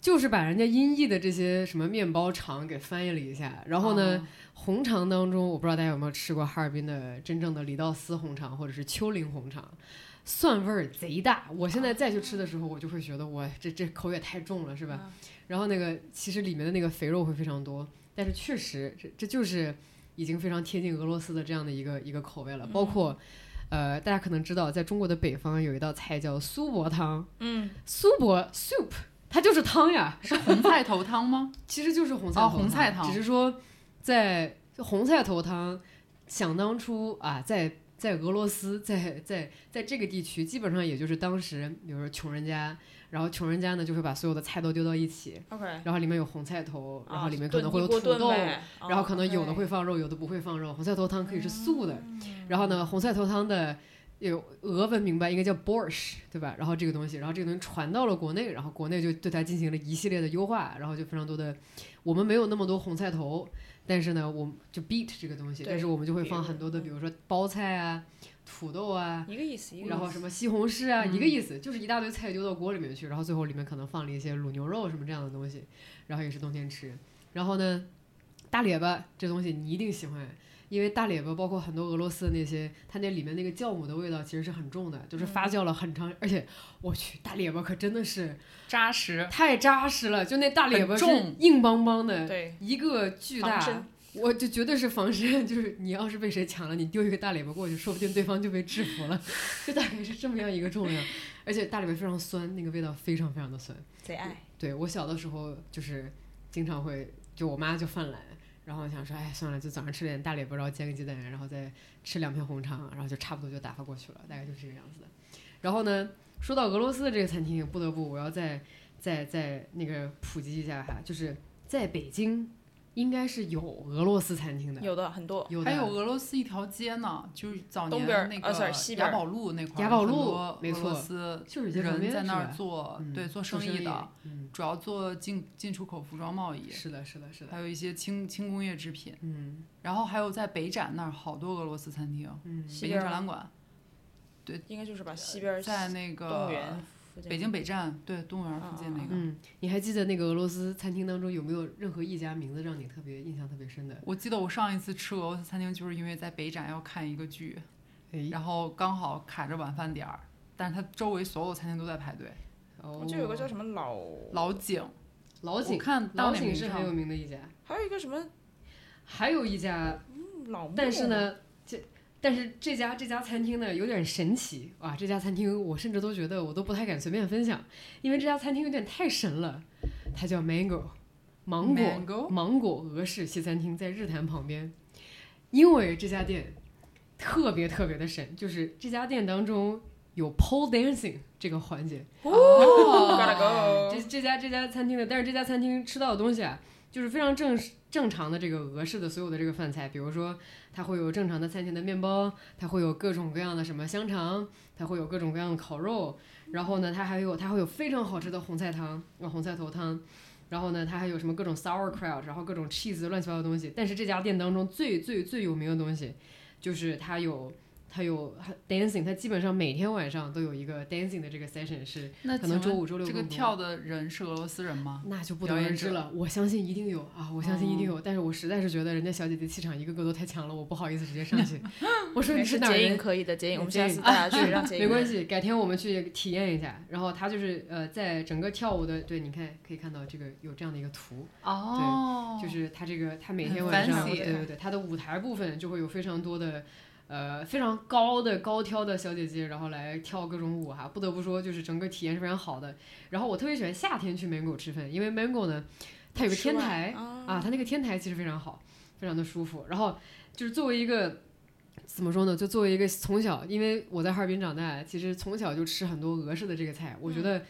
Speaker 1: 就是把人家音译的这些什么面包肠给翻译了一下，然后
Speaker 3: 啊
Speaker 2: 哦
Speaker 1: 呢，红肠当中，我不知道大家有没有吃过哈尔滨的真正的李道斯红肠或者是丘陵红肠，蒜味儿贼大。我现在再去吃的时候，我就会觉得我这这口也太重了，是吧？
Speaker 3: 啊
Speaker 1: 然后那个其实里面的那个肥肉会非常多，但是确实这这就是已经非常贴近俄罗斯的这样的一个一个口味了。包括呃，大家可能知道，在中国的北方有一道菜叫苏泊汤，
Speaker 3: 嗯，
Speaker 1: 苏泊 soup，它就是汤呀。
Speaker 2: 是红菜头汤吗？
Speaker 1: 其实就是红菜
Speaker 2: 哦
Speaker 1: 头汤，
Speaker 2: 红菜汤
Speaker 1: 只是说在红菜头汤，想当初啊，在在俄罗斯，在在在这个地区，基本上也就是当时，比如说穷人家，然后穷人家呢就会把所有的菜都丢到一起，
Speaker 3: OK，
Speaker 1: 然后里面有红菜头，然后
Speaker 3: 啊
Speaker 1: 里面可
Speaker 3: 炖
Speaker 1: 能会有
Speaker 3: 一锅
Speaker 1: 土
Speaker 3: 炖
Speaker 1: 豆，
Speaker 3: 呗
Speaker 1: 然后可能
Speaker 3: 哦嗯
Speaker 1: 有的
Speaker 3: OK
Speaker 1: 会放肉，有的不会放肉。红菜头汤可以是素的，然后呢，红菜头汤的有俄文明白应该叫 borsch，对吧？然后这个东西，然后这个东西传到了国内，然后国内就对它进行了一系列的优化，然后就非常多的，我们没有那么多红菜头，但是呢，我们就 beat 这个东西，
Speaker 3: 对
Speaker 1: 但是我们就会放
Speaker 3: beat，
Speaker 1: 很多的，
Speaker 3: 嗯
Speaker 1: 比如说包菜啊、土豆啊，
Speaker 3: 一个意思，一个
Speaker 1: 然后
Speaker 3: 意
Speaker 1: 什
Speaker 3: 思
Speaker 1: 么西红柿啊，
Speaker 2: 嗯
Speaker 1: 一个意思，就是一大堆菜丢到锅里面去，然后最后里面可能放了一些卤牛肉什么这样的东西，然后也是冬天吃。然后呢，大列巴这东西你一定喜欢，因为大列巴包括很多俄罗斯的那些，它那里面那个酵母的味道其实是很重的，就是发
Speaker 2: 嗯
Speaker 1: 酵了很长，而且我去大列巴可真的是
Speaker 2: 扎实，
Speaker 1: 太扎实了，就那大列巴
Speaker 2: 很
Speaker 1: 是
Speaker 2: 重
Speaker 1: 硬邦邦的，
Speaker 3: 对
Speaker 1: 一个巨
Speaker 3: 防
Speaker 1: 大，
Speaker 3: 身
Speaker 1: 我就绝对是防身，就是你要是被谁抢了，你丢一个大礼包过去，说不定对方就被制服了， 就大概是这么样一个重量。而且大礼包非常酸，那个味道非常非常的酸。
Speaker 3: 贼爱，
Speaker 1: 对我小的时候就是经常会，就我妈就犯懒，然后想说，哎，算了，就早上吃点大礼包，然后煎个鸡蛋，然后再吃两片红肠，然后就差不多就打发过去了，大概就是这个样子的。然后呢，说到俄罗斯的这个餐厅，不得不我要再再再那个普及一下哈，就是在北京应该是有俄罗斯餐厅的，
Speaker 3: 有的很多，
Speaker 1: 有的
Speaker 2: 还有俄罗斯一条街呢，就是早
Speaker 3: 东
Speaker 2: 年
Speaker 3: 边儿
Speaker 2: 那
Speaker 3: 呃，sorry，
Speaker 2: 个
Speaker 3: 西边
Speaker 2: 雅
Speaker 3: 儿
Speaker 2: 宝路那块儿，
Speaker 1: 雅宝
Speaker 2: 很
Speaker 1: 路
Speaker 2: 多
Speaker 1: 没
Speaker 2: 俄
Speaker 1: 错
Speaker 2: 罗斯
Speaker 1: 就是人家旁
Speaker 2: 人
Speaker 1: 边
Speaker 2: 在那
Speaker 1: 是
Speaker 2: 儿
Speaker 1: 吧
Speaker 2: 做
Speaker 1: 嗯
Speaker 2: 对做
Speaker 1: 生
Speaker 2: 意的，，
Speaker 1: 嗯，
Speaker 2: 主要做进进出口服装贸易，
Speaker 1: 是的，是的，是的，
Speaker 2: 还有一些轻轻工业制品，
Speaker 1: 嗯
Speaker 2: 然后还有在北展那儿好多俄罗斯餐厅，
Speaker 1: 嗯
Speaker 3: 西
Speaker 2: 北京
Speaker 3: 边
Speaker 2: 展
Speaker 3: 儿
Speaker 2: 览馆
Speaker 3: 应该就是把西边儿
Speaker 2: 在那个
Speaker 3: 动物园附近，
Speaker 2: 北京北站对动物园附近那个，
Speaker 1: 嗯，你还记得那个俄罗斯餐厅当中有没有任何一家名字让你特别印象特别深的？
Speaker 2: 我记得我上一次吃俄罗斯餐厅，就是因为在北展要看一个剧，
Speaker 1: 哎，
Speaker 2: 然后刚好卡着晚饭点儿，但是它周围所有餐厅都在排队。
Speaker 1: 哦
Speaker 3: 我就有个叫什么老，
Speaker 2: 老井，
Speaker 1: 老
Speaker 2: 我
Speaker 1: 井，
Speaker 2: 看大
Speaker 1: 老
Speaker 2: 脸
Speaker 1: 井
Speaker 2: 名
Speaker 1: 是很有
Speaker 2: 上
Speaker 1: 名的一家，
Speaker 3: 还有一个什么
Speaker 1: 还有一家
Speaker 3: 老
Speaker 2: 哦
Speaker 3: 木，
Speaker 1: 但是，呢，这但是这家这家餐厅呢有点神奇哇！这家餐厅我甚至都觉得我都不太敢随便分享，因为这家餐厅有点太神了。它叫 Mango，芒果
Speaker 2: Mango？
Speaker 1: 芒果俄式西餐厅，在日坛旁边。因为这家店特别特别的神，就是这家店当中有 pole dancing 这个环节。
Speaker 3: 哦，gotta
Speaker 1: 这
Speaker 3: go，
Speaker 1: 这家这家餐厅的，但是这家餐厅吃到的东西啊，就是非常正正常的这个俄式的所有的这个饭菜，比如说它会有正常的餐前的面包，它会有各种各样的什么香肠，它会有各种各样的烤肉，然后呢，它还有它会有非常好吃的红菜汤，呃红菜头汤。然后呢，它还有什么各种 sauerkraut，然后各种 cheese 乱七八糟的东西。但是这家店当中最最最有名的东西，就是它有它有 dancing，它基本上每天晚上都有一个 dancing 的这个 session，是
Speaker 2: 那
Speaker 1: 可能
Speaker 2: 请
Speaker 1: 周
Speaker 2: 问
Speaker 1: 五周六
Speaker 2: 这个
Speaker 1: 更多
Speaker 2: 跳的人是俄罗斯人吗？
Speaker 1: 那就不得
Speaker 2: 表演
Speaker 1: 而知
Speaker 2: 者
Speaker 1: 了。我相信一定有啊，我相信一定有，但是我实在是觉得人家小姐姐气场一个个都太强了，我不好意思直接上去。我说你
Speaker 3: 没
Speaker 1: 是
Speaker 3: 事，
Speaker 1: 哪儿
Speaker 3: 接应
Speaker 1: 人？
Speaker 3: 可以的，接应，我们
Speaker 1: 接
Speaker 3: 下
Speaker 1: 应
Speaker 3: 次大家 去让接应，
Speaker 1: 没关，系，改天我们去体验一下。然后他就是呃，在整个跳舞的，对，你看可以看到这个有这样的一个图，
Speaker 2: 哦
Speaker 1: 就是他这个他每
Speaker 2: 很
Speaker 1: 天晚上，
Speaker 2: fancy
Speaker 1: 对对对，他的舞台部分就会有非常多的。呃，非常高的高挑的小姐姐，然后来跳各种舞哈，不得不说，就是整个体验是非常好的。然后我特别喜欢夏天去 Mango 吃饭，因为 Mango 呢，它有个
Speaker 3: 室
Speaker 1: 天
Speaker 3: 外
Speaker 1: 台，啊，
Speaker 3: 啊，
Speaker 1: 它那个天台其实非常好，非常的舒服。然后就是作为一个怎么说呢，就作为一个从小，因为我在哈尔滨长大，其实从小就吃很多俄式的这个菜。
Speaker 3: 嗯
Speaker 1: 我觉得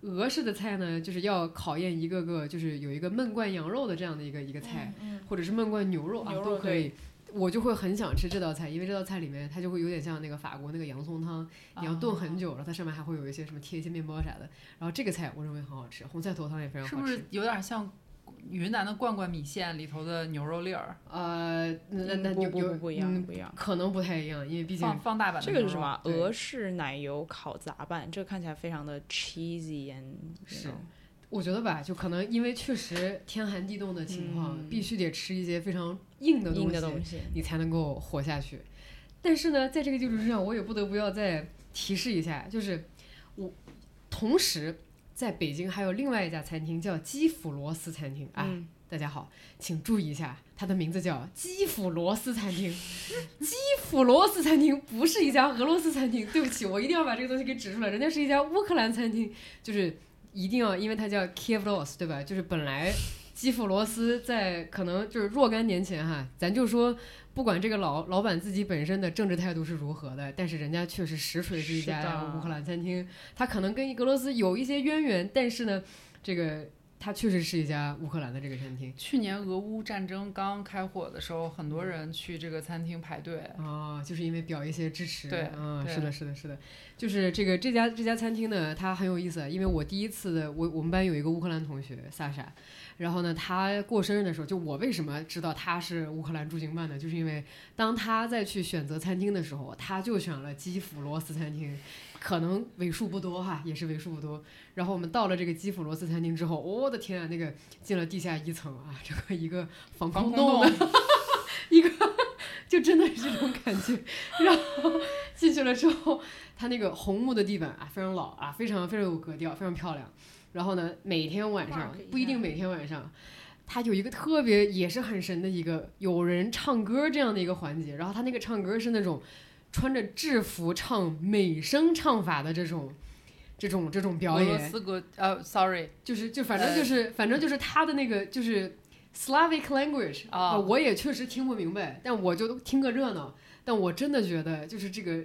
Speaker 1: 俄式的菜呢，就是要考验一个个，就是有一个焖罐羊肉的这样的一个一个菜，
Speaker 3: 嗯，
Speaker 1: 或者是焖罐牛肉啊
Speaker 3: 牛肉
Speaker 1: 都可以。我就会很想吃这道菜，因为这道菜里面它就会有点像那个法国那个洋葱汤，你要炖很久，
Speaker 3: 哦
Speaker 1: 然后它上面还会有一些什么贴一些面包啥的。然后这个菜我认为很好吃，红菜头汤也非常好
Speaker 2: 是
Speaker 1: 吃。
Speaker 2: 不是有点像云南的罐罐米线里头的牛肉粒儿？
Speaker 1: 呃，那那
Speaker 3: 不
Speaker 1: 有
Speaker 3: 不
Speaker 1: 有
Speaker 3: 不不
Speaker 1: 嗯
Speaker 3: 一样，不一样。
Speaker 1: 可能不太一样，因为毕
Speaker 3: 哦
Speaker 1: 竟
Speaker 2: 放放大版的
Speaker 3: 这个
Speaker 2: 牛
Speaker 3: 是什
Speaker 2: 肉
Speaker 3: 么？
Speaker 1: 对
Speaker 3: 俄式奶油烤杂拌，这个看起来非常的 cheesy and
Speaker 1: 是我觉得吧，就可能因为确实天寒地冻的情况，
Speaker 3: 嗯
Speaker 1: 必须得吃一些非常硬的东
Speaker 3: 硬的
Speaker 1: 西，
Speaker 3: 东西。
Speaker 1: 你才能够活下去。但是呢，在这个基础之上，我也不得不要再提示一下，就是我同时在北京还有另外一家餐厅叫基辅罗斯餐厅啊，
Speaker 3: 嗯，
Speaker 1: 大家好，请注意一下，它的名字叫基辅罗斯餐厅。 基辅罗斯餐厅不是一家俄罗斯餐厅，对不起，我一定要把这个东西给指出来，人家是一家乌克兰餐厅，就是一定要，因为它叫 Kiev Los，对吧？就是本来基辅罗斯在可能就是若干年前哈，咱就说，不管这个老老板自己本身的政治态度是如何的，但是人家确实实锤是一
Speaker 3: 是的
Speaker 1: 家乌克兰餐厅，它可能跟俄罗斯有一些渊源，但是呢，这个它确实是一家乌克兰的这个餐厅
Speaker 2: 去年俄乌战争刚开火的时候，很多人去这个餐厅排队。
Speaker 1: 啊、就是因为表一些支持，
Speaker 2: 对
Speaker 1: 嗯，
Speaker 2: 对
Speaker 1: 是的，是的，是的，就是这个这家这家餐厅呢，它很有意思，因为我第一次的我我们班有一个乌克兰同学萨莎，然后呢，他过生日的时候，就我为什么知道他是乌克兰驻京办的，就是因为当他再去选择餐厅的时候，他就选了基辅罗斯餐厅，可能为数不多哈，也是为数不多。然后我们到了这个基辅罗斯餐厅之后，我的天啊，那个进了地下一层啊，这个一个防
Speaker 2: 防
Speaker 1: 空洞
Speaker 2: 空洞
Speaker 1: 的一个，就真的是这种感觉。然后进去了之后，它那个红木的地板啊，非常老啊，非常非常有格调，非常漂亮。然后呢，每天晚上
Speaker 3: Mark 一下
Speaker 1: 不一定每天晚上，它有一个特别也是很神的一个有人唱歌这样的一个环节。然后他那个唱歌是那种穿着制服唱美声唱法的这种。这种这种表
Speaker 2: 俄
Speaker 1: 演，
Speaker 2: 罗斯歌呃，sorry，
Speaker 1: 就是就反
Speaker 2: 哎
Speaker 1: 正就是、反正就是他的那个就是 Slavic language
Speaker 2: 啊
Speaker 1: 我也确实听不明白，但我就听个热闹。但我真的觉得就是这个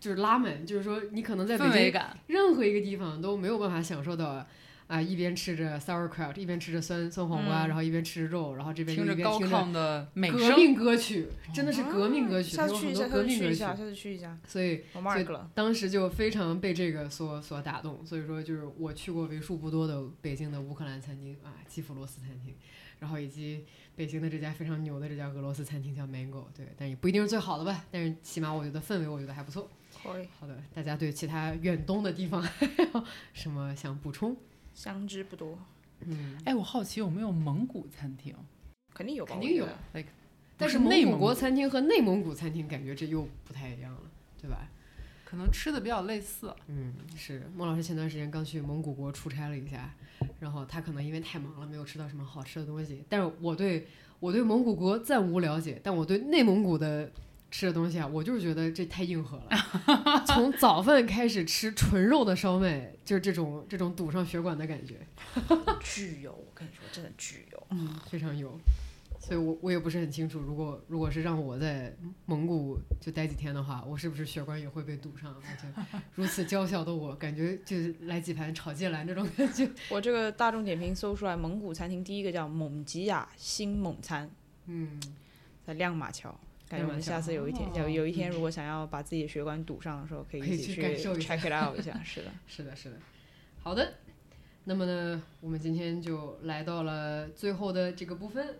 Speaker 1: 就是拉满，就是说你可能在北
Speaker 2: 氛围
Speaker 1: 京
Speaker 2: 感，
Speaker 1: 任何一个地方都没有办法享受到啊、一边吃着 sauerkraut，一边吃着酸酸黄瓜，
Speaker 2: 嗯
Speaker 1: 然后一边吃着肉，然后这边又
Speaker 2: 听
Speaker 1: 一
Speaker 2: 着
Speaker 1: 边
Speaker 2: 高
Speaker 1: 听着
Speaker 2: 亢的美
Speaker 1: 革
Speaker 2: 声，啊
Speaker 1: 命歌曲，真的是革命歌曲，
Speaker 3: 啊下
Speaker 1: 有
Speaker 3: 次去
Speaker 1: 很多
Speaker 3: 一下，下
Speaker 1: 革命歌
Speaker 3: 次去一
Speaker 1: 曲，
Speaker 3: 下，下次去一下，
Speaker 1: 所以。
Speaker 3: 我
Speaker 1: 所以
Speaker 3: mark 了。
Speaker 1: 当时就非常被这个所所打动，所以说就是我去过为数不多的北京的乌克兰餐厅啊，基辅罗斯餐厅，然后以及北京的这家非常牛的这家俄罗斯餐厅叫 Mango，对，但也不一定是最好的吧，但是起码我觉得氛围我觉得还不错。
Speaker 3: 可以，
Speaker 1: 好的，大家对其他远东的地方 还有什么想补充？
Speaker 3: 相知不多，
Speaker 1: 嗯，
Speaker 2: 哎，我好奇有没有蒙古餐厅
Speaker 3: 肯定有吧？
Speaker 1: 肯定有
Speaker 3: 我觉得
Speaker 1: 但是
Speaker 2: 不是
Speaker 1: 蒙
Speaker 2: 内
Speaker 1: 古
Speaker 2: 蒙
Speaker 1: 国
Speaker 2: 古
Speaker 1: 餐厅和内蒙古餐厅感觉这又不太一样了，对吧？
Speaker 2: 可能吃的比较类似。
Speaker 1: 嗯，是孟老师前段时间刚去蒙古国出差了一下，然后他可能因为太忙了，没有吃到什么好吃的东西。但是我对我对蒙古国暂无了解，但我对内蒙古的吃的东西啊，我就是觉得这太硬核了。 从早饭开始吃纯肉的烧麦，就是这种这种堵上血管的感觉，
Speaker 3: 巨有，我跟你说，真的巨有。
Speaker 1: 非常有。所以我我也不是很清楚，如果如果是让我在蒙古就待几天的话，我是不是血管也会被堵上？就如此娇小的我，感觉就是来几盘炒芥蓝这种感觉。
Speaker 3: 我这个大众点评搜出来，蒙古餐厅第一个叫蒙吉雅新蒙餐，
Speaker 1: 嗯，
Speaker 3: 在亮马桥。感觉
Speaker 1: 亮
Speaker 3: 我
Speaker 1: 马
Speaker 3: 们
Speaker 1: 桥嗯
Speaker 3: 下次有一天，有
Speaker 2: 哦
Speaker 3: 有一天如果想要把自己的血管堵上的时候，可以
Speaker 1: 可以
Speaker 3: 一起
Speaker 1: 去感受一下
Speaker 3: check it out 一下。是的，
Speaker 1: 是的，是的。好的，那么呢，我们今天就来到了最后的这个部分，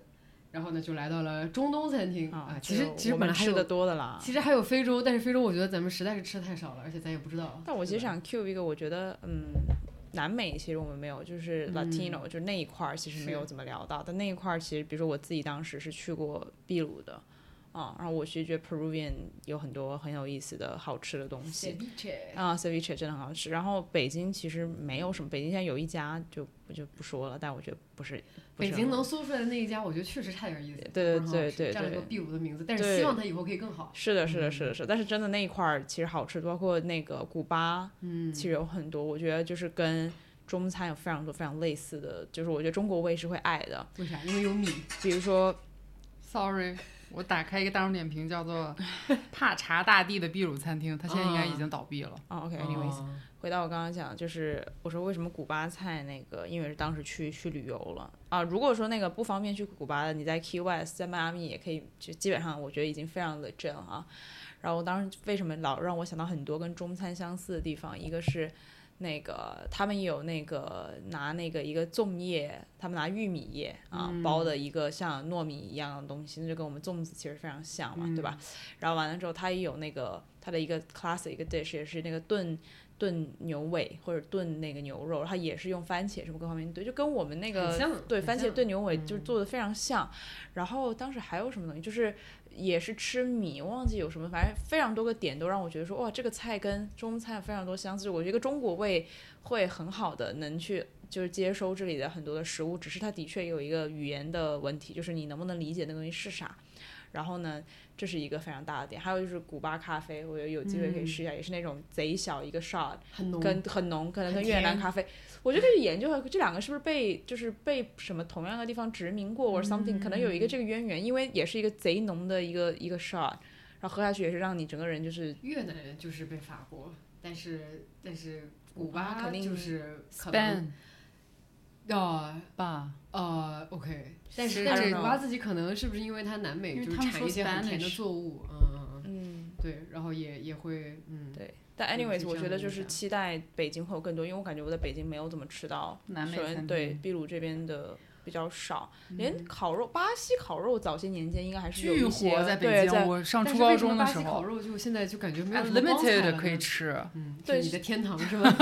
Speaker 1: 然后呢，就来到了中东餐厅啊。其实
Speaker 3: 就
Speaker 1: 其实
Speaker 3: 我
Speaker 1: 本来
Speaker 3: 们
Speaker 1: 还
Speaker 3: 吃的
Speaker 1: 有，
Speaker 3: 多的啦。
Speaker 1: 其实还有非洲，但是非洲我觉得咱们实在是吃的太少了，而且咱也不知道。
Speaker 3: 但我其实
Speaker 1: 对吧
Speaker 3: 想 cue 一个，我觉得嗯，南美其实我们没有，就是 Latino，、就那一块儿其实没
Speaker 1: 嗯
Speaker 3: 有
Speaker 1: 是
Speaker 3: 怎么聊到。但那一块儿其实，比如说我自己当时是去过秘鲁的，啊、然后我其实觉得 Peruvian 有很多很有意思的好吃的东西。啊，ceviche 真的很好吃。然后北京其实没有什么，北京现在有一家就不就不说了，但我觉得不是不是
Speaker 1: 北京
Speaker 3: 很
Speaker 1: 能搜出来的那一家，我觉得确实差点意思。
Speaker 3: 对对
Speaker 1: 不是很好
Speaker 3: 对
Speaker 1: 吃
Speaker 3: 对
Speaker 1: 占了
Speaker 3: 对
Speaker 1: 个秘鲁的名字，但是
Speaker 3: 对
Speaker 1: 希望它以后可以更好。
Speaker 3: 是的，是的，是的，是的，但是真的那一块儿其实好吃，包括那个古巴，
Speaker 1: 嗯
Speaker 3: 其实有很多，我觉得就是跟中餐有非常多非常类似的，就是我觉得中国胃是会爱的，
Speaker 1: 为啥？因为有米。
Speaker 3: 比如说
Speaker 2: Sorry，我打开一个大众点评，叫做帕查大帝的秘鲁餐厅，它现在应该已经倒闭了。
Speaker 3: 啊，OK，anyways、o k a n y w a y s
Speaker 1: 哦
Speaker 3: 回到我刚刚讲，就是我说为什么古巴菜那个，因为是当时去去旅游了啊。如果说那个不方便去古巴的，你在 Key West 在迈阿密也可以，就基本上我觉得已经非常 legit 了啊。然后我当时为什么老让我想到很多跟中餐相似的地方，一个是那个他们有那个拿那个一个粽叶，他们拿玉米叶啊、包的一个像糯米一样的东西，那就跟我们粽子其实非常像嘛，对吧？然后完了之后，它也有那个它的一个 classic 一个 dish，也是那个炖炖牛尾或者炖那个牛肉，它也是用番茄什么各方面对，就跟我们那个
Speaker 1: 很像
Speaker 3: 对
Speaker 1: 很
Speaker 3: 番茄
Speaker 1: 像嗯
Speaker 3: 炖牛尾就做的非常像。然后当时还有什么东西，就是也是吃米，忘记有什么，反正非常多个点都让我觉得说，哇，这个菜跟中餐有非常多相似。我觉得中国胃会很好的能去。就是接收这里的很多的食物，只是它的确有一个语言的问题，就是你能不能理解那个东西是啥。然后呢，这是一个非常大的点。还有就是古巴咖啡，我觉得有机会
Speaker 1: 嗯
Speaker 3: 可以试一下，也是那种贼小一个 shot，
Speaker 1: 很浓，
Speaker 3: 跟很浓，可能
Speaker 2: 很
Speaker 3: 跟越南
Speaker 2: 甜
Speaker 3: 咖啡，我觉得可以研究一下这两个是不是被就是被什么同样的地方殖民过，or something，、可能有一
Speaker 2: 嗯
Speaker 3: 个这个渊源，因为也是一个贼浓的一个一个 shot，然后喝下去也是让你整个人就是
Speaker 1: 越南就是被法国，但是但是古
Speaker 3: 巴
Speaker 1: 巴
Speaker 3: 肯定
Speaker 1: 就是可能
Speaker 2: Span
Speaker 1: 要
Speaker 2: 吧，
Speaker 1: 呃 OK，但
Speaker 2: 是
Speaker 1: 是但
Speaker 3: 这
Speaker 1: 是
Speaker 3: 种
Speaker 1: 古巴自己可能是不是因为它南美
Speaker 2: 因为
Speaker 1: 就是
Speaker 2: 他们
Speaker 1: 产
Speaker 2: 说
Speaker 1: 一些很甜的
Speaker 2: Spanish
Speaker 1: 作物，嗯嗯嗯，
Speaker 3: 嗯。
Speaker 1: 对，然后也也会嗯
Speaker 3: 对，但
Speaker 1: 嗯是
Speaker 3: anyways，
Speaker 1: 这
Speaker 3: 我
Speaker 1: 样
Speaker 3: 觉
Speaker 1: 的
Speaker 3: 得
Speaker 1: 一
Speaker 3: 就
Speaker 1: 个
Speaker 3: 是
Speaker 1: 想
Speaker 3: 期待北京会有更多，因为我感觉我在北京没有怎么吃到
Speaker 2: 南美
Speaker 3: 首
Speaker 2: 餐
Speaker 3: 先
Speaker 2: 厅嗯
Speaker 3: 对秘鲁这边的比较少，连烤肉，巴西烤肉早些年间应该还是
Speaker 2: 巨
Speaker 3: 有一些
Speaker 2: 火在北
Speaker 3: 对
Speaker 2: 京，
Speaker 3: 在
Speaker 2: 我上
Speaker 1: 但
Speaker 2: 初
Speaker 1: 是
Speaker 2: 高
Speaker 1: 为什
Speaker 2: 中
Speaker 1: 么
Speaker 2: 的
Speaker 1: 巴
Speaker 2: 时
Speaker 1: 西烤
Speaker 2: 候哎
Speaker 1: 肉就现在就感觉没有什么光彩了
Speaker 2: ，unlimited
Speaker 1: 呢
Speaker 2: 可以，吃，
Speaker 1: 嗯，
Speaker 3: 对
Speaker 1: 是你的
Speaker 3: 是
Speaker 1: 天堂是吧？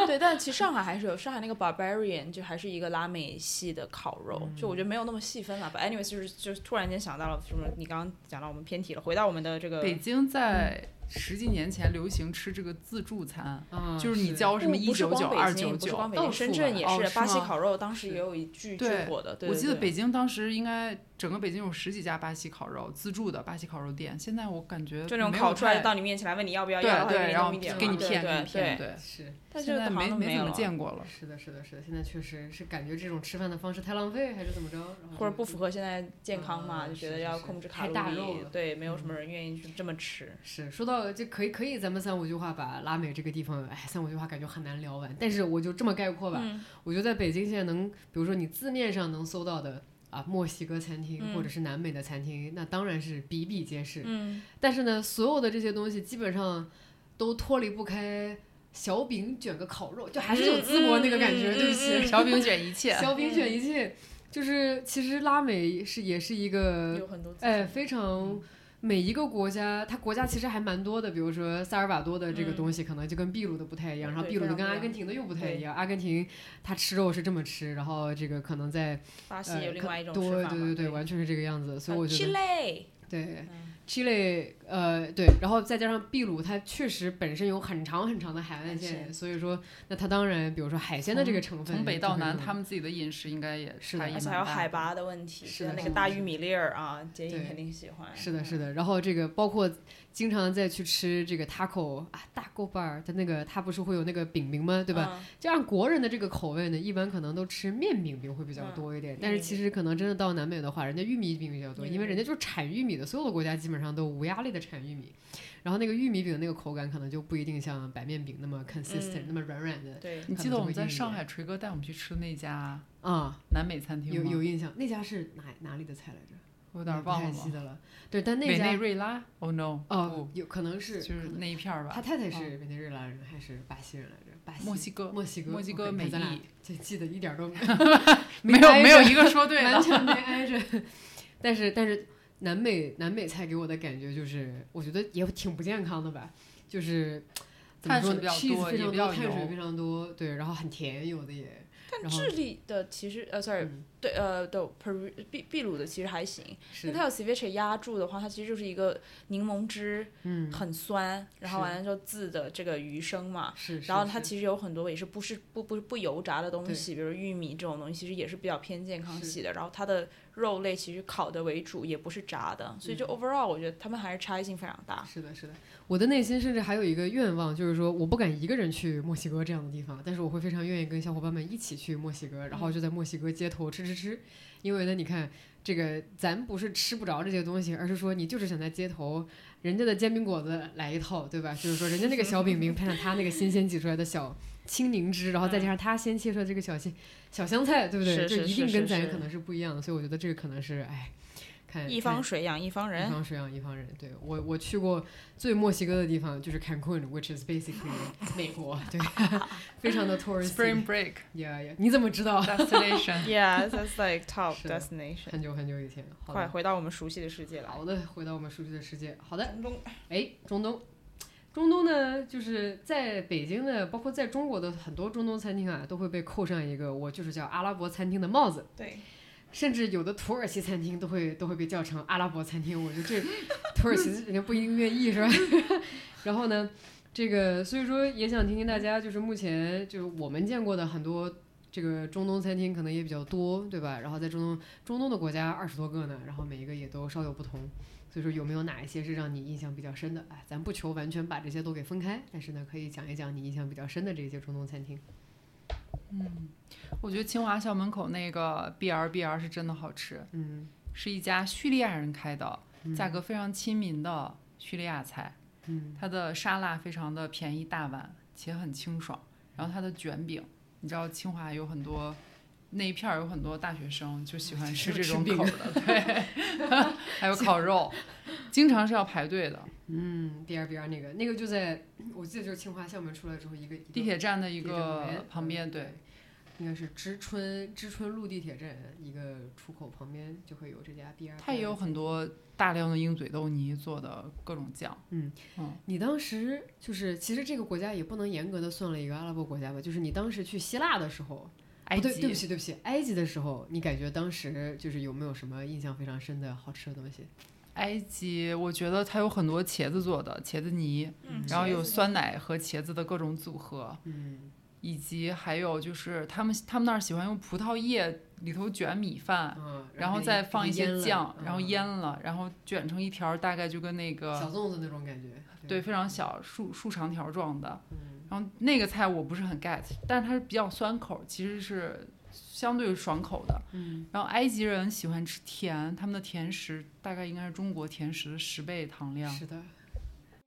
Speaker 3: 对，但其实上海还是有上海那个 Barbarian，就还是一个拉美系的烤肉，就
Speaker 2: 嗯
Speaker 3: 我觉得没有那么细分了。But anyways，就是就是突然间想到了什么，你刚刚讲到我们偏题了，回到我们的这个
Speaker 2: 北京在
Speaker 3: 嗯
Speaker 2: 十几年前流行吃这个自助餐，
Speaker 1: 啊，
Speaker 2: 就是你交
Speaker 3: 不
Speaker 2: 什么一
Speaker 3: 不是
Speaker 2: 九九、
Speaker 3: 光
Speaker 2: 二
Speaker 3: 北
Speaker 2: 九
Speaker 3: 京，不是
Speaker 2: 九
Speaker 3: 光，北
Speaker 1: 到
Speaker 3: 京，
Speaker 1: 处
Speaker 3: 深圳
Speaker 1: 吧
Speaker 3: 也
Speaker 2: 哦是
Speaker 3: 巴西
Speaker 2: 吗
Speaker 3: 烤肉当时
Speaker 2: 是
Speaker 3: 也有一巨巨
Speaker 2: 对
Speaker 3: 火的，对
Speaker 2: 我
Speaker 3: 对
Speaker 2: 记得
Speaker 3: 对
Speaker 2: 北京当时应该整个北京有十几家巴西烤肉自助的巴西烤肉店，现在我感觉
Speaker 3: 就那种
Speaker 2: 没有
Speaker 3: 烤出来
Speaker 2: 太
Speaker 3: 到你面前来问你要不要，
Speaker 2: 对
Speaker 3: 要的话
Speaker 2: 对，然后
Speaker 3: 给你弄一点
Speaker 2: 给
Speaker 3: 嘛
Speaker 2: 你
Speaker 3: 对
Speaker 2: 骗，给你
Speaker 3: 对
Speaker 2: 骗，
Speaker 3: 对。
Speaker 2: 对。
Speaker 1: 是
Speaker 3: 但是
Speaker 2: 现在
Speaker 3: 好
Speaker 2: 没
Speaker 3: 像都
Speaker 2: 没
Speaker 3: 有
Speaker 2: 怎么
Speaker 3: 了，
Speaker 2: 见 过了，
Speaker 1: 是的，是的，是的，现在确实是感觉这种吃饭的方式太浪费，还是怎么着？然后
Speaker 3: 或者
Speaker 1: 就
Speaker 3: 不符合现在健康嘛，
Speaker 1: 嗯
Speaker 3: 就觉
Speaker 1: 是
Speaker 3: 得
Speaker 1: 是
Speaker 3: 要
Speaker 1: 是
Speaker 3: 控制卡
Speaker 1: 太
Speaker 3: 路
Speaker 1: 大
Speaker 3: 里，
Speaker 1: 肉了
Speaker 3: 对，
Speaker 2: 嗯
Speaker 3: 没有什么人愿意去这么吃。
Speaker 1: 是说到就可以可以，咱们三五句话把拉美这个地方，哎，三五句话感觉很难聊完，但是我就这么概括吧。
Speaker 3: 嗯
Speaker 1: 我觉得在北京现在能，比如说你字面上能搜到的啊，墨西哥餐厅、
Speaker 3: 嗯
Speaker 1: 或者是南美的餐厅，那当然是比比皆是。
Speaker 3: 嗯，
Speaker 1: 但是呢，所有的这些东西基本上都脱离不开小饼卷个烤肉，就还是有淄博那个感觉，
Speaker 3: 嗯嗯嗯
Speaker 1: 对不起。
Speaker 3: 嗯
Speaker 2: 小饼卷一切
Speaker 1: 小饼卷啊一切，就是其实拉美是也是一个
Speaker 2: 呃
Speaker 3: 有很多自
Speaker 1: 哎
Speaker 3: 己，
Speaker 1: 非常。每一个国家，它国家其实还蛮多的，比如说萨尔瓦多的这个
Speaker 3: 嗯
Speaker 1: 东西可能就跟秘鲁的不太一样，
Speaker 3: 对
Speaker 1: 然后秘鲁的
Speaker 3: 非
Speaker 1: 跟
Speaker 3: 常不一样
Speaker 1: 阿根廷的又不太一样。阿根廷它吃肉是这么吃，然后这个可能在
Speaker 3: 巴西
Speaker 1: 呃
Speaker 3: 有另
Speaker 1: 可
Speaker 3: 外一种
Speaker 1: 对
Speaker 3: 吃
Speaker 1: 对
Speaker 3: 法啊嘛，
Speaker 1: 对对，完全是这个样子。所以我觉得
Speaker 3: 得
Speaker 1: 对
Speaker 3: 嗯
Speaker 1: Chile 呃对，然后再加上秘鲁，它确实本身有很长很长的海岸
Speaker 3: 海
Speaker 1: 线，
Speaker 3: 鲜
Speaker 1: 所以说那它当然比如说海鲜的这个成分
Speaker 2: 从北到南，
Speaker 1: 它。
Speaker 2: 他们自己的饮食应该也
Speaker 1: 是的
Speaker 2: 差异
Speaker 3: 而且
Speaker 2: 蛮
Speaker 3: 还有
Speaker 2: 大
Speaker 3: 海
Speaker 2: 的，
Speaker 3: 拔的问题，
Speaker 1: 是
Speaker 3: 像
Speaker 1: 的
Speaker 3: 那
Speaker 1: 是
Speaker 3: 个
Speaker 1: 的
Speaker 3: 大
Speaker 1: 是
Speaker 3: 玉米粒儿啊，杰英
Speaker 1: 对
Speaker 3: 肯定喜欢。嗯
Speaker 1: 是的，是
Speaker 3: 的，
Speaker 1: 的。然后这个包括经常再去吃这个 taco 啊，大锅巴儿的那个，它不是会有那个饼饼吗？对吧？
Speaker 3: 嗯？
Speaker 1: 就按国人的这个口味呢，一般可能都吃面饼饼会比
Speaker 2: 嗯
Speaker 1: 较多一点。但是其实可能真的到南美的话，人家玉米饼比较多，
Speaker 3: 玉米
Speaker 1: 因为
Speaker 2: 嗯
Speaker 1: 人
Speaker 3: 饼
Speaker 1: 家就是产玉米的，所有的国家基本上都无压力的产玉米。然后那个玉米饼那个口感可能就不一定像白面饼那么 consistent，、
Speaker 3: 嗯
Speaker 1: 那么软软的
Speaker 3: 对，
Speaker 2: 你记得我们在上海锤哥带我们去吃那家
Speaker 1: 啊、
Speaker 2: 南美餐厅
Speaker 1: 有
Speaker 2: 吗？
Speaker 1: 有印象。那家是哪哪里的菜来着？
Speaker 2: 我有
Speaker 1: 有
Speaker 2: 点忘
Speaker 1: 太
Speaker 2: 了
Speaker 1: 记
Speaker 2: 吗。
Speaker 1: 得了。对，但那
Speaker 2: 委内
Speaker 1: 家
Speaker 2: 瑞拉？Oh no！
Speaker 1: 哦，有可能
Speaker 2: 不，
Speaker 1: 是
Speaker 2: 就是
Speaker 1: 可能
Speaker 2: 那一片儿
Speaker 1: 他
Speaker 2: 吧。嗯
Speaker 1: 太太是委内瑞拉人还是巴西人来着？巴西、
Speaker 2: 墨西哥
Speaker 1: 墨西哥、
Speaker 2: 墨西哥
Speaker 1: OK，
Speaker 2: 美
Speaker 1: 看咱俩
Speaker 2: 裔
Speaker 1: 这记得一点儿 都
Speaker 2: 没有
Speaker 1: 挨
Speaker 2: 没有
Speaker 1: 着
Speaker 2: 一个说对
Speaker 1: 完
Speaker 2: 的。
Speaker 1: 全没挨着。但是但是南美南美菜给我的感觉就是，我觉得也挺不健康的吧，就是怎么
Speaker 2: 碳
Speaker 1: 说呢
Speaker 2: 水比较
Speaker 1: cheese
Speaker 2: 多
Speaker 1: 非
Speaker 2: 也
Speaker 1: 常
Speaker 2: 比较
Speaker 1: 多，碳水
Speaker 2: 油
Speaker 1: 非常多，对，然后很甜有的也，
Speaker 3: 但
Speaker 1: 然后
Speaker 3: 智利的其实呃，sorry，
Speaker 1: 嗯，
Speaker 3: 对呃，对，秘秘秘鲁的其实还行，因
Speaker 1: 是
Speaker 3: 为它有 ceviche 压住的话，它其实就是一个柠檬汁，
Speaker 1: 嗯
Speaker 3: 很酸，然后
Speaker 1: 是
Speaker 3: 完了之后自的这个鱼生嘛，
Speaker 1: 是，
Speaker 3: 然后
Speaker 1: 是
Speaker 3: 它
Speaker 1: 是
Speaker 3: 其实有很多也是不是不不不油炸的东西，比如玉米这种东西，其实也是比较偏健康
Speaker 1: 是
Speaker 3: 系的。然后它的肉类其实烤的为主，也不是炸的，所以
Speaker 1: 嗯
Speaker 3: 就 overall 我觉得他们还是差异性非常大。
Speaker 1: 是的，是的，我的内心甚至还有一个愿望，就是说我不敢一个人去墨西哥这样的地方，但是我会非常愿意跟小伙伴们一起去墨西哥，然
Speaker 3: 嗯
Speaker 1: 后就在墨西哥街头吃吃吃。因为呢，你看这个，咱不是吃不着这些东西，而是说你就是想在街头，人家的煎饼果子来一套，对吧？就是说人家那个小饼饼配上他那个新鲜挤出来的小青柠汁，然后再加上他先切出来这个小青小香菜，对不对？
Speaker 3: 嗯是
Speaker 1: 就是一定
Speaker 3: 是
Speaker 1: 跟
Speaker 3: 是
Speaker 1: 咱
Speaker 3: 是
Speaker 1: 可能是不一样的，所以我觉得这个可能是哎。看
Speaker 3: 一
Speaker 1: 看
Speaker 3: 方水养一方
Speaker 1: 一
Speaker 3: 人，
Speaker 1: 方水养一方人。对我，我去过最墨西哥的地方就是 Cancun，which is basically 美国，对， 非常的 touristy
Speaker 2: Spring。Break
Speaker 1: Yeah, yeah. 你怎么知道？
Speaker 2: destination。
Speaker 3: Yeah，that's like top
Speaker 1: 是的
Speaker 3: destination。
Speaker 1: 很久很久以前。好
Speaker 3: 快
Speaker 1: 的，
Speaker 3: 回到我们熟悉的世界来。
Speaker 1: 好的，回到我们熟悉的世界。好的，
Speaker 3: 中东
Speaker 1: 哎，中东。中东呢，就是在北京的，包括在中国的很多中东餐厅啊，都会被扣上一个我就是叫阿拉伯餐厅的帽子。
Speaker 3: 对，
Speaker 1: 甚至有的土耳其餐厅都会都会被叫成阿拉伯餐厅，我觉得这土耳其人家不一定愿意是吧？ 然后呢，这个所以说也想听听大家就是目前就是我们见过的很多这个中东餐厅可能也比较多，对吧？然后在中东中东的国家二十多个呢，然后每一个也都稍有不同。所以说有没有哪一些是让你印象比较深的？哎，咱不求完全把这些都给分开，但是呢，可以讲一讲你印象比较深的这些中东餐厅。
Speaker 2: 我觉得清华校门口那个 B R B R 是真的好吃，
Speaker 1: 嗯
Speaker 2: 是一家叙利亚人开的，价格非常亲民的叙利亚菜。
Speaker 1: 嗯，
Speaker 2: 它的沙拉非常的便宜大碗，且很清爽。然后它的卷饼，你知道清华有很多那一片儿有很多大学生就喜欢吃这种口的，对，还有烤肉，经常是要排队的。
Speaker 1: 嗯，B R B R 那个那个就在，我记得就是清华校门出来之后一个
Speaker 2: 地铁站的一
Speaker 1: 一个地铁嗯站
Speaker 2: 个旁边，
Speaker 1: 门
Speaker 2: 对，，
Speaker 1: 应该是知春知春路地铁站一个出口旁边就会有这家 B R。
Speaker 2: 它也有很多大量的鹰嘴豆泥做的各种酱。
Speaker 1: 你当时就是其实这个国家也不能严格的算了一个阿拉伯国家吧，就是你当时去希腊的时候，
Speaker 2: 埃
Speaker 1: 哎不对，对不
Speaker 2: 及
Speaker 1: 起对不起，埃及的时候，你感觉当时就是有没有什么印象非常深的好吃的东西？
Speaker 2: 埃及，我觉得它有很多茄子做的茄子泥，
Speaker 3: 嗯
Speaker 2: 然后有酸奶和茄子的各种组合。
Speaker 1: 嗯
Speaker 2: 以及还有就是他们他们那儿喜欢用葡萄叶里头卷米饭，
Speaker 1: 嗯，
Speaker 2: 然后再放一
Speaker 1: 腌
Speaker 2: 些
Speaker 1: 了
Speaker 2: 酱，然后
Speaker 1: 嗯
Speaker 2: 腌了，然后卷成一条儿，大概就跟那
Speaker 1: 小
Speaker 2: 个
Speaker 1: 粽子那种感觉，
Speaker 2: 对
Speaker 1: 吧，
Speaker 2: 非常小竖竖长条状的。
Speaker 1: 嗯
Speaker 2: 然后那个菜我不是很 get，但是它是比较酸口，其实是相对爽口的。
Speaker 1: 嗯
Speaker 2: 然后埃及人喜欢吃甜，他们的甜食大概应该是中国甜食的十倍糖量。
Speaker 1: 是的，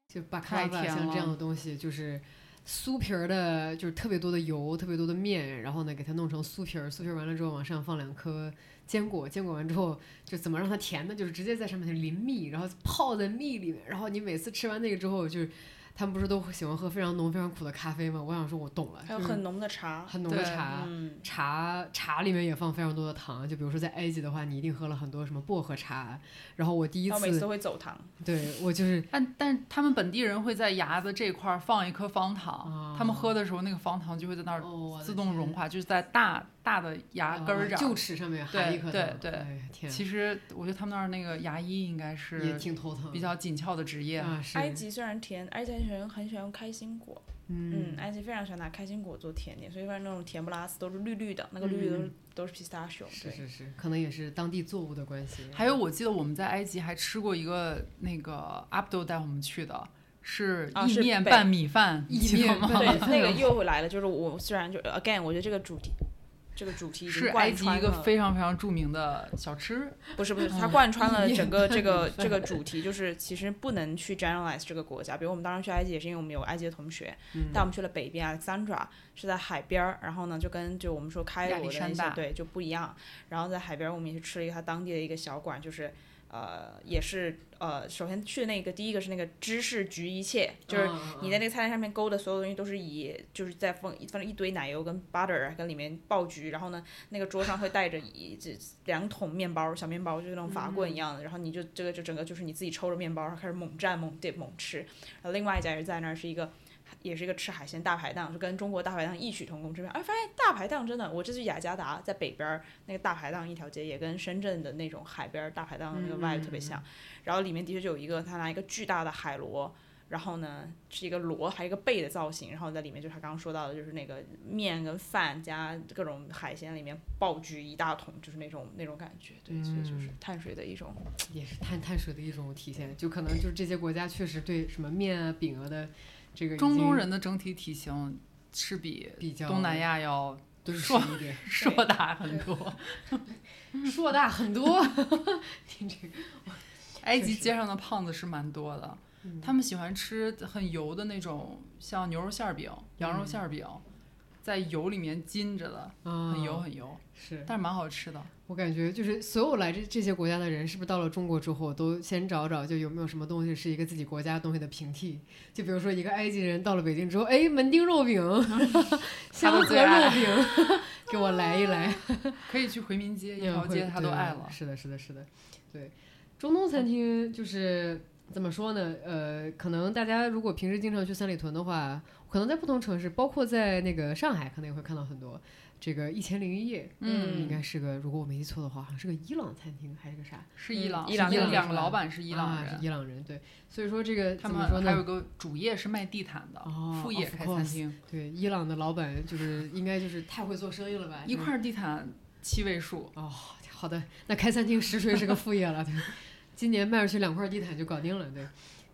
Speaker 1: 就巴卡
Speaker 2: 太
Speaker 1: 拉瓦
Speaker 2: 甜
Speaker 1: 像这样
Speaker 2: 了
Speaker 1: 的东西，就是酥皮儿的，就是特别多的油，特别多的面，然后呢给它弄成酥皮儿，酥皮儿完了之后往上放两颗坚果，坚果完之后就怎么让它甜呢？就是直接在上面淋蜜，然后泡在蜜里面，然后你每次吃完那个之后就是。他们不是都喜欢喝非常浓、非常苦的咖啡吗？我想说，我懂了，
Speaker 3: 还有
Speaker 1: 就是
Speaker 3: 很浓的茶，
Speaker 1: 很浓的
Speaker 2: 对
Speaker 1: 茶，
Speaker 3: 嗯，
Speaker 1: 茶茶里面也放非常多的糖，就比如说在埃及的话，你一定喝了很多什么薄荷茶。然后我第一
Speaker 3: 然后每次
Speaker 1: 次，
Speaker 3: 都会走糖，
Speaker 1: 对我就是
Speaker 2: 但但是他们本地人会在牙子这块儿放一颗方糖，
Speaker 1: 哦
Speaker 2: 他们喝的时候那个方糖就会在那儿
Speaker 1: 哦我的
Speaker 2: 自动
Speaker 1: 天
Speaker 2: 融化，就是在大大的牙根儿
Speaker 1: 哦
Speaker 2: 上。
Speaker 1: 臼齿上面含一颗糖，
Speaker 2: 对对对
Speaker 1: 哎天啊，
Speaker 2: 其实我觉得他们那儿那个牙医应该
Speaker 1: 也
Speaker 2: 是
Speaker 1: 挺头疼，
Speaker 2: 比较紧俏的职业。
Speaker 1: 啊是，
Speaker 3: 埃及虽然甜，埃及人很喜欢用开心果，
Speaker 1: 嗯
Speaker 3: 嗯，埃及非常喜欢拿开心果做甜点，所以说那种甜不拉丝都是绿绿的，那个绿绿都是、都是 pistachio，
Speaker 1: 是
Speaker 3: 对，
Speaker 1: 是是，可能也是当地作物的关系。啊
Speaker 2: 还有，我记得我们在埃及还吃过一个那个 Abdo 带我们去的，是
Speaker 3: 啊
Speaker 2: 意
Speaker 3: 是
Speaker 2: 面
Speaker 3: 北
Speaker 2: 拌米饭，
Speaker 1: 意
Speaker 2: 你 记得
Speaker 1: 面
Speaker 2: 吗？
Speaker 1: 拌
Speaker 3: 对，那个又回来了，就是我虽然就呃 again，我觉得这个主题。这个主题已
Speaker 2: 是
Speaker 3: 经
Speaker 2: 埃
Speaker 3: 贯
Speaker 2: 及
Speaker 3: 穿
Speaker 2: 一
Speaker 3: 了，
Speaker 2: 个非常非常著名的小吃，
Speaker 3: 不是不是，它
Speaker 2: 嗯
Speaker 3: 贯穿了 整个这
Speaker 1: 意
Speaker 3: 个
Speaker 1: 面
Speaker 3: 这个主题，就是其实不能去 generalize 这个国家。比如我们当时去埃及，也是因为我们有埃及的同学，
Speaker 2: 嗯
Speaker 3: 带我们去了北边 Alexandra，是在海边儿，然后呢就跟就我们说开
Speaker 2: 亚
Speaker 3: 罗
Speaker 2: 历
Speaker 3: 的
Speaker 2: 山
Speaker 3: 那些
Speaker 2: 大
Speaker 3: 对就不一样。然后在海边儿，我们也去吃了一个它当地的一个小馆，就是。呃，也是呃，首先去的那个第一个是那个芝士焗一切，就是
Speaker 1: 嗯
Speaker 3: 你在那个菜单上面勾的所有东西都是以就是在放放了一堆奶油跟 butter 啊跟里面爆菊，然后呢，那个桌上会带着一这两桶面包小面包，就是那种法棍一样的，然后你就这个就整个就是你自己抽着面包，然后开始猛蘸猛 dip 猛吃。然后另外一家也是在那儿是一个。也是一个吃海鲜大排档，就跟中国大排档异曲同工之妙。哎，发现大排档真的，我这次雅加达在北边儿那个大排档一条街，也跟深圳的那种海边儿大排档那个 vibe 特别
Speaker 1: 嗯
Speaker 3: 像。然后里面的确就有一个，他拿一个巨大的海螺，然后呢是一个螺还有一个贝的造型，然后在里面就是他刚刚说到的，就是那个面跟饭加各种海鲜里面爆菊一大桶，就是那种那种感觉，对，
Speaker 1: 嗯
Speaker 3: 所以就是碳水的一种
Speaker 1: 也是碳碳水的一种体现，就可能就是这些国家确实对什么面啊、饼啊的这个已
Speaker 2: 中东
Speaker 1: 经
Speaker 2: 人的整体体型是比
Speaker 1: 比较
Speaker 2: 东南亚要
Speaker 1: 敦实
Speaker 2: 说
Speaker 1: 一点，
Speaker 2: 硕大很多。
Speaker 1: 硕大很多。 听这个，
Speaker 2: 埃
Speaker 1: 确
Speaker 2: 及
Speaker 1: 实
Speaker 2: 街上的胖子是蛮多的，他们喜欢吃很油的那种，像牛肉馅儿饼、羊肉馅儿饼，在油里面浸着的，
Speaker 1: 嗯，
Speaker 2: 很油很油，
Speaker 1: 是。
Speaker 2: 但是蛮好吃的。
Speaker 1: 我感觉就是所有来这这些国家的人，是不是到了中国之后，都先找找就有没有什么东西是一个自己国家东西的平替？就比如说一个埃及人到了北京之后，哎，门钉肉 饼、香
Speaker 2: 他
Speaker 1: 河
Speaker 2: 的最
Speaker 1: 肉
Speaker 2: 爱
Speaker 1: 饼， 给我来一来。
Speaker 2: 可以去回民街，一
Speaker 1: 嗯
Speaker 2: 条
Speaker 1: 会
Speaker 2: 街他都
Speaker 1: 对
Speaker 2: 爱了。
Speaker 1: 是的，是的，是的，对，中东餐厅就是怎么说呢？呃，可能大家如果平时经常去三里屯的话，可能在不同城市，包括在那个上海，可能也会看到很多。这个《一千零一夜》，应
Speaker 2: 嗯，
Speaker 1: 该是个，如果我没记错的话，好像是个伊朗餐厅还是个啥？
Speaker 2: 是伊
Speaker 3: 嗯
Speaker 2: 朗，
Speaker 3: 伊朗
Speaker 2: 是
Speaker 1: 人
Speaker 2: 两
Speaker 1: 是
Speaker 2: 个
Speaker 1: 吧
Speaker 2: 老板是伊朗
Speaker 1: 啊
Speaker 2: 人，
Speaker 1: 是伊朗人对，所以说这个
Speaker 2: 他
Speaker 1: 怎么说
Speaker 2: 们还有
Speaker 1: 呢？
Speaker 2: 个主业是卖地毯的，
Speaker 1: 哦
Speaker 2: 副业
Speaker 1: of
Speaker 2: 开餐
Speaker 1: course
Speaker 2: 厅，
Speaker 1: 对，伊朗的老板就是应该就是太会做生意了吧？
Speaker 2: 一块地毯七位数，
Speaker 1: 哦，好的，那开餐厅实锤是个副业了，对，今年卖出去两块地毯就搞定了，对，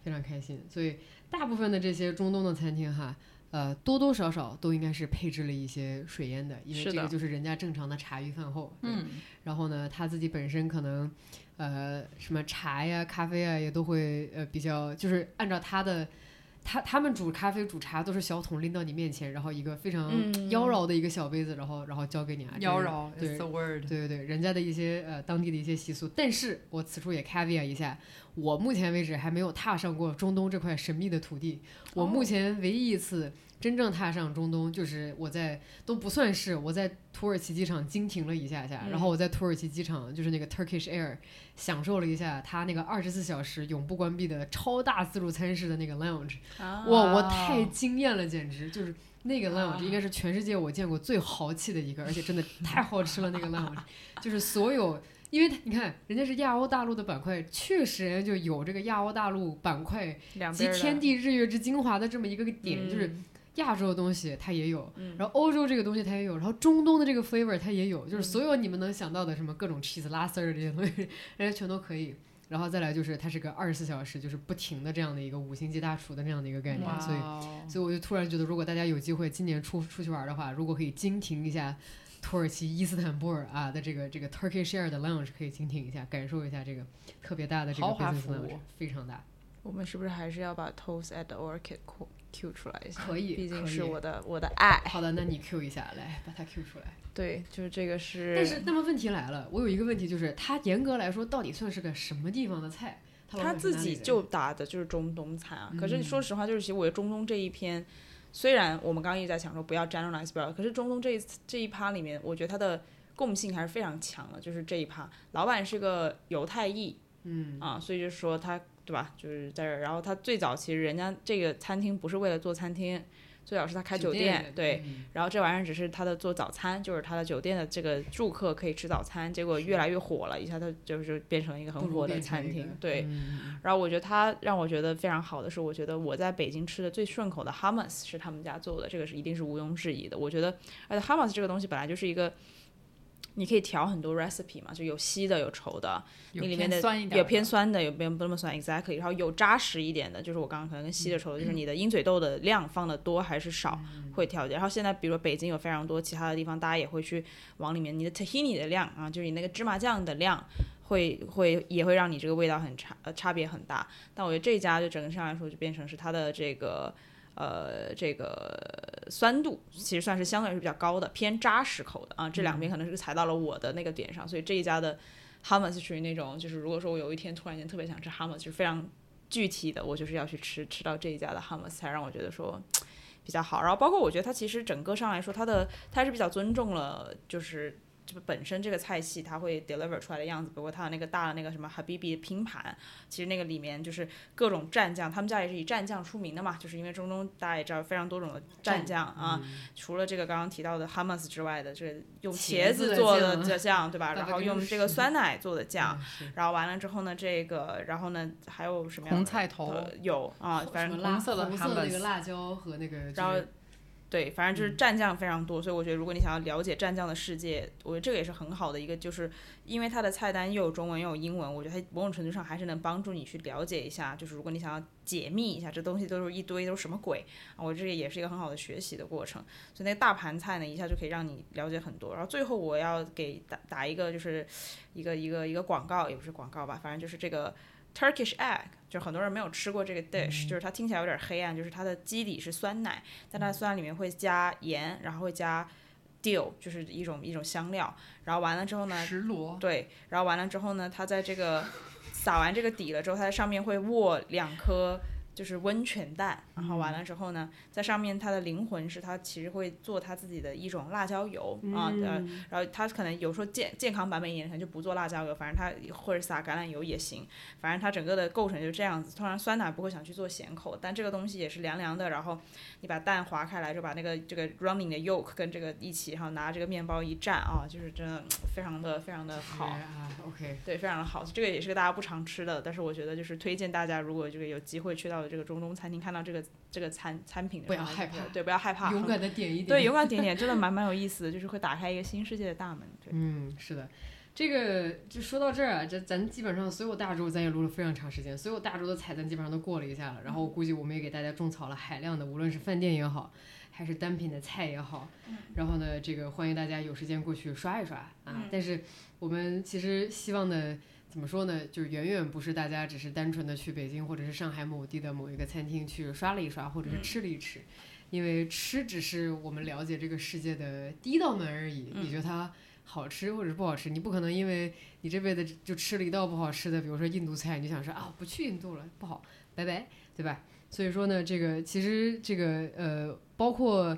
Speaker 1: 非常开心。所以大部分的这些中东的餐厅哈，呃，多多少少都应该是配置了一些水烟的，因为
Speaker 3: 是
Speaker 1: 这
Speaker 3: 的
Speaker 1: 个就是人家正常的茶余饭后，对。
Speaker 2: 嗯，
Speaker 1: 然后呢，他自己本身可能，呃，什么茶呀、咖啡啊，也都会呃比较，就是按照他的，他他们煮咖啡、煮茶都是小桶拎到你面前，然后一个非常
Speaker 3: 嗯
Speaker 1: 妖娆的一个小杯子，然后然后交给你啊，这
Speaker 2: 妖
Speaker 1: 是
Speaker 2: 娆
Speaker 1: 对
Speaker 2: is the word，
Speaker 1: 对对对，人家的一些呃当地的一些习俗。但是我此处也 caveat 一下，我目前为止还没有踏上过中东这块神秘的土地。我目前唯一一次真正踏上中东，就是我在都不算是我在土耳其机场经停了一下下，然后我在土耳其机场就是那个 Turkish Air 享受了一下它那个二十四小时永不关闭的超大自助餐式的那个 lounge。
Speaker 3: 啊
Speaker 1: 哇，我
Speaker 2: 哇
Speaker 1: 太惊艳了，简直就是那个 lounge 应该是全世界我见过最豪气的一个，而且真 的太好吃了。那个 lounge 就是所有，因为它你看人家是亚欧大陆的板块，确实人家就有这个亚欧大陆板块
Speaker 3: 两
Speaker 1: 集
Speaker 3: 边儿的
Speaker 1: 天地日月之精华的这么一个个点，
Speaker 3: 嗯
Speaker 1: 就是亚洲的东西它也有，
Speaker 3: 嗯
Speaker 1: 然后欧洲这个东西它也有，然后中东的这个 flavor 它也有，
Speaker 3: 嗯
Speaker 1: 就是所有你们能想到的什么各种 cheese 拉丝儿这些东西，人家全都可以。然后再来就是它是个二十四小时就是不停的这样的一个五星级大厨的这样的一个概念，
Speaker 2: 哇
Speaker 1: 所以
Speaker 2: 哦，
Speaker 3: 嗯
Speaker 1: 所以我就突然觉得，如果大家有机会今年出出去玩的话，如果可以经停一下土耳其伊斯坦布尔啊的这个这个 Turkish Air 的 lounge，可以经停一下，感受一下这个特别大的这个
Speaker 2: 豪华
Speaker 1: business
Speaker 2: 服务
Speaker 1: lounge，非常大，
Speaker 3: 我们是不是还是要把 Toast at the Orchid Q Q 出来一下？
Speaker 1: 可以，
Speaker 3: 毕竟
Speaker 1: 可以
Speaker 3: 是我的我的爱。
Speaker 1: 好的，那你 Q 一下，来把它 Q 出来。
Speaker 3: 对，就是这个是。
Speaker 1: 但是，那么问题来了，我有一个问题，就是它严格来说到底算是个什么地方的菜？它老
Speaker 3: 他
Speaker 1: 板是
Speaker 3: 自
Speaker 1: 哪里
Speaker 3: 己
Speaker 1: 人
Speaker 3: 就打的就是中东餐啊。可是
Speaker 1: 嗯
Speaker 3: 你说实话，就是其实我觉得中东这一篇，虽然我们刚刚一直在想说不要 generalize，不要，可是中东这一这一趴里面，我觉得它的共性还是非常强的。就是这一趴，老板是个犹太裔，嗯啊，所以就说他对吧？就是在这儿，然后他最早其实人家这个餐厅不是为了做餐厅，最早是他开酒店，对，，
Speaker 1: 嗯
Speaker 3: 然后这玩意儿只是他的做早餐，就是他的酒店的这个住客可以吃早餐，结果越来越火了，一下他就是变成了一个
Speaker 1: 不
Speaker 3: 很
Speaker 1: 如
Speaker 3: 火的
Speaker 1: 变成
Speaker 3: 餐
Speaker 1: 一个
Speaker 3: 厅。对，
Speaker 1: 嗯
Speaker 3: 然后我觉得他让我觉得非常好的是，我觉得我在北京吃的最顺口的 hummus 是他们家做的，这个是一定是毋庸置疑的。我觉得，而且 hummus 这个东西本来就是一个。你可以调很多 recipe 嘛，就有稀的，有稠的，
Speaker 2: 有
Speaker 3: 你里
Speaker 2: 偏
Speaker 3: 面的
Speaker 2: 酸一点，
Speaker 3: 有偏，酸的，有偏不那么酸，exactly。然后有扎实一点的，就是我刚刚可能
Speaker 2: 嗯
Speaker 3: 跟稀的稠的，就是你的鹰嘴豆的量放的多还是少会调节。然后现在比如说北京有非常多其他的地方，大家也会去往里面你的 tahini 的量啊，就是你那个芝麻酱的量。会会也会让你这个味道很差，呃，差别很大。但我觉得这家就整个上来说，就变成是它的这个呃这个酸度，其实算是相对来说比较高的，偏扎实口的啊。这两
Speaker 2: 嗯
Speaker 3: 边可能是踩到了我的那个点上，所以这一家的 hummus 是属于那种，就是如果说我有一天突然间特别想吃 hummus，就是非常具体的，我就是要去吃吃到这一家的 hummus 才让我觉得说。比较好，然后包括我觉得它其实整个上来说，它的它还是比较尊重了，就是就是本身这个菜系它会 deliver 出来的样子，包括它的那个大的那个什么 Habibi 的拼盘，其实那个里面就是各种蘸酱，他们家也是以蘸酱出名的嘛，就是因为中东大家也知道非常多种的蘸酱啊，除了这个刚刚提到的 hummus 之外的，这用
Speaker 1: 茄
Speaker 3: 茄
Speaker 1: 子的
Speaker 3: 子做
Speaker 1: 酱
Speaker 3: 的这酱，对吧？
Speaker 1: 大概
Speaker 3: 然
Speaker 1: 就
Speaker 3: 后
Speaker 1: 是
Speaker 3: 用这个酸奶做的酱，
Speaker 1: 嗯是
Speaker 3: 然后完了之后呢，这个然后呢还有什么样的
Speaker 2: 红菜头
Speaker 3: 呃有啊，反
Speaker 1: 什
Speaker 3: 正
Speaker 1: 么辣
Speaker 2: 红色的
Speaker 1: 红色的那
Speaker 2: hummus
Speaker 1: 个辣椒和那个就是，
Speaker 3: 然后对，反
Speaker 2: 嗯
Speaker 3: 正就是蘸酱非常多，所以我觉得如果你想要了解蘸酱的世界，我觉得这个也是很好的一个，就是因为它的菜单又有中文又有英文，我觉得它某种程度上还是能帮助你去了解一下，就是如果你想要解密一下这东西都是一堆都是什么鬼啊，我这个也是一个很好的学习的过程。所以那个大盘菜呢，一下就可以让你了解很多。然后最后我要给打打一个就是一个一个一个广告，也不是广告吧，反正就是这个 Turkish egg，就是很多人没有吃过这个 dish，、就是它听起来有点黑暗，就是它的基底是酸奶，但它酸奶里面会加盐，然后会加 dill，就是一种一种香料。然后完了之后呢，
Speaker 2: 石螺，
Speaker 3: 对，然后完了之后呢，它在这个撒完这个底了之后，它在上面会卧两颗就是温泉蛋，然后完了之后呢，在上面它的灵魂是它其实会做它自己的一种辣椒油、啊，呃，然后它可能有时候健健康版本一点，可能就不做辣椒油，反正它或者撒橄榄油也行，反正它整个的构成就这样子。通常酸奶不会想去做咸口，但这个东西也是凉凉的，然后你把蛋划开来，就把那个这个 running 的 yolk 跟这个一起，然后拿这个面包一蘸啊，就是真的非常的非常的好。
Speaker 1: 啊，OK，
Speaker 3: 对，非常的好，这个也是个大家不常吃的，但是我觉得就是推荐大家，如果这个有机会去到这个中东餐厅，看到这个这个餐餐品的
Speaker 1: 不
Speaker 3: 时候，
Speaker 1: 要害怕
Speaker 3: 对，不要害怕，
Speaker 1: 勇
Speaker 3: 很
Speaker 1: 敢的点一点，
Speaker 3: 对，勇敢点点，真的蛮蛮有意思的，就是会打开一个新世界的大门，对，
Speaker 1: 嗯，是的，这个就说到这儿啊，这咱基本上所有大洲咱也录了非常长时间，所有大洲的菜咱基本上都过了一下了，然后我估计我们也给大家种草了海量的，无论是饭店也好，还是单品的菜也好，然后呢，这个欢迎大家有时间过去刷一刷啊，
Speaker 3: 嗯
Speaker 1: 但是我们其实希望呢。怎么说呢？就是远远不是大家只是单纯的去北京或者是上海某地的某一个餐厅去刷了一刷，或者是
Speaker 3: 嗯
Speaker 1: 吃了一吃，因为吃只是我们了解这个世界的第一道门而已。
Speaker 3: 嗯
Speaker 1: 你觉得它好吃或者是不好吃，你不可能因为你这辈子就吃了一道不好吃的，比如说印度菜，你就想说啊，我不去印度了，不好，拜拜，对吧？所以说呢，这个其实这个呃，包括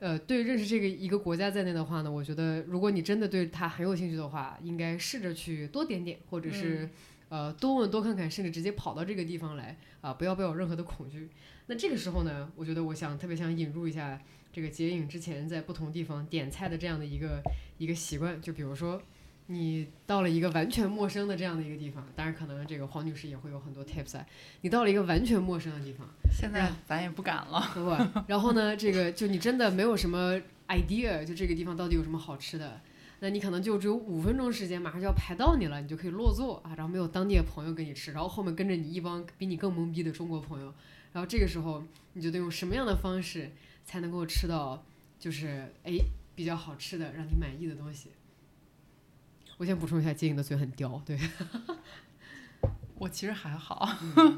Speaker 1: 呃，对认识这个一个国家在内的话呢，我觉得如果你真的对它很有兴趣的话，应该试着去多点点，或者是、呃多问多看看，甚至直接跑到这个地方来啊、不要抱有任何的恐惧。那这个时候呢，我觉得我想特别想引入一下这个节影之前在不同地方点菜的这样的一个一个习惯，就比如说。你到了一个完全陌生的这样的一个地方，当然可能这个黄女士也会有很多 tips 啊。你到了一个完全陌生的地方，
Speaker 2: 现在咱也不敢了。
Speaker 1: 对吧？然后呢，这个就你真的没有什么 idea，就这个地方到底有什么好吃的，那你可能就只有五分钟时间，马上就要排到你了，你就可以落座啊，然后没有当地的朋友跟你吃，然后后面跟着你一帮比你更懵逼的中国朋友，然后这个时候你就得用什么样的方式才能够吃到就是哎比较好吃的让你满意的东西？我先补充一下，接颖的嘴很刁，对，
Speaker 2: 我其实还好，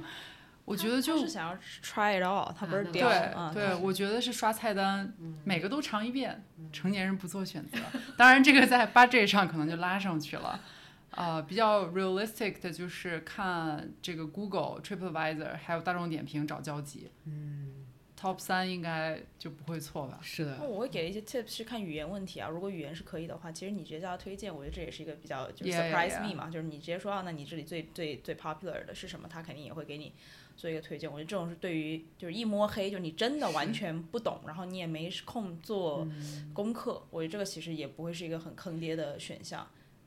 Speaker 2: 我觉得
Speaker 3: 他
Speaker 2: 就是
Speaker 3: 想要 try it all，他不是
Speaker 1: 啊那
Speaker 3: 雕
Speaker 2: 对
Speaker 3: 啊，
Speaker 2: 对，我觉得是刷菜单
Speaker 1: 嗯，
Speaker 2: 每个都尝一遍。成年人不做选择， 当然这个在 budget 上可能就拉上去了。呃，比较 realistic 的就是看这个 Google、TripAdvisor 还有大众点评找交集。嗯，Top 三应该就不会错吧？
Speaker 1: 是
Speaker 3: 那
Speaker 1: 的，
Speaker 3: 我会给一些 tips 是看语言问题啊，如果语言是可以的话，其实你直接叫他推荐，我觉得这也是一个比较就是
Speaker 2: Yeah, yeah,
Speaker 3: surprise
Speaker 2: yeah.
Speaker 3: me 嘛就是你直接说啊，那你这里最最最 popular 的是什么，他肯定也会给你做一个推荐。我觉得这种是对于就是一摸黑，就你真的完全不懂，然后你也没空做
Speaker 1: 嗯
Speaker 3: 功课，我觉得这个其实也不会是一个很坑爹的 选项。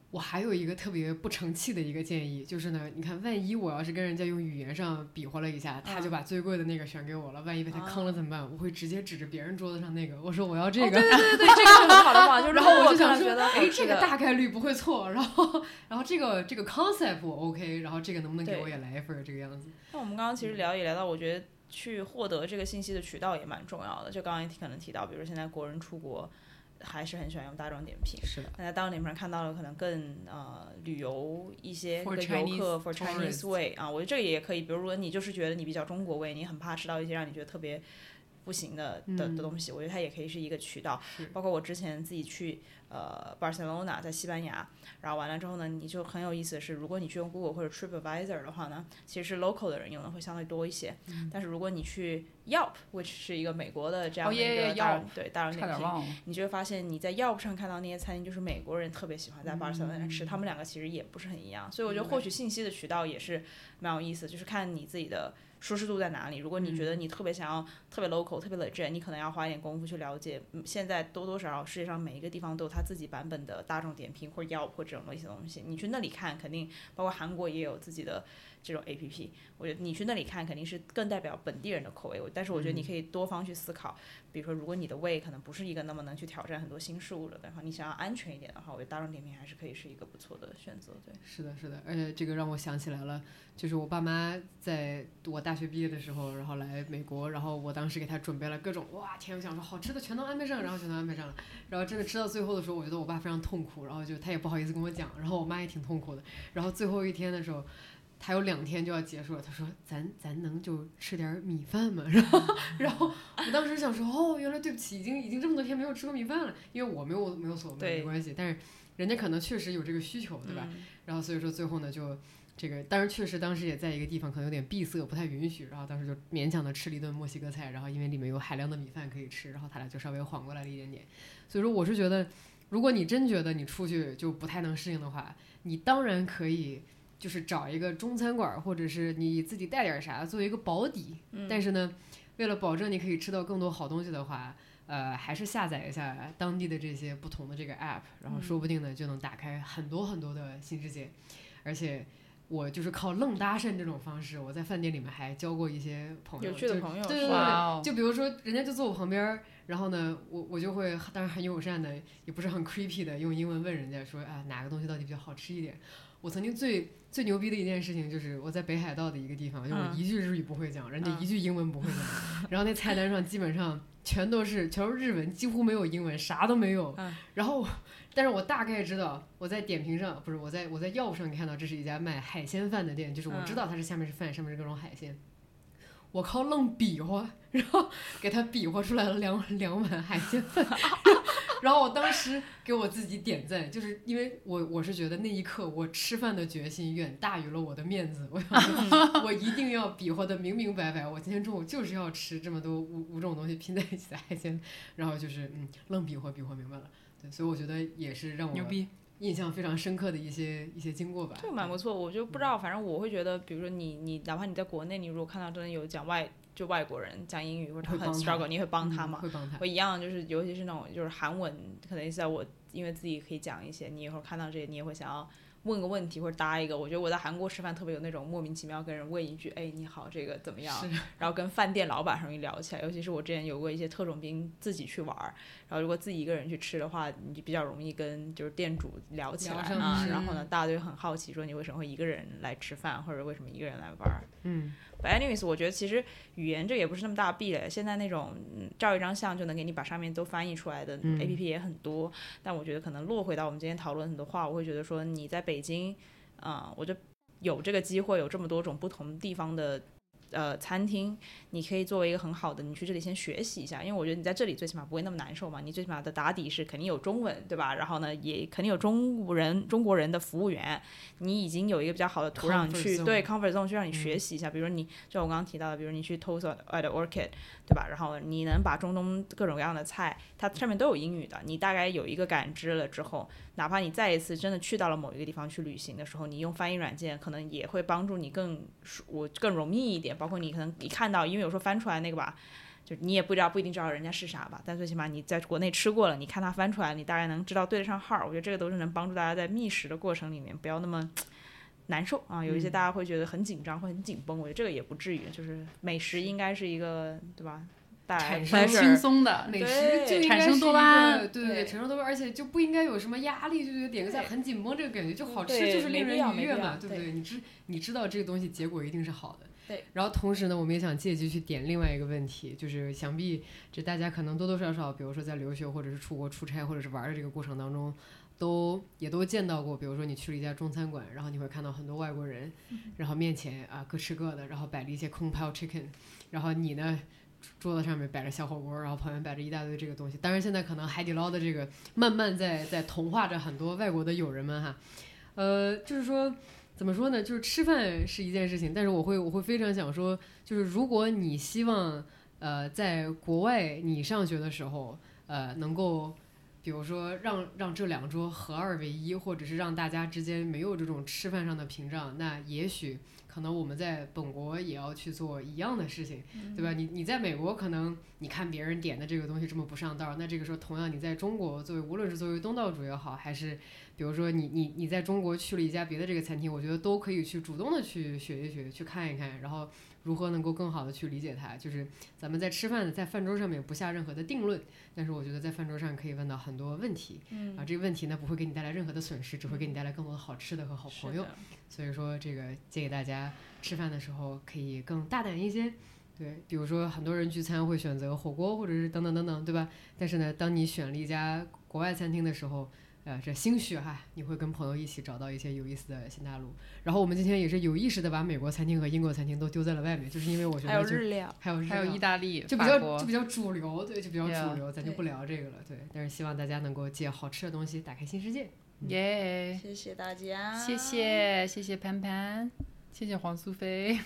Speaker 1: 我还有一个特别不成器的一个建议，就是呢，你看，万一我要是跟人家用语言上比划了一下，
Speaker 3: 嗯
Speaker 1: 他就把最贵的那个选给我了，万一被他坑了怎么办？我会直接指着别人桌子上那个，我说我要这个，
Speaker 3: 哦对对对， 这个是很好的方法，就
Speaker 1: 然后
Speaker 3: 我
Speaker 1: 我就想
Speaker 3: 觉
Speaker 1: 说，
Speaker 3: 得
Speaker 1: 哎，这个
Speaker 3: 大。
Speaker 1: 大概率不会错，然后，然后这个这个 concept 我 OK，然后这个能不能给
Speaker 3: 对
Speaker 1: 我也来一份儿这个样子？
Speaker 3: 那我们刚刚其实聊也聊到，我觉得去获得这个信息的渠道也蛮重要的。就刚刚也可能提到，比如说现在国人出国还是很喜欢用大众点评。
Speaker 1: 是的，
Speaker 3: 那在大众点评上看到了可能更呃旅游一些
Speaker 2: For
Speaker 3: 跟游客
Speaker 2: Chinese
Speaker 3: for Chinese
Speaker 2: tourists
Speaker 3: way 啊，我觉得这个也可以。比如如果你就是觉得你比较中国味，你很怕吃到一些让你觉得特别不行的的
Speaker 2: 嗯
Speaker 3: 的东西，我觉得它也可以是一个渠道
Speaker 1: 是。
Speaker 3: 包括我之前自己去呃 Barcelona 在西班牙，然后完了之后呢，你就很有意思的是，如果你去用 Google 或者 TripAdvisor 的话呢，其实是 local 的人用的会相对多一些。
Speaker 2: 嗯
Speaker 3: 但是如果你去 Yelp，which 是一个美国的这样
Speaker 2: 哦
Speaker 3: 的一
Speaker 2: 耶
Speaker 3: 个
Speaker 2: 耶
Speaker 3: 大众、
Speaker 2: Yelp
Speaker 3: 对大众
Speaker 2: 差
Speaker 3: 点
Speaker 2: 点
Speaker 3: 评，
Speaker 2: 忘了。
Speaker 3: 你就会发现你在 Yelp 上看到那些餐厅，就是美国人特别喜欢在巴塞罗那吃，他们两个其实也不是很一样，所以我觉得获取信息的渠道也是蛮有意思，就是看你自己的舒适度在哪里。如果你觉得你特别想要特别 local、特别 legit，你可能要花一点功夫去了解。嗯现在多多少少世界上每一个地方都有它自己版本的大众点评或者 Yelp 或者这种类似的东西，你去那里看，肯定包括韩国也有自己的这种 APP。我觉得你去那里看肯定是更代表本地人的口味，我但是我觉得你可以多方去思考。比如说，如果你的胃可能不是一个那么能去挑战很多新事物的，然后你想要安全一点的话，我觉得大众点评还是可以是一个不错的选择。对，
Speaker 1: 是的，是的，而且这个让我想起来了，就是我爸妈在我大学毕业的时候，然后来美国，然后我当时给他准备了各种，哇天，我想说好吃的全都安排上，然后全都安排上了，然后真的吃到最后的时候，我觉得我爸非常痛苦，然后就他也不好意思跟我讲，然后我妈也挺痛苦的，然后最后一天的时候。他有两天就要结束了，他说咱咱能就吃点米饭吗？ 然后然后我当时想说哦，原来对不起，已经已经这么多天没有吃过米饭了，因为我没有没有所谓
Speaker 3: 对
Speaker 1: 没关系，但是人家可能确实有这个需求，对吧？
Speaker 3: 嗯
Speaker 1: 然后所以说最后呢就。这个当然确实当时也在一个地方可能有点闭塞，不太允许，然后当时就勉强的吃了一顿墨西哥菜，然后因为里面有海量的米饭可以吃，然后他俩就稍微缓过来了一点点。所以说我是觉得，如果你真觉得你出去就不太能适应的话，你当然可以就是找一个中餐馆儿，或者是你自己带点儿啥作为一个保底。
Speaker 3: 嗯
Speaker 1: 但是呢，为了保证你可以吃到更多好东西的话，呃，还是下载一下当地的这些不同的这个 app，然后
Speaker 3: 嗯
Speaker 1: 说不定呢就能打开很多很多的新世界。而且我就是靠愣搭讪这种方式，我在饭店里面还交过一些朋友，
Speaker 3: 有趣的
Speaker 1: 就
Speaker 3: 朋友
Speaker 1: 对
Speaker 3: 是
Speaker 1: 对
Speaker 3: 吧？
Speaker 2: 哇
Speaker 1: 对
Speaker 2: 哦，
Speaker 1: 就比如说人家就坐我旁边儿，然后呢，我我就会当然很友善的，也不是很 creepy 的，用英文问人家说啊哪个东西到底比较好吃一点。我曾经最最牛逼的一件事情就是我在北海道的一个地方，就我
Speaker 3: 嗯
Speaker 1: 一句日语不会讲，人家
Speaker 3: 嗯
Speaker 1: 一句英文不会讲，然后那菜单上基本上全都是全是日文，几乎没有英文，啥都没有。
Speaker 3: 嗯
Speaker 1: 然后我，但是我大概知道我在点评上不是我在我在药物上看到这是一家卖海鲜饭的店，就是我
Speaker 3: 嗯
Speaker 1: 知道它是下面是饭，上面是各种海鲜。我靠，愣比划，然后给他比划出来了两两碗海鲜饭， 然后我当时给我自己点赞，就是因为我我是觉得那一刻我吃饭的决心远大于了我的面子，我想说 我一定要比划的明明白白，我今天中午就是要吃这么多五五种东西拼在一起的海鲜，然后就是嗯愣比划比划明白了，对，所以我觉得也是让
Speaker 2: 牛
Speaker 1: 我
Speaker 2: 逼，
Speaker 1: 印象非常深刻的一些一些经过吧，
Speaker 3: 这个蛮不错，我就不知
Speaker 1: 嗯
Speaker 3: 道，反正我会觉得，比如说你你哪怕你在国内，你如果看到真的有讲外就外国人讲英语或者他
Speaker 1: 会
Speaker 3: 很
Speaker 1: 帮他
Speaker 3: struggle，你会帮他
Speaker 1: 嗯
Speaker 3: 吗？
Speaker 1: 会帮他，
Speaker 3: 我一样就是，尤其是那种就是韩文，可能现在我因为自己可以讲一些，你一会儿看到这些，你也会想要问个问题或者搭一个。我觉得我在韩国吃饭特别有那种莫名其妙跟人问一句，哎，你好，这个怎么样？ 然后跟饭店老板容易聊起来，尤其是我之前有过一些特种兵自己去玩儿，然后如果自己一个人去吃的话，你就比较容易跟就是店主聊起来
Speaker 1: 聊上
Speaker 3: 啊。
Speaker 1: 去
Speaker 3: 然后呢，大家就很好奇说你为什么会一个人来吃饭，或者为什么一个人来玩儿。
Speaker 1: 嗯
Speaker 3: But anyways，我觉得其实语言这也不是那么大壁垒。现在那种嗯照一张相就能给你把上面都翻译出来的
Speaker 1: 嗯
Speaker 3: A P P 也很多，但我觉得可能落回到我们今天讨论很多话，我会觉得说你在北京，啊、我就有这个机会，有这么多种不同地方的。呃，餐厅你可以作为一个很好的，你去这里先学习一下，因为我觉得你在这里最起码不会那么难受嘛。你最起码的打底是肯定有中文，对吧？然后呢，也肯定有中国人、中国人的服务员，你已经有一个比较好的土壤
Speaker 1: Comfort
Speaker 3: 去
Speaker 1: zone
Speaker 3: 对 comfort zone 去让你
Speaker 1: 嗯
Speaker 3: 学习一下。比如你就我刚刚提到的，比如你去 Toast at Orchid，对吧？然后你能把中东各种各样的菜，它上面都有英语的，你大概有一个感知了之后，哪怕你再一次真的去到了某一个地方去旅行的时候，你用翻译软件可能也会帮助你更舒我更容易一点。包括你可能一看到，因为有时候翻出来那个吧。就你也不知道，不一定知道人家是啥吧，但最起码你在国内吃过了，你看它翻出来，你大概能知道对得上号儿。我觉得这个都是能帮助大家在觅食的过程里面不要那么难受啊。有一些大家会觉得很紧张，会很紧绷，我觉得这个也不至于。就是美食应该是一个对吧？带
Speaker 1: 产
Speaker 3: 来
Speaker 1: 生
Speaker 2: 蛮
Speaker 3: pleasure
Speaker 2: 轻松的，
Speaker 1: 美食
Speaker 3: 对
Speaker 1: 就应
Speaker 2: 产
Speaker 1: 该
Speaker 2: 生
Speaker 1: 是
Speaker 2: 多
Speaker 1: 一
Speaker 2: 巴胺
Speaker 1: 个对对
Speaker 3: 对
Speaker 1: 对，产生多巴胺，而且就不应该有什么压力，就觉得点个菜
Speaker 3: 对
Speaker 1: 很紧绷，这个感觉就好
Speaker 3: 嗯对
Speaker 1: 吃，就是令
Speaker 3: 没
Speaker 1: 人
Speaker 3: 必要
Speaker 1: 愉
Speaker 3: 没
Speaker 1: 悦
Speaker 3: 必要
Speaker 1: 嘛，对不
Speaker 3: 对
Speaker 1: 对？你知你知道这个东西结果一定是好的。
Speaker 3: 对。
Speaker 1: 然后同时呢，我们也想借机去点另外一个问题，就是想必这大家可能多多少少，比如说在留学或者是出国出差或者是玩儿的这个过程当中。都也都见到过，比如说你去了一家中餐馆，然后你会看到很多外国人，
Speaker 3: 嗯
Speaker 1: 然后面前啊各吃各的，然后摆了一些空 pile chicken，然后你呢桌子上面摆着小火锅，然后旁边摆着一大堆这个东西。当然，现在可能海底捞的这个慢慢在在同化着很多外国的友人们哈。呃，就是说怎么说呢？就是吃饭是一件事情，但是我会我会非常想说，就是如果你希望呃在国外你上学的时候呃能够。比如说让，让这两桌合二为一，或者是让大家之间没有这种吃饭上的屏障，那也许可能我们在本国也要去做一样的事情。对吧？你你在美国可能你看别人点的这个东西这么不上道儿，那这个时候同样你在中国作为无论是作为东道主也好，还是比如说你你你在中国去了一家别的这个餐厅，我觉得都可以去主动的去学一学，去看一看，然后如何能够更好的去理解它。就是咱们在吃饭的在饭桌上面不下任何的定论，但是我觉得在饭桌上可以问到很多问题，啊，这个问题呢不会给你带来任何的损失，只会给你带来更多的好吃的和好朋友。所以说，这个建议大家吃饭的时候可以更大胆一些。对，比如说很多人聚餐会选择火锅，或者是等等等等，对吧？但是呢，当你选了一家国外餐厅的时候，呃，这兴许哈、你会跟朋友一起找到一些有意思的新大陆。然后我们今天也是有意识的把美国餐厅和英国餐厅都丢在了外面，就是因为我觉
Speaker 3: 还有
Speaker 1: 得就
Speaker 3: 日料，
Speaker 1: 还有日
Speaker 2: 还有
Speaker 1: 料
Speaker 2: 意大利、
Speaker 1: 就比
Speaker 2: 法
Speaker 1: 较
Speaker 2: 国
Speaker 1: 就比较主流，对，就比较主
Speaker 2: Yeah
Speaker 1: 流，咱就不聊这个了，对。但是希望大家能够借好吃的东西打开新世界。
Speaker 2: 耶！
Speaker 3: 谢谢大家，
Speaker 2: 谢谢谢谢潘潘，谢谢黄苏菲。